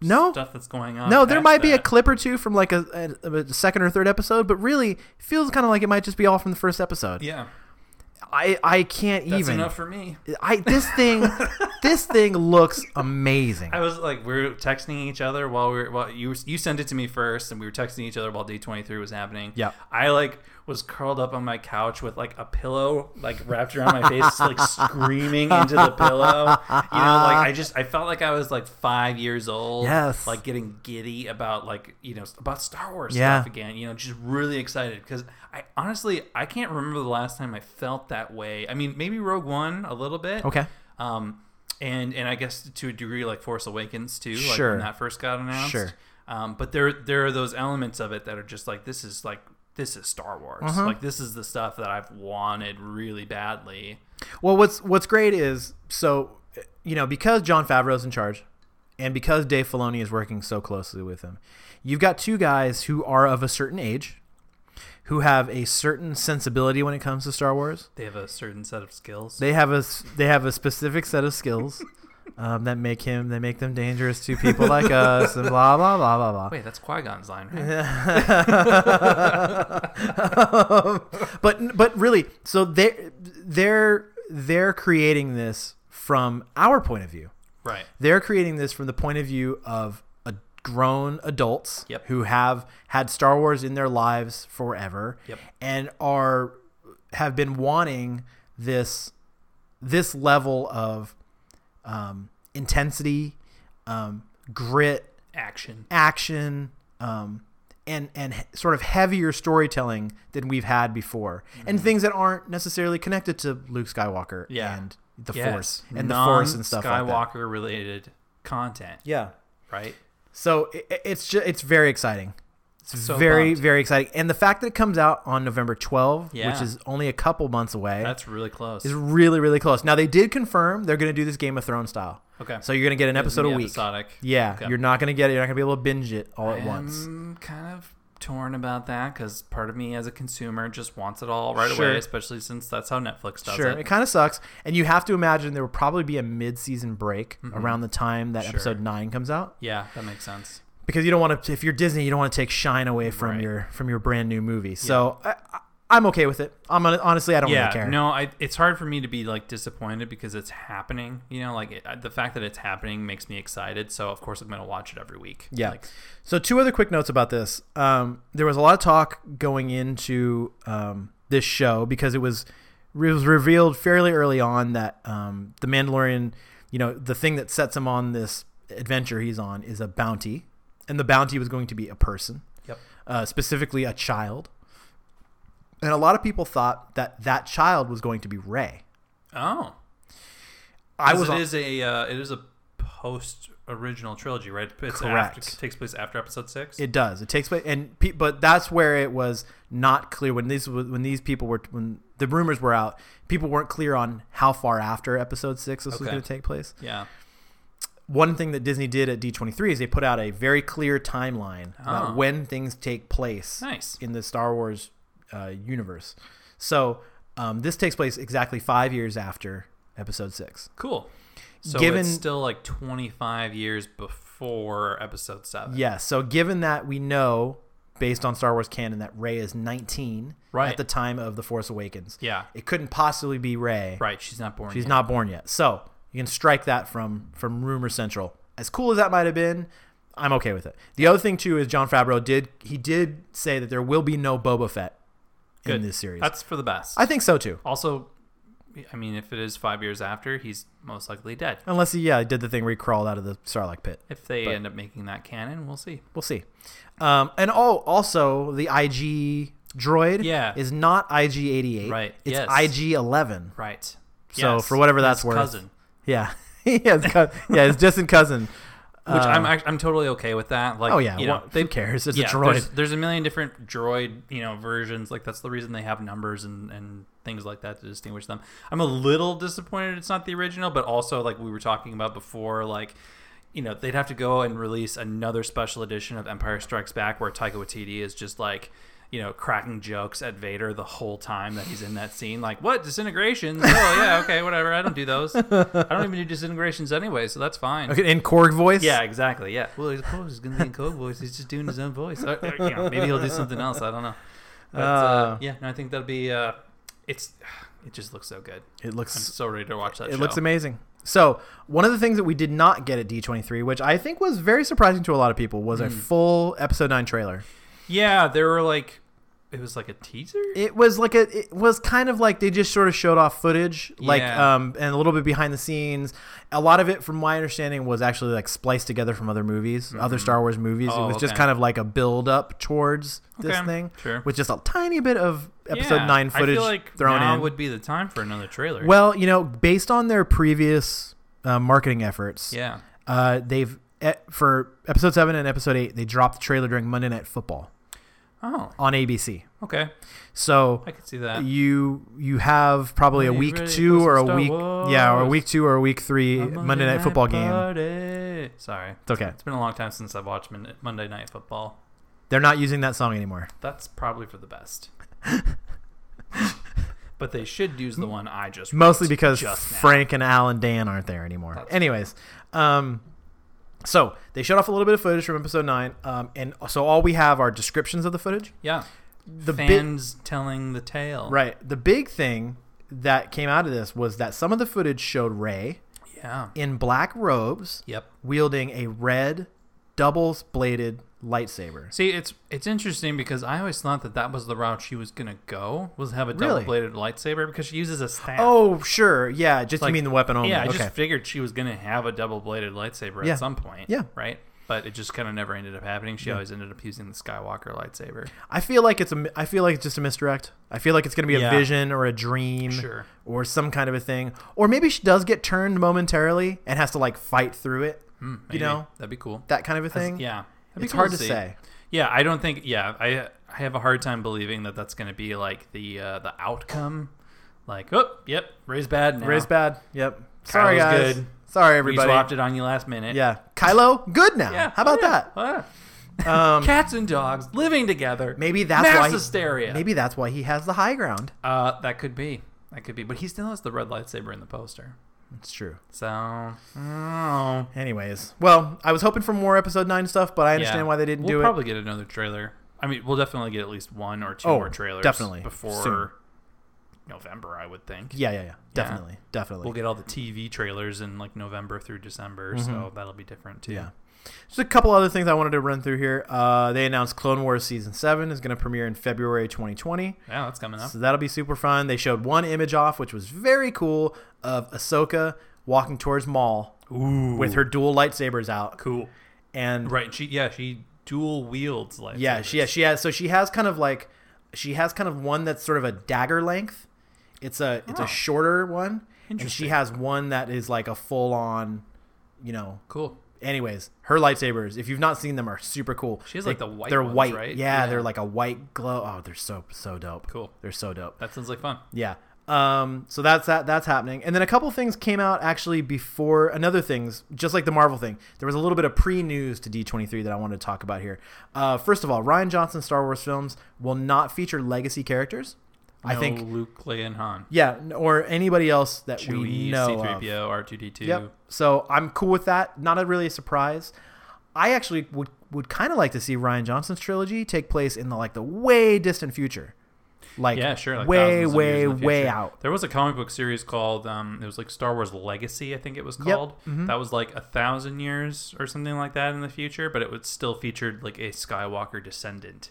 A: No.
B: stuff that's going on.
A: No, there
B: past
A: might be a
B: that.
A: clip or two from like a, a, a second or third episode, but really it feels kind of like it might just be all from the first episode.
B: Yeah,
A: I I can't
B: that's
A: even.
B: enough for me.
A: I this
B: *laughs*
A: thing this thing looks amazing.
B: I was like, we were texting each other while we were, while you were, you sent it to me first, and we were texting each other while day twenty three was happening.
A: Yeah.
B: I like was curled up on my couch with like a pillow like wrapped around
A: *laughs*
B: my face, like screaming into the pillow. You know, like I just I felt like I was like five years old.
A: Yes.
B: like getting giddy about like you know about Star Wars
A: Yeah.
B: stuff again. You know, just really excited because I honestly I can't remember the last time I felt that way. I mean, maybe Rogue One a little bit
A: Okay.
B: um, and and I guess to a degree like Force Awakens too, like
A: Sure.
B: when that first got announced.
A: Sure.
B: Um, but there there are those elements of it that are just like this is like this is Star Wars.
A: Uh-huh.
B: Like this is the stuff that I've wanted really badly.
A: Well, what's what's great is so you know because John Favreau's in charge, and because Dave Filoni is working so closely with him, you've got two guys who are of a certain age, who have a certain sensibility when it comes to Star Wars.
B: They have a certain set of skills.
A: They have a s- they have a specific set of skills um, that make him they make them dangerous to people like us and blah blah blah blah *laughs* blah.
B: Wait, Oh, that's Qui Gon's line, right?
A: Um, but but really, so they they're they're creating this from our point of view.
B: right.
A: They're creating this from the point of view of a grown adults
B: Yep.
A: who have had Star Wars in their lives forever
B: Yep.
A: and are have been wanting this this level of um, intensity, um, grit,
B: Action.
A: action um, and and he- sort of heavier storytelling than we've had before, and things that aren't necessarily connected to Luke Skywalker
B: Mm-hmm. Yeah.
A: and the
B: Yes.
A: Force and the Force and stuff like that.
B: Skywalker related content,
A: Yeah.
B: right?
A: So i i- it's just it's very exciting. It's
B: So
A: very
B: pumped.
A: very exciting, and the fact that it comes out on November 12, which
B: Yeah.
A: is only a couple months away,
B: That's really close.
A: is really really close. Now they did confirm they're going to do this Game of Thrones style,
B: Okay.
A: so you're going to get an episode a week.
B: Episodic.
A: Yeah,
B: Okay. Mm,
A: you're not going to get it. You're not going to be able to binge it all at
B: I'm
A: once.
B: kind of torn about that because part of me as a consumer just wants it all right
A: Sure.
B: away, especially since that's how Netflix does
A: sure, it,
B: it.
A: kind of sucks, and you have to imagine there will probably be a mid-season break around the time that
B: Sure.
A: episode nine comes out,
B: Yeah, that makes sense.
A: because you don't want to. If you're Disney, you don't want to take shine away from
B: Right.
A: your from your brand new movie. So I, I, I'm okay with it. I'm gonna, honestly, I don't really
B: Yeah,
A: care.
B: no, I, it's hard for me to be like disappointed because it's happening. You know, like it, the fact that it's happening makes me excited. So of course I'm gonna watch it every week.
A: Yeah.
B: Like,
A: so two other quick notes about this. Um, there was a lot of talk going into um, this show because it was it was revealed fairly early on that um, the Mandalorian, you know, the thing that sets him on this adventure he's on is a bounty, and the bounty was going to be a person,
B: yep.
A: uh, specifically a child. And a lot of people thought that that child was going to be Ray.
B: Oh,
A: I
B: Because
A: was
B: it
A: on-
B: is a uh, it is a post original trilogy, right? It's After,
A: Correct.
B: it takes place after episode six.
A: It does. It takes place, and pe- but that's where it was not clear when these when these people were when the rumors were out. People weren't clear on how far after episode six this was
B: Okay.
A: going to take place.
B: yeah.
A: One thing that Disney did at D twenty three is they put out a very clear timeline about
B: Oh.
A: when things take place
B: Nice.
A: in the Star Wars uh, universe. So um, this takes place exactly five years after episode six.
B: Cool. So
A: Given-
B: it's still like 25 years before episode 7.
A: Yeah. So given that we know, based on Star Wars canon, that Rey is 19
B: Right.
A: at the time of The Force Awakens.
B: Yeah.
A: It couldn't possibly be Rey.
B: Right, she's not born.
A: She's
B: yet.
A: not born yet. So you can strike that from from rumor central. As cool as that might have been, I'm okay with it. The other thing too is John Favreau did he did say that there will be no Boba Fett in
B: Good.
A: this series.
B: That's for the best.
A: I think so too.
B: also, I mean, if it is five years after, he's most likely dead.
A: Unless he yeah did the thing where he crawled out of the Sarlacc pit.
B: If they
A: But-
B: end up making that canon, we'll see.
A: We'll see. Um, and oh, also the IG droid
B: Yeah.
A: is not IG88.
B: Right,
A: It's
B: yes.
A: IG11.
B: Right.
A: So, for whatever that's
B: his
A: worth.
B: cousin,
A: Yeah. *laughs* yeah, it's cou- yeah, it's distant cousin.
B: which
A: Uh,
B: I'm act- I'm totally okay with that. Like,
A: Oh yeah,
B: you know,
A: well, who cares? It's
B: yeah,
A: a droid.
B: There's, there's a million different droid, you know, versions. Like that's the reason they have numbers and and things like that to distinguish them. I'm a little disappointed it's not the original, but also like we were talking about before, like. You know they'd have to go and release another special edition of Empire Strikes Back, where Taika Waititi is just like, you know, cracking jokes at Vader the whole time that he's in that scene. Like, what disintegrations? oh yeah, okay, whatever. I don't do those. I don't even do disintegrations anyway, so that's
A: *laughs*
B: fine.
A: Okay, in Korg voice.
B: Yeah, exactly. Yeah. Well, he's, oh, he's gonna be in Code voice. He's just doing his own voice. Uh, you know, maybe he'll do something else. I don't know. But, uh,
A: Uh,
B: yeah, no, I think that'll be. Uh, it's. It just looks so good.
A: It looks
B: I'm so ready to watch that.
A: it
B: show.
A: looks amazing. So one of the things that we did not get at D23, which I think was very surprising to a lot of people, was
B: Hmm.
A: a full episode nine trailer.
B: Yeah, there were like, it was like a teaser.
A: It was like a, it was kind of like they just sort of showed off footage, like
B: Yeah.
A: um, and a little bit behind the scenes. A lot of it, from my understanding, was actually like spliced together from other movies, other Star Wars movies. it
B: Oh,
A: was just
B: okay.
A: kind of like a build up towards this
B: Okay,
A: thing,
B: sure.
A: with just a tiny bit of episode
B: Yeah,
A: nine footage
B: I feel like
A: thrown
B: now
A: in.
B: would be the time for another trailer.
A: well, you know, based on their previous uh, marketing efforts,
B: yeah.
A: uh, they've eh, for episode seven and episode eight, they dropped the trailer during Monday Night Football
B: Oh,
A: on ABC.
B: okay.
A: So
B: I could see that.
A: you you have probably a
B: Ready,
A: week
B: ready,
A: two
B: listen,
A: or a
B: Star
A: week yeah or a
B: Wars.
A: week two or a week three
B: A
A: Monday, Night, Football game.
B: Party. Sorry,
A: It's okay.
B: it's been a long time since I've watched Mon- Monday Night Football.
A: They're not using that song anymore.
B: That's probably for
A: *laughs*
B: the best. but they should use the one I just
A: Mostly
B: wrote
A: because
B: just now.
A: Frank and Al and Dan aren't there anymore.
B: That's-
A: Anyways, um, so they showed off a little bit of footage from episode nine, um, and so all we have are descriptions of the footage.
B: Yeah,
A: The bit-
B: fans telling the tale.
A: right. The big thing that came out of this was that some of the footage showed Ray
B: Yeah.
A: in black robes,
B: Yep.
A: wielding a red double-bladed lightsaber.
B: See, it's it's interesting because I always thought that that was the route she was gonna go was have a
A: Really?
B: double-bladed lightsaber because she uses a staff.
A: Oh, sure. Yeah, just you
B: Like-
A: mean the weapon only.
B: yeah, I
A: okay.
B: just figured she was gonna have a double-bladed lightsaber
A: Yeah.
B: at some point.
A: Yeah.
B: right. But it just kind of never ended up happening. She always ended up using the Skywalker lightsaber.
A: I feel like it's a mi- I feel like it's just a misdirect. I feel like it's going to be a
B: Yeah.
A: vision or a dream
B: Sure.
A: or some kind of a thing. Or maybe she does get turned momentarily and has to like fight through it.
B: Hmm, Maybe.
A: know?
B: that'd be cool.
A: That kind of a thing.
B: Yeah, That'd be
A: It's
B: cool
A: hard to
B: see.
A: say.
B: Yeah, I don't think. Yeah, I I have a hard time believing that that's gonna be like the uh, the outcome. Like, oh, yep, Ray's bad now.
A: Ray's bad. Yep. Sorry
B: Kylo's
A: guys.
B: good.
A: Sorry
B: We
A: everybody.
B: swapped it on you last minute.
A: Yeah. Kylo, good now.
B: Yeah.
A: How about
B: yeah.
A: that?
B: Ah. *laughs*
A: Um,
B: Cats and dogs living together.
A: Maybe that's
B: Mass
A: why
B: hysteria.
A: Maybe that's why he has the high ground.
B: uh, that could be. That could be. But he still has the red lightsaber in the poster.
A: It's true.
B: So, I don't know.
A: Anyways, well, I was hoping for more episode nine stuff, but I understand
B: Oh. Yeah.
A: why they didn't
B: we'll
A: do
B: probably get another trailer. I mean, we'll definitely get at least one or two
A: Oh,
B: more trailers.
A: definitely.
B: Before
A: Soon.
B: November, I would think.
A: it. Yeah, yeah, yeah. Definitely, definitely.
B: We'll get all the TV trailers in like November through December. So that'll be different too.
A: Mm-hmm. yeah. Just a couple other things I wanted to run through here. Uh, they announced Clone Wars season seven is going to premiere in February 2020,
B: Yeah, that's coming up.
A: so that'll be super fun. They showed one image off, which was very cool, of Ahsoka walking towards Maul
B: Ooh.
A: with her dual lightsabers out,
B: *laughs* Cool.
A: and
B: Right. She, yeah, she dual wields like
A: yeah, she yeah, she has so she has kind of like she has kind of one that's sort of a dagger length. It's a it's
B: Oh.
A: a shorter one, and she
B: Interesting.
A: has one that is like a full on, you know,
B: Cool.
A: Anyways, her lightsabers, if you've not seen them, are super cool.
B: She has, like, the white
A: They're
B: ones,
A: white,
B: right?
A: Yeah,
B: Yeah.
A: they're like a white glow. Oh, they're so so dope.
B: Cool.
A: They're so dope.
B: That sounds like fun.
A: Yeah. Um. So that's that. That's happening. And then a couple things came out actually before another things, just like the Marvel thing. There was a little bit of pre-news to D23 that I wanted to talk about here. Uh, first of all, Ryan Johnson's Star Wars films will not feature legacy characters. I
B: No
A: think.
B: Luke, Leia, and Han.
A: Yeah, or anybody else that we
B: Chewie,
A: know of.
B: C3PO, R2D2.
A: Yep. So I'm cool with that. Not a really a surprise. I actually would would kind of like to see Ryan Johnson's trilogy take place in the like the way distant future. Like
B: Yeah, sure. Like
A: way
B: thousands of years
A: way
B: in the
A: way
B: future.
A: out.
B: There was a comic book series called um, it was like Star Wars Legacy, I think it was
A: Yep. Mm-hmm.
B: called. That was like a thousand years or something like that in the future, but it was still featured like a Skywalker descendant,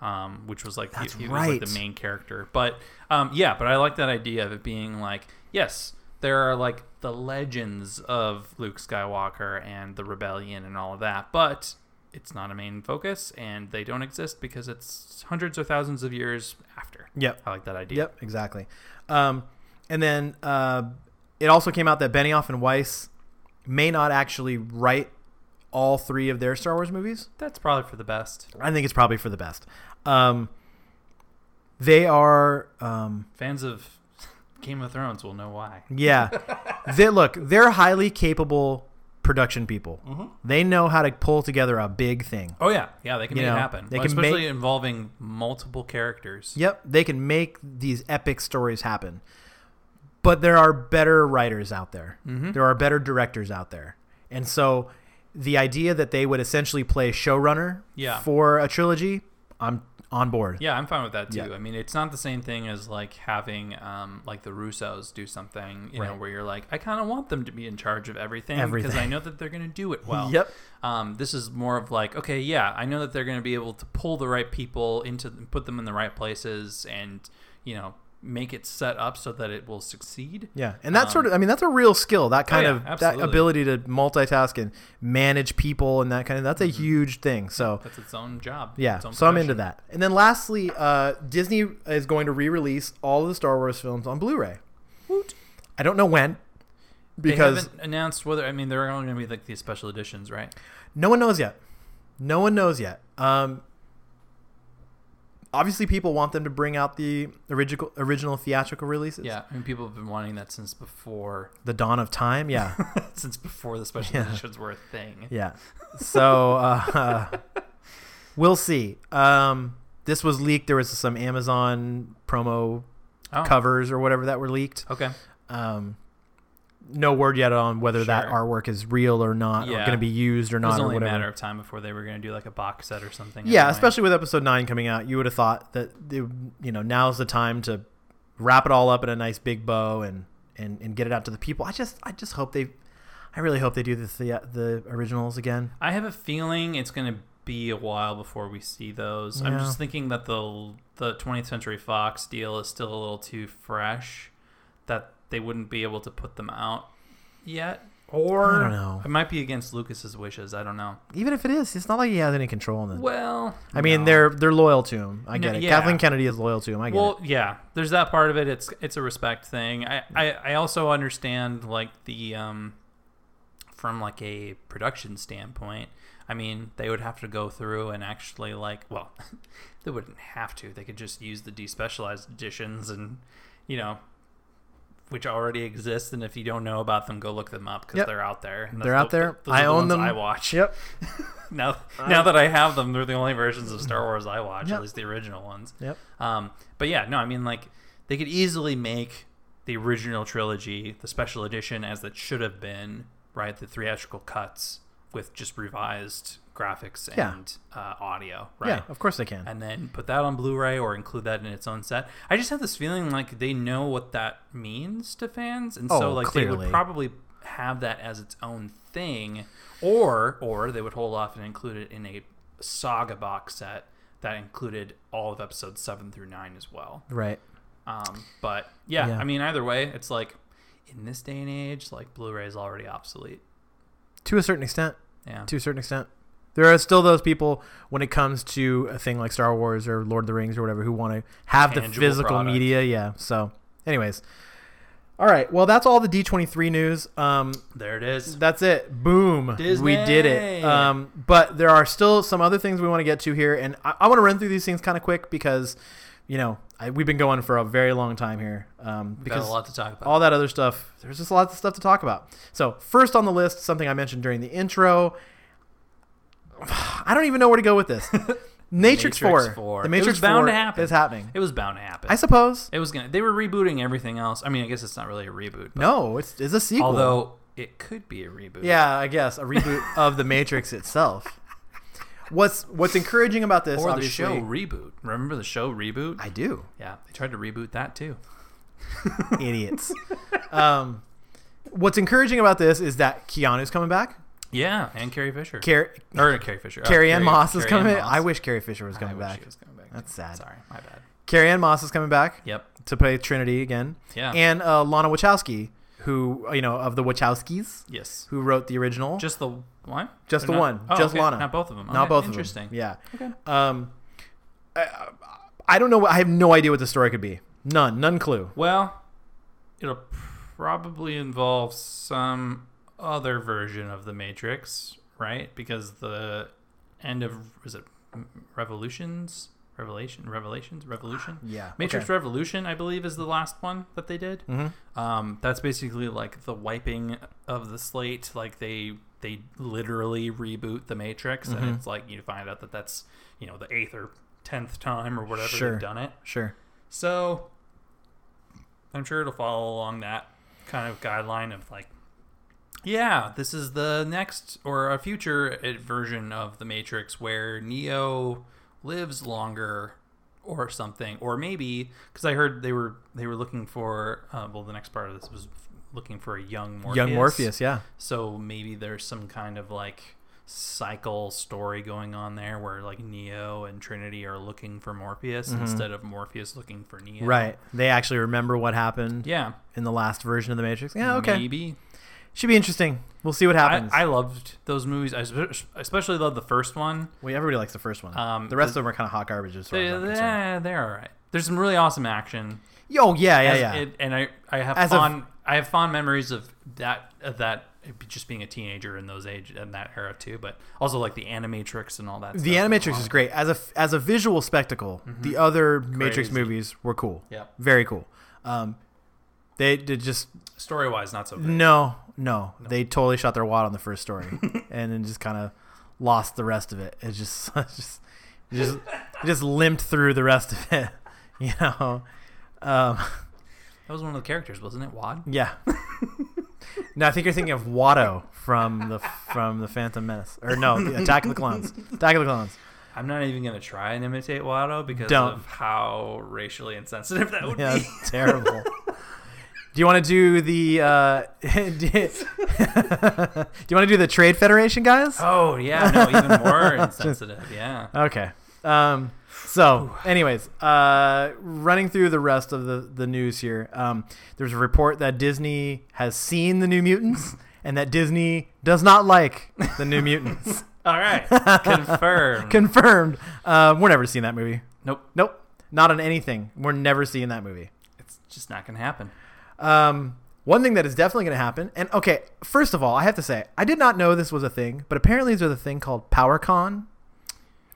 B: um, which was like he-
A: That's
B: he was, like,
A: right.
B: the main character. But um, yeah, but I like that idea of it being like yes. There are like the legends of Luke Skywalker and the rebellion and all of that, but it's not a main focus, and they don't exist because it's hundreds or thousands of years after.
A: Yep.
B: I like that idea.
A: Yep, exactly. Um, and then uh, it also came out that Benioff and Weiss may not actually write all three of their Star Wars movies.
B: That's probably for the best.
A: I think it's probably for the best. Um, they are um,
B: Fans of *laughs* Game of Thrones will know why.
A: Yeah. they look, they're highly capable production people. They know how to pull together a big thing.
B: Oh yeah, yeah, they can
A: You
B: make
A: know,
B: it happen.
A: they
B: Well,
A: can
B: especially
A: make-
B: involving multiple characters.
A: Yep, they can make these epic stories happen. But there are better writers out there. There are better directors out there. And so the idea that they would essentially play showrunner
B: Yeah.
A: for a trilogy, I'm on board.
B: Yeah, I'm fine with that too.
A: Yeah.
B: I mean, it's not the same thing as like having um, like the Russos do something, you know,
A: Right.
B: where you're like, I kind of want them to be in charge of everything because I
A: Everything.
B: know that they're going to
A: *laughs*
B: do it well.
A: Yep.
B: Um, this is more of like, okay, yeah, I know that they're going to be able to pull the right people into, put them in the right places, and you know, make it set up so that it will succeed.
A: Yeah, and that sort of I mean that's a real skill. That kind
B: um, Oh,
A: of
B: yeah, absolutely.
A: that ability to multitask and manage people and that kind of that's a huge thing. So
B: That's its own job.
A: yeah,
B: Mm-hmm. its own
A: so I'm into
B: profession.
A: that. And then lastly, uh, Disney is going to re-release all of the Star Wars films on Blu-ray. I don't know when
B: they
A: because
B: haven't announced whether I mean there are only going to be like these special editions, right?
A: no one knows yet. No one knows yet. Um, obviously, people want them to bring out the original original theatrical releases.
B: Yeah, I mean people have been wanting that since before *laughs*
A: the dawn of time. Yeah.
B: since before the special
A: Yeah.
B: editions were a thing.
A: Yeah. So uh, *laughs* we'll see. Um, this was leaked. There was some Amazon promo
B: Oh,
A: covers or whatever that were leaked.
B: okay.
A: Um, no word yet on whether that
B: Sure.
A: artwork is real or not, or
B: Yeah.
A: going to be used or
B: It was
A: not, or
B: only a
A: whatever.
B: matter of time before they were going to do like a box set or something.
A: Yeah,
B: anyway.
A: especially with episode nine coming out, you would have thought that they, you know now's the time to wrap it all up in a nice big bow and and and get it out to the people. I just I just hope they, I really hope they do the the, the originals again.
B: I have a feeling it's going to be a while before we see those. I'm
A: Yeah.
B: just thinking that the the 20th Century Fox deal is still a little too fresh, that they wouldn't be able to put them out yet. Or
A: I don't know.
B: it might be against Lucas's wishes. I don't know.
A: Even if it is, it's not like he has any control on it.
B: Well,
A: I mean,
B: no.
A: they're they're loyal to him. I
B: No,
A: get it.
B: yeah.
A: Kathleen Kennedy is loyal to him. I get
B: well
A: it.
B: yeah there's that part of it it's it's a respect thing I, I i also understand like the um from like a production standpoint i mean they would have to go through and actually like well *laughs* they wouldn't have to they could just use the despecialized editions and you know which already exist and if you don't know about them go look them up because
A: Yep.
B: they're out there And that's
A: They're out
B: the-
A: there.
B: those
A: I
B: are the
A: own
B: ones
A: them.
B: i watch
A: Yep.
B: now now that i have them they're the only versions of star wars i watch
A: Mm-hmm. Yep.
B: at least the original ones
A: Yep.
B: um, but yeah, no, I mean like they could easily make the original trilogy, the special edition as it should have been, right? The theatrical cuts with just revised graphics
A: Yeah.
B: and uh, audio, right?
A: Yeah. Of course they can.
B: And then put that on Blu-ray or include that in its own set. I just have this feeling like they know what that means to fans, and so
A: Oh,
B: like they
A: clearly.
B: would probably have that as its own thing, or or they would hold off and include it in a saga box set that included all of episodes seven through nine as well.
A: right.
B: Um, but yeah,
A: Yeah.
B: I mean either way, it's like in this day and age, like Blu-ray is already obsolete.
A: To a certain extent.
B: Yeah.
A: To a certain extent. There are still those people when it comes to a thing like Star Wars or Lord of the Rings or whatever who want to have the
B: Tangible
A: physical
B: product.
A: media. Yeah. So, anyways. All right. Well, that's all the D23 news. Um,
B: There it is.
A: That's it. Boom. We did
B: Disney.
A: it. Um, but there are still some other things we want to get to here, and I, I want to run through these things kind of quick because, you know, I, we've been going for a very long time here. Um,
B: Because
A: because
B: Got a lot to talk about.
A: all that other stuff, there's just lots of stuff to talk about. So first on the list, something I mentioned during the intro. *sighs* I don't even know where to go with
B: *laughs*
A: this. Matrix, 4.
B: Matrix 4.
A: The
B: It
A: Matrix
B: was bound
A: 4
B: to happen.
A: is happening.
B: it was bound to happen.
A: I suppose.
B: It was gonna. They were rebooting everything else. I mean, I guess it's not really a reboot. But
A: No, it's, it's a sequel.
B: although it could be a reboot.
A: Yeah, I guess a
B: *laughs*
A: reboot of the Matrix itself. What's what's encouraging about this?
B: Or the
A: obviously-
B: show reboot. Remember the show reboot?
A: I
B: *laughs*
A: do,
B: yeah, they tried to reboot that too.
A: idiots. um, what's encouraging about this is that Keanu's coming back.
B: Yeah, and Carrie Fisher.
A: Car-
B: or Carrie Fisher. Oh,
A: Carrie Ann Moss is
B: Carrie
A: coming.
B: Ann Moss.
A: I wish Carrie Fisher was
B: I
A: coming
B: wish
A: back.
B: she was coming back.
A: That's
B: too.
A: sad.
B: Sorry, my bad.
A: Carrie Ann Moss is coming back
B: Yep.
A: to play Trinity again,
B: Yeah.
A: and uh, Lana Wachowski, who you know of the Wachowskis,
B: yes.
A: who wrote the original.
B: Just the one.
A: Just
B: Or
A: the
B: not-
A: one.
B: Oh,
A: Just
B: okay.
A: Lana.
B: Not both of them.
A: not
B: Okay,
A: both
B: Interesting.
A: of them. Yeah.
B: Okay.
A: Um, I, I don't know. what- I have no idea what the story could be. None. None clue.
B: Well, it'll probably involve some other version of the Matrix, right? Because the end of was it Revolutions, Revelation, Revelations, Revolution.
A: Yeah. Ah,
B: Matrix
A: okay.
B: Revolution, I believe, is the last one that they did.
A: Mhm.
B: Um, that's basically like the wiping of the slate. Like they they literally reboot the Matrix,
A: Mm-hmm.
B: and it's like you find out that that's you know the eighth or tenth time or whatever
A: Sure.
B: they've done it.
A: Sure.
B: So I'm sure it'll follow along that kind of guideline of like, yeah, this is the next or a future eh, version of the Matrix where Neo lives longer or something, or maybe because I heard they were they were looking for uh, well, the next part of this was looking for a young Morpheus.
A: Young Morpheus, yeah.
B: So maybe there's some kind of like cycle story going on there where like Neo and Trinity are looking for Morpheus instead of Morpheus looking for Neo.
A: Mm-hmm. Right. They actually remember what happened
B: Yeah.
A: in the last version of the Matrix. Yeah, okay.
B: Maybe.
A: Should be interesting. We'll see what
B: I,
A: happens.
B: I loved those movies. I spe- especially loved the first one.
A: well, everybody likes the first one.
B: Um,
A: the rest of them are kind of hot garbage as far
B: They,
A: as I'm concerned.
B: they're, they're all right. There's some really awesome action.
A: Oh, yeah, yeah,
B: As
A: yeah.
B: it- and I, I have
A: As of-
B: fond I have fond memories of that of that just being a teenager in those age in that era too. But also like the Animatrix and all that.
A: the
B: stuff.
A: Animatrix is great as a as a visual spectacle. The other Matrix
B: Crazy.
A: movies were cool.
B: Yep.
A: very cool. Um, they did just
B: Story wise, not so. Bad.
A: no, no, They totally shot their wad on the first story, and then just kind of lost the rest of it. It just *laughs* just just just limped through the rest of it. *laughs* You know. Um,
B: That was one of the characters, wasn't it? Wad.
A: yeah. no, I think you're thinking of Watto from the from the Phantom Menace, or no, the Attack of the Clones. Attack of the Clones.
B: I'm not even gonna try and imitate Watto because
A: Don't.
B: of how racially insensitive that would
A: Yeah,
B: be. *laughs*
A: it's terrible. do you want to do the? Uh, *laughs* do, do you want to do the Trade Federation guys?
B: Oh yeah, no, even
A: *laughs*
B: more insensitive. Yeah.
A: Okay. Um, so, anyways, uh, running through the rest of the, the news here, um, there's a report that Disney has seen the New Mutants and that Disney does not like the New
B: *laughs*
A: Mutants.
B: All right, confirmed.
A: Confirmed. Uh, we're never seeing that movie.
B: nope,
A: Nope. Not on anything. We're never seeing that movie.
B: it's just not gonna happen.
A: Um, one thing that is definitely going to happen, and okay, first of all, I have to say, I did not know this was a thing, but apparently there's a thing called PowerCon,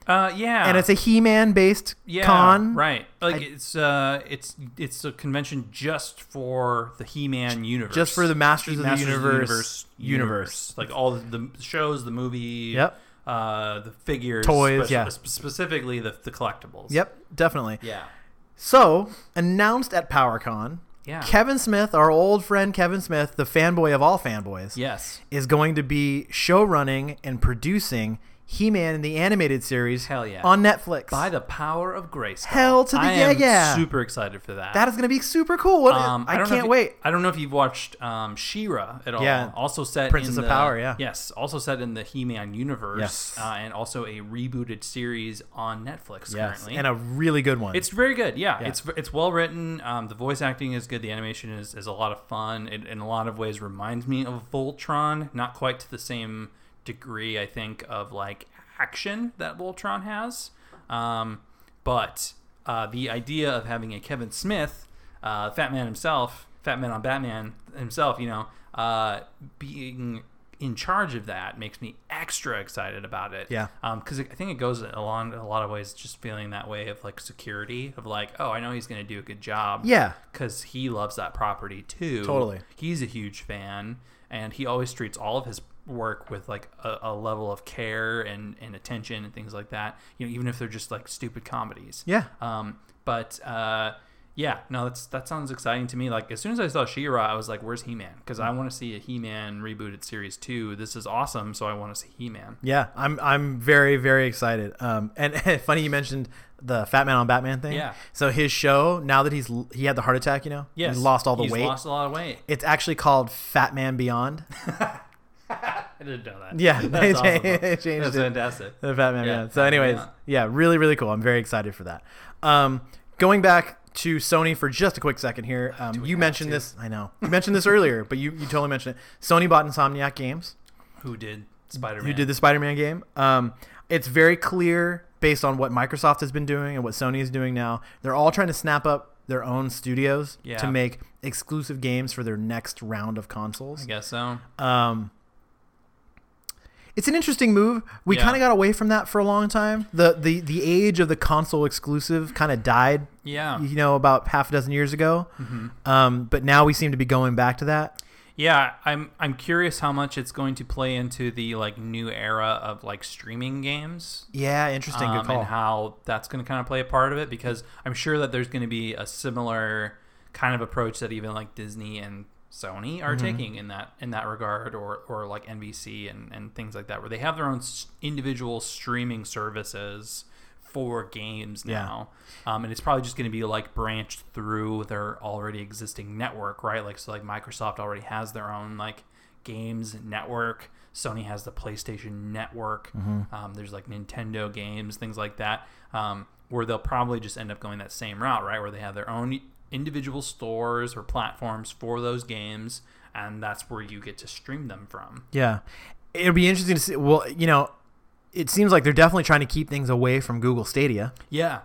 B: Uh, yeah,
A: and it's a He-Man based
B: yeah,
A: con.
B: right? Like
A: I-
B: it's uh, it's it's a convention just for the He-Man universe,
A: Just for the Masters of the
B: Masters
A: Universe-
B: universe,
A: universe.
B: universe. like all the shows, the movie,
A: Yep.
B: uh, the figures,
A: Toys,
B: spe-
A: yeah.
B: spe- specifically the the collectibles.
A: Yep, definitely.
B: Yeah.
A: So, announced at PowerCon,
B: Yeah.
A: Kevin Smith, our old friend Kevin Smith, the fanboy of all fanboys,
B: Yes.
A: is going to be show running and producing He-Man in the animated series
B: Hell yeah.
A: on Netflix.
B: By the power of grace.
A: Hell to the
B: I
A: yeah,
B: am
A: yeah.
B: Super excited for that.
A: that is going to be super cool. What-
B: Um,
A: I,
B: don't know if
A: can't
B: you-
A: wait.
B: I don't know if you've watched um, She-Ra at all.
A: Yeah.
B: Also set
A: Princess
B: in
A: of
B: the-
A: Power, yeah.
B: Yes. Also set in the He-Man universe.
A: Yes.
B: Uh, and also a rebooted series on Netflix currently.
A: and a really good one.
B: it's very good. Yeah. It's it's well written. Um, the voice acting is good. The animation is, is a lot of fun. It in a lot of ways reminds me of Voltron. Not quite to the same degree, I think, of like action that Voltron has. Um, but uh, the idea of having a Kevin Smith, uh, Fat Man himself, Fat Man on Batman himself, you know, uh, being in charge of that makes me extra excited about it.
A: Yeah.
B: Because I think Um, it goes along in a lot of ways, just feeling that way of like security, of like, oh, I know he's going to do a good job.
A: yeah.
B: Because he loves that property too.
A: Totally.
B: He's a huge fan, and he always treats all of his work with like a, a level of care and, and attention and things like that. You know, even if they're just like stupid comedies.
A: Yeah.
B: Um, but uh, yeah, no, that's that sounds exciting to me. Like as soon as I saw She-Ra, I was like, "Where's He-Man?" Because I want to see a He-Man rebooted series two. This is awesome, so I want to see He-Man.
A: Yeah, I'm I'm very very excited. Um, and *laughs* funny you mentioned the Fat Man on Batman thing.
B: Yeah.
A: So his show now that he's he had the heart attack, you know,
B: Yes,
A: he lost all the
B: he's
A: weight.
B: Lost a lot of weight.
A: *laughs* it's actually called Fat Man
B: *laughs*
A: Beyond. *laughs*
B: I didn't know that.
A: Yeah, they
B: *laughs* that's
A: cha-
B: awesome.
A: they
B: That's
A: changed it.
B: fantastic.
A: The Fat Man
B: Yeah,
A: Beyond.
B: Fat
A: So,
B: Man
A: anyways,
B: Beyond.
A: yeah, really really cool. I'm very excited for that. Um, going back to Sony for just a quick second here. Um, you mentioned this. I know you mentioned this earlier, but you you totally mentioned it. Sony bought Insomniac Games.
B: Who did Spider-Man?
A: who did the Spider-Man game. Um, it's very clear based on what Microsoft has been doing and what Sony is doing now. They're all trying to snap up their own studios
B: Yeah.
A: to make exclusive games for their next round of
B: I
A: consoles.
B: guess so.
A: Um, it's an interesting move. We
B: Yeah.
A: kind of got away from that for a long time. The the the age of the console exclusive kind of died,
B: Yeah.
A: you know, about half a dozen years ago. Um, but now we seem to be going back to that.
B: Yeah, I'm I'm curious how much it's going to play into the like new era of like streaming games.
A: Yeah, interesting. Good
B: um,
A: call.
B: and how that's going to kind of play a part of it because I'm sure that there's going to be a similar kind of approach that even like Disney and Sony
A: Mm-hmm.
B: are taking in that in that regard or or like NBC and and things like that where they have their own s- individual streaming services for games
A: Yeah.
B: now. Um, and it's probably just going to be like branched through their already existing network, right? Like so like Microsoft already has their own like games network. Sony has the PlayStation Network.
A: Mm-hmm.
B: Um, there's like Nintendo games, things like that, um, where they'll probably just end up going that same route, right? Where they have their own individual stores or platforms for those games, and that's where you get to stream them from.
A: Yeah, it'll be interesting to see. Well, you know, it seems like they're definitely trying to keep things away from Google Stadia.
B: Yeah,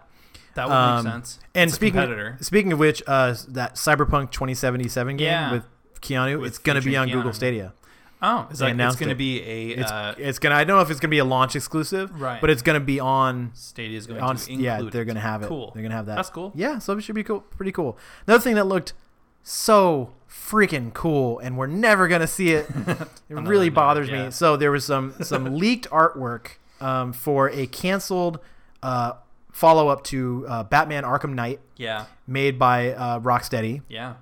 B: that would
A: Um,
B: make sense.
A: And
B: It's a
A: speaking
B: competitor.
A: speaking of which, uh, that Cyberpunk 2077 game
B: Yeah.
A: with Keanu,
B: With
A: it's going to be
B: featuring
A: on Google
B: Keanu.
A: Stadia.
B: oh, it's,
A: they
B: like, it's
A: announced
B: going
A: it.
B: to be a
A: It's
B: uh,
A: it's gonna. I don't know if it's gonna be a launch exclusive,
B: Right.
A: But it's gonna be on.
B: Stadia is going
A: on
B: to include.
A: yeah, they're gonna
B: it.
A: have it.
B: Cool.
A: They're gonna have that.
B: That's cool.
A: Yeah, so it should be cool. Pretty cool. Another thing that looked so freaking cool, and we're never gonna see it. *laughs* it really
B: negative,
A: bothers
B: yeah.
A: me. So there was
B: *laughs*
A: some some leaked artwork um, for a canceled uh, follow up to uh, Batman Arkham Knight,
B: Yeah,
A: made by uh, Rocksteady.
B: yeah.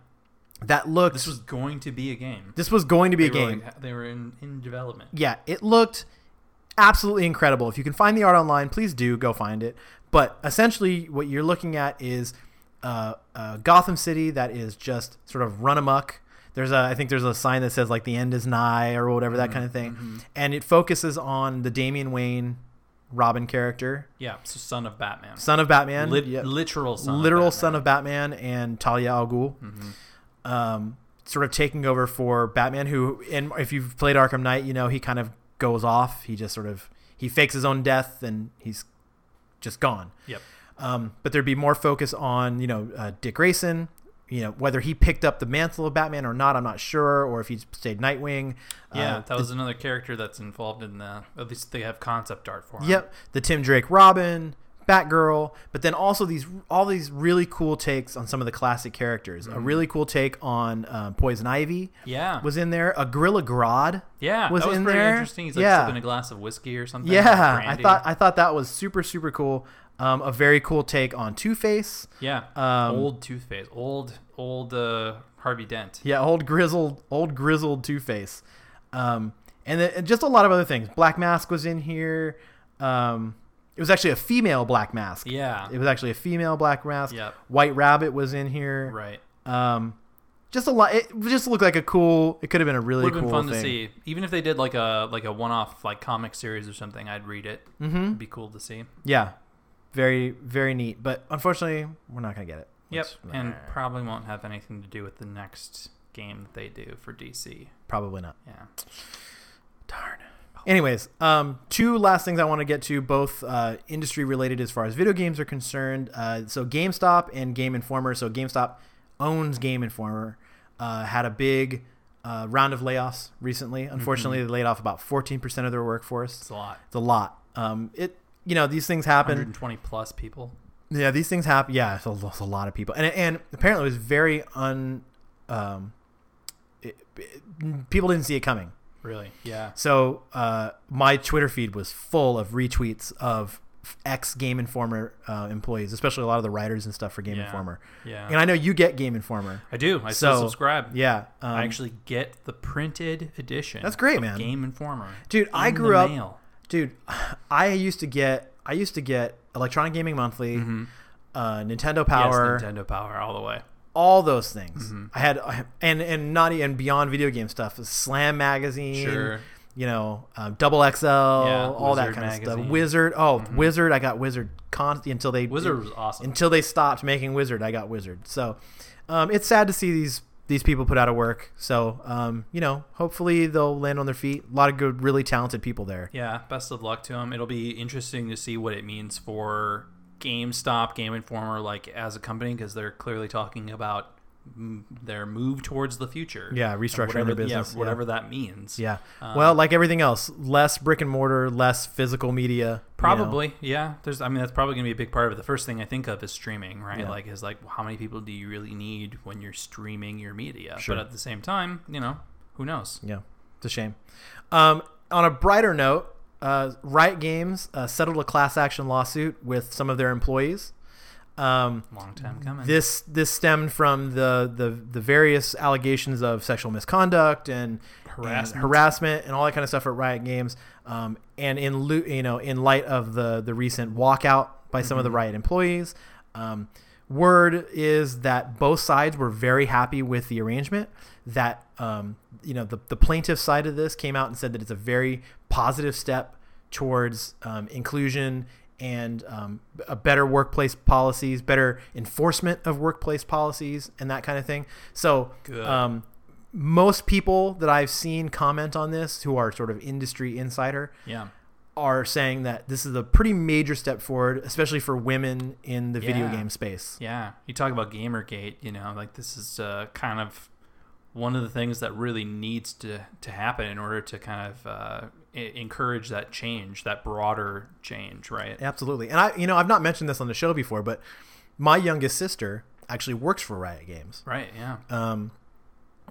A: That looked.
B: This was going to be a game.
A: this was going to be a
B: They were,
A: game.
B: like, they were in, in development.
A: yeah, it looked absolutely incredible. If you can find the art online, please do go find it. But essentially, what you're looking at is uh, uh, Gotham City that is just sort of run amok. There's a, I think there's a sign that says like the end is nigh or whatever
B: Mm-hmm.
A: that kind of thing, and it focuses on the Damian Wayne, Robin character,
B: Yeah, so son of Batman.
A: son of Batman,
B: Lit-
A: yeah,
B: Literal son.
A: literal
B: of Mm-hmm.
A: son of Batman, and Talia al Ghul
B: Batman.
A: um, sort of taking over for Batman, who, and if you've played Arkham Knight, you know he kind of goes off. He just sort of he fakes his own death and he's just gone.
B: Yep.
A: Um, but there'd be more focus on you know uh, Dick Grayson. You know whether he picked up the mantle of Batman or not, I'm not sure, or if he stayed Nightwing.
B: Yeah,
A: Uh,
B: that was another character that's involved in the. At least they have concept art for him.
A: Yep, the Tim Drake Robin, Batgirl, but then also these all these really cool takes on some of the classic characters.
B: Mm-hmm.
A: A really cool take on um, Poison Ivy
B: Yeah.
A: was in there. A Gorilla Grodd
B: yeah.
A: was
B: that was
A: in
B: pretty
A: there.
B: interesting. He's like
A: Yeah.
B: sipping a glass of whiskey or something.
A: Yeah,
B: like
A: I
B: brandy.
A: thought I thought that was super super cool. Um, a very cool take on Two Face.
B: Yeah.
A: Um,
B: old toothpaste. Old old uh, Harvey Dent.
A: Yeah, old grizzled old grizzled Two Face, um, and then and just a lot of other things. Black Mask was in here. Um, it was actually a female Black Mask.
B: Yeah.
A: It was actually a female Black Mask.
B: Yep.
A: White Rabbit was in here.
B: Right.
A: Um, just a lot. It just looked like a cool. It could have been a really
B: Would have
A: cool
B: been fun
A: thing.
B: to see. Even if they did like a like a one off like comic series or something, I'd read it.
A: Mm-hmm.
B: It'd be cool to see.
A: Yeah, very very neat. But unfortunately, we're not gonna get it.
B: Yep,
A: It's-
B: and probably won't have anything to do with the next game that they do for DC.
A: probably not.
B: Yeah.
A: Darn. Anyways, um, two last things I want to get to, both uh, industry related as far as video games are concerned. Uh, so GameStop and Game Informer. So GameStop owns Game Informer. Uh, had a big uh, round of layoffs recently.
B: Mm-hmm.
A: Unfortunately, they laid off about 14% of their workforce.
B: It's a lot.
A: It's a lot. Um, it you know these things happen.
B: 120 plus people.
A: Yeah, these things happen. Yeah, it's a, it's a lot of people, and and apparently it was very un. Um, it, it- people didn't see it coming.
B: Really? Yeah.
A: So uh, my Twitter feed was full of retweets of ex Game Informer uh, employees, especially a lot of the writers and stuff for Game
B: Yeah.
A: Informer.
B: Yeah.
A: And I know you get Game Informer.
B: I do. I still
A: So,
B: subscribe.
A: Yeah, um,
B: I actually get the printed edition.
A: That's great,
B: of
A: man.
B: Game Informer.
A: dude, I
B: in the
A: grew up,
B: mail.
A: dude. I used to get, I used to get Electronic Gaming Monthly, uh, Nintendo Power,
B: Mm-hmm. Yes, Nintendo Power all the way.
A: all those things.
B: Mm-hmm.
A: I had I- and and not and beyond video game stuff, Slam magazine,
B: Sure.
A: you know, um, Double XL, all that
B: Wizard
A: kind of stuff.
B: magazine. Mm-hmm.
A: Wizard, oh Wizard, I got Wizard constantly until they
B: Wizard was awesome.
A: until they stopped making Wizard. I got Wizard, so um, it's sad to see these these people put out of work. So um, you know, hopefully they'll land on their feet. A lot of good, really talented people there.
B: Yeah, best of luck to him. It'll be interesting to see what it means for GameStop, Game Informer, like as a company, because they're clearly talking about m- their move towards the future.
A: Yeah,
B: And
A: restructuring their
B: whatever,
A: business,
B: Yeah,
A: yeah.
B: whatever that means.
A: Yeah.
B: Um,
A: well, like everything else, less brick and mortar, less physical media. you know.
B: Probably, yeah. There's, I mean, that's probably gonna be a big part of it. The first thing I think of is streaming, right?
A: Yeah.
B: Like, is like, how many people do you really need when you're streaming your media?
A: Sure.
B: But at the same time, you know, Who knows?
A: Yeah, it's a shame. Um, on a brighter note, uh, Riot Games uh, settled a class action lawsuit with some of their employees. Um,
B: Long time coming.
A: this this stemmed from the, the the various allegations of sexual misconduct and
B: Harassment.
A: and, harassment and all that kind of stuff at Riot Games. Um, and in lu- you know in light of the the recent walkout by some of the Riot employees, um, word is that both sides were very happy with the arrangement. That um, you know the the plaintiff side of this came out and said that it's a very positive step towards um, inclusion and um, b- a better workplace policies, better enforcement of workplace policies, and that kind of thing. So,
B: Good.
A: um, most people that I've seen comment on this, who are sort of industry insider,
B: yeah.
A: are saying that this is a pretty major step forward, especially for women in the video
B: Yeah.
A: game space.
B: Yeah, you talk about Gamergate. You know, like this is uh, kind of one of the things that really needs to to happen in order to kind of uh, I- encourage that change, that broader change, right?
A: Absolutely. And I, you know, I've not mentioned this on the show before, but my youngest sister actually works for Riot Games.
B: Right. Yeah.
A: Um,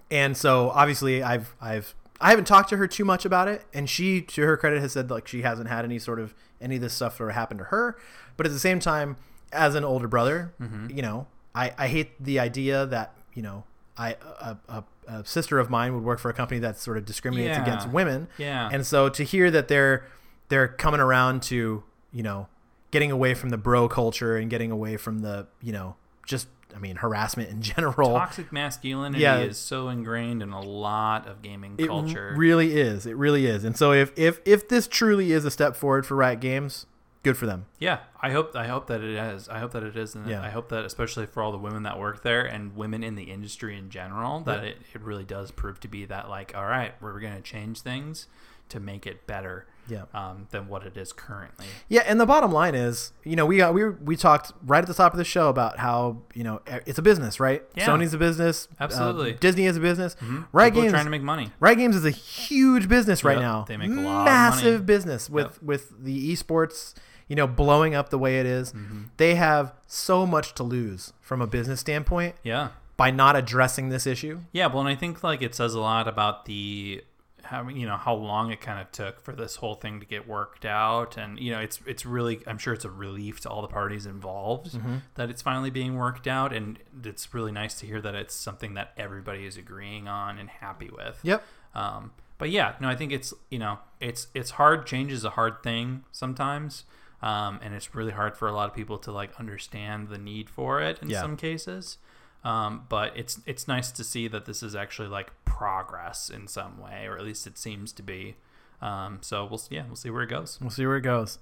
A: and so obviously I've I've I haven't talked to her too much about it, and she, to her credit, has said like she hasn't had any sort of any of this stuff that happened to her. But at the same time, as an older brother, you know, I I hate the idea that you know I a, a, a sister of mine would work for a company that sort of discriminates
B: Yeah.
A: against women.
B: Yeah.
A: And so to hear that they're they're coming around to you know getting away from the bro culture and getting away from the you know just I mean harassment in *laughs* general.
B: Toxic masculinity
A: Yeah.
B: is so ingrained in a lot of gaming
A: It
B: culture.
A: really is. It really is. And so if if if this truly is a step forward for Riot Games, good for them.
B: yeah, I hope I hope that it is. I hope that it is, and
A: Yeah.
B: I hope that especially for all the women that work there and women in the industry in general, that it, it really does prove to be that like, all right, we're going to change things to make it better.
A: Yeah.
B: um, than what it is currently.
A: Yeah, and the bottom line is, you know, we got we were- we talked right at the top of the show about how you know e- it's a business, right?
B: Yeah.
A: Sony's a business. uh,
B: Absolutely. Mm-hmm.
A: Disney is a business. Riot
B: People are
A: Games.
B: trying to make money.
A: Riot Games is a huge business right
B: Yep,
A: now.
B: they make a lot of
A: massive
B: money.
A: business with with the esports, you know, blowing up the way it is.
B: Mm-hmm.
A: They have so much to lose from a business standpoint
B: Yeah,
A: by not addressing this issue.
B: yeah. Well, and I think like it says a lot about the how you know how long it kind of took for this whole thing to get worked out, and you know it's it's really I'm sure it's a relief to all the parties involved that it's finally being worked out, and it's really nice to hear that it's something that everybody is agreeing on and happy with.
A: Yep.
B: Um, but yeah, no, I think it's you know it's it's hard. Change is a hard thing sometimes, um, and it's really hard for a lot of people to like understand the need for it in
A: Yeah.
B: some cases. Um, but it's it's nice to see that this is actually like progress in some way, or at least it seems to be. Um, so we'll s- yeah we'll see where it goes.
A: We'll see where it goes.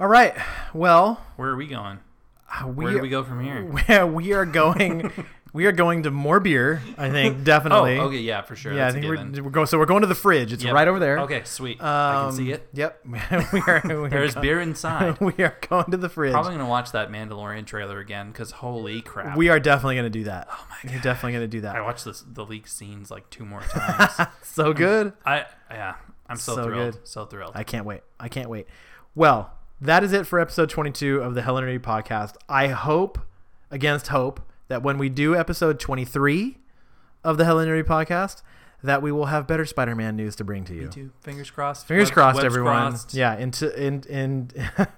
A: All right. Well,
B: Where are we going?
A: uh, we,
B: Where do we go from here?
A: *laughs* Where we are
B: *laughs*
A: going, we are going to more beer. I think
B: Oh,
A: definitely.
B: okay, yeah, for sure.
A: Yeah, I
B: That's a
A: think
B: given.
A: we're, we're going. So we're going to the fridge. It's
B: Yep.
A: right over there.
B: Okay, sweet. I
A: Um,
B: can see it.
A: Yep. *laughs* we are. We are
B: There's
A: go- *laughs*
B: beer inside.
A: We are going to the fridge.
B: Probably gonna watch that Mandalorian trailer again because holy crap.
A: We are definitely going to do that. Oh my god. We're definitely going to do
B: I
A: that.
B: watched this, the leak scenes like two more
A: *laughs*
B: times.
A: So good.
B: I yeah, I'm so,
A: So
B: thrilled,
A: good.
B: so thrilled.
A: I can't wait. I can't wait. Well, that is it for episode 22 of the Hell and Nerdy podcast. I hope, against hope, that when we do episode 23 of the Hell and Nerdy podcast, that we will have better Spider-Man news to bring to you.
B: Me too. Fingers crossed.
A: Fingers
B: Web-
A: crossed,
B: webs
A: everyone.
B: crossed.
A: Yeah, until in, in, *laughs*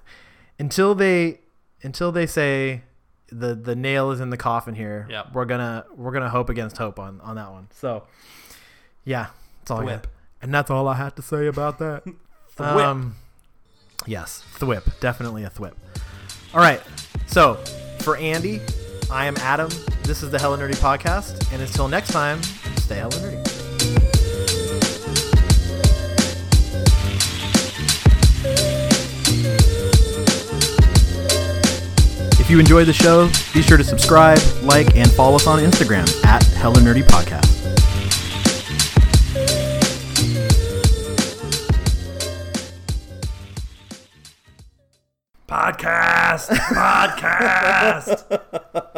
A: until they until they say the the nail is in the coffin here.
B: Yep.
A: we're gonna we're gonna hope against hope on on that one. So, yeah, it's all I got.
B: Thwip.
A: and that's all I had to say about that. Um,
B: Thwip.
A: yes, thwip, definitely a thwip. All right, so for Andy, I am Adam. This is the Hella Nerdy podcast, and until next time, stay hella nerdy. If you enjoyed the show, be sure to subscribe, like, and follow us on Instagram at Hella Nerdy Podcast. *laughs*
B: Podcast. Podcast.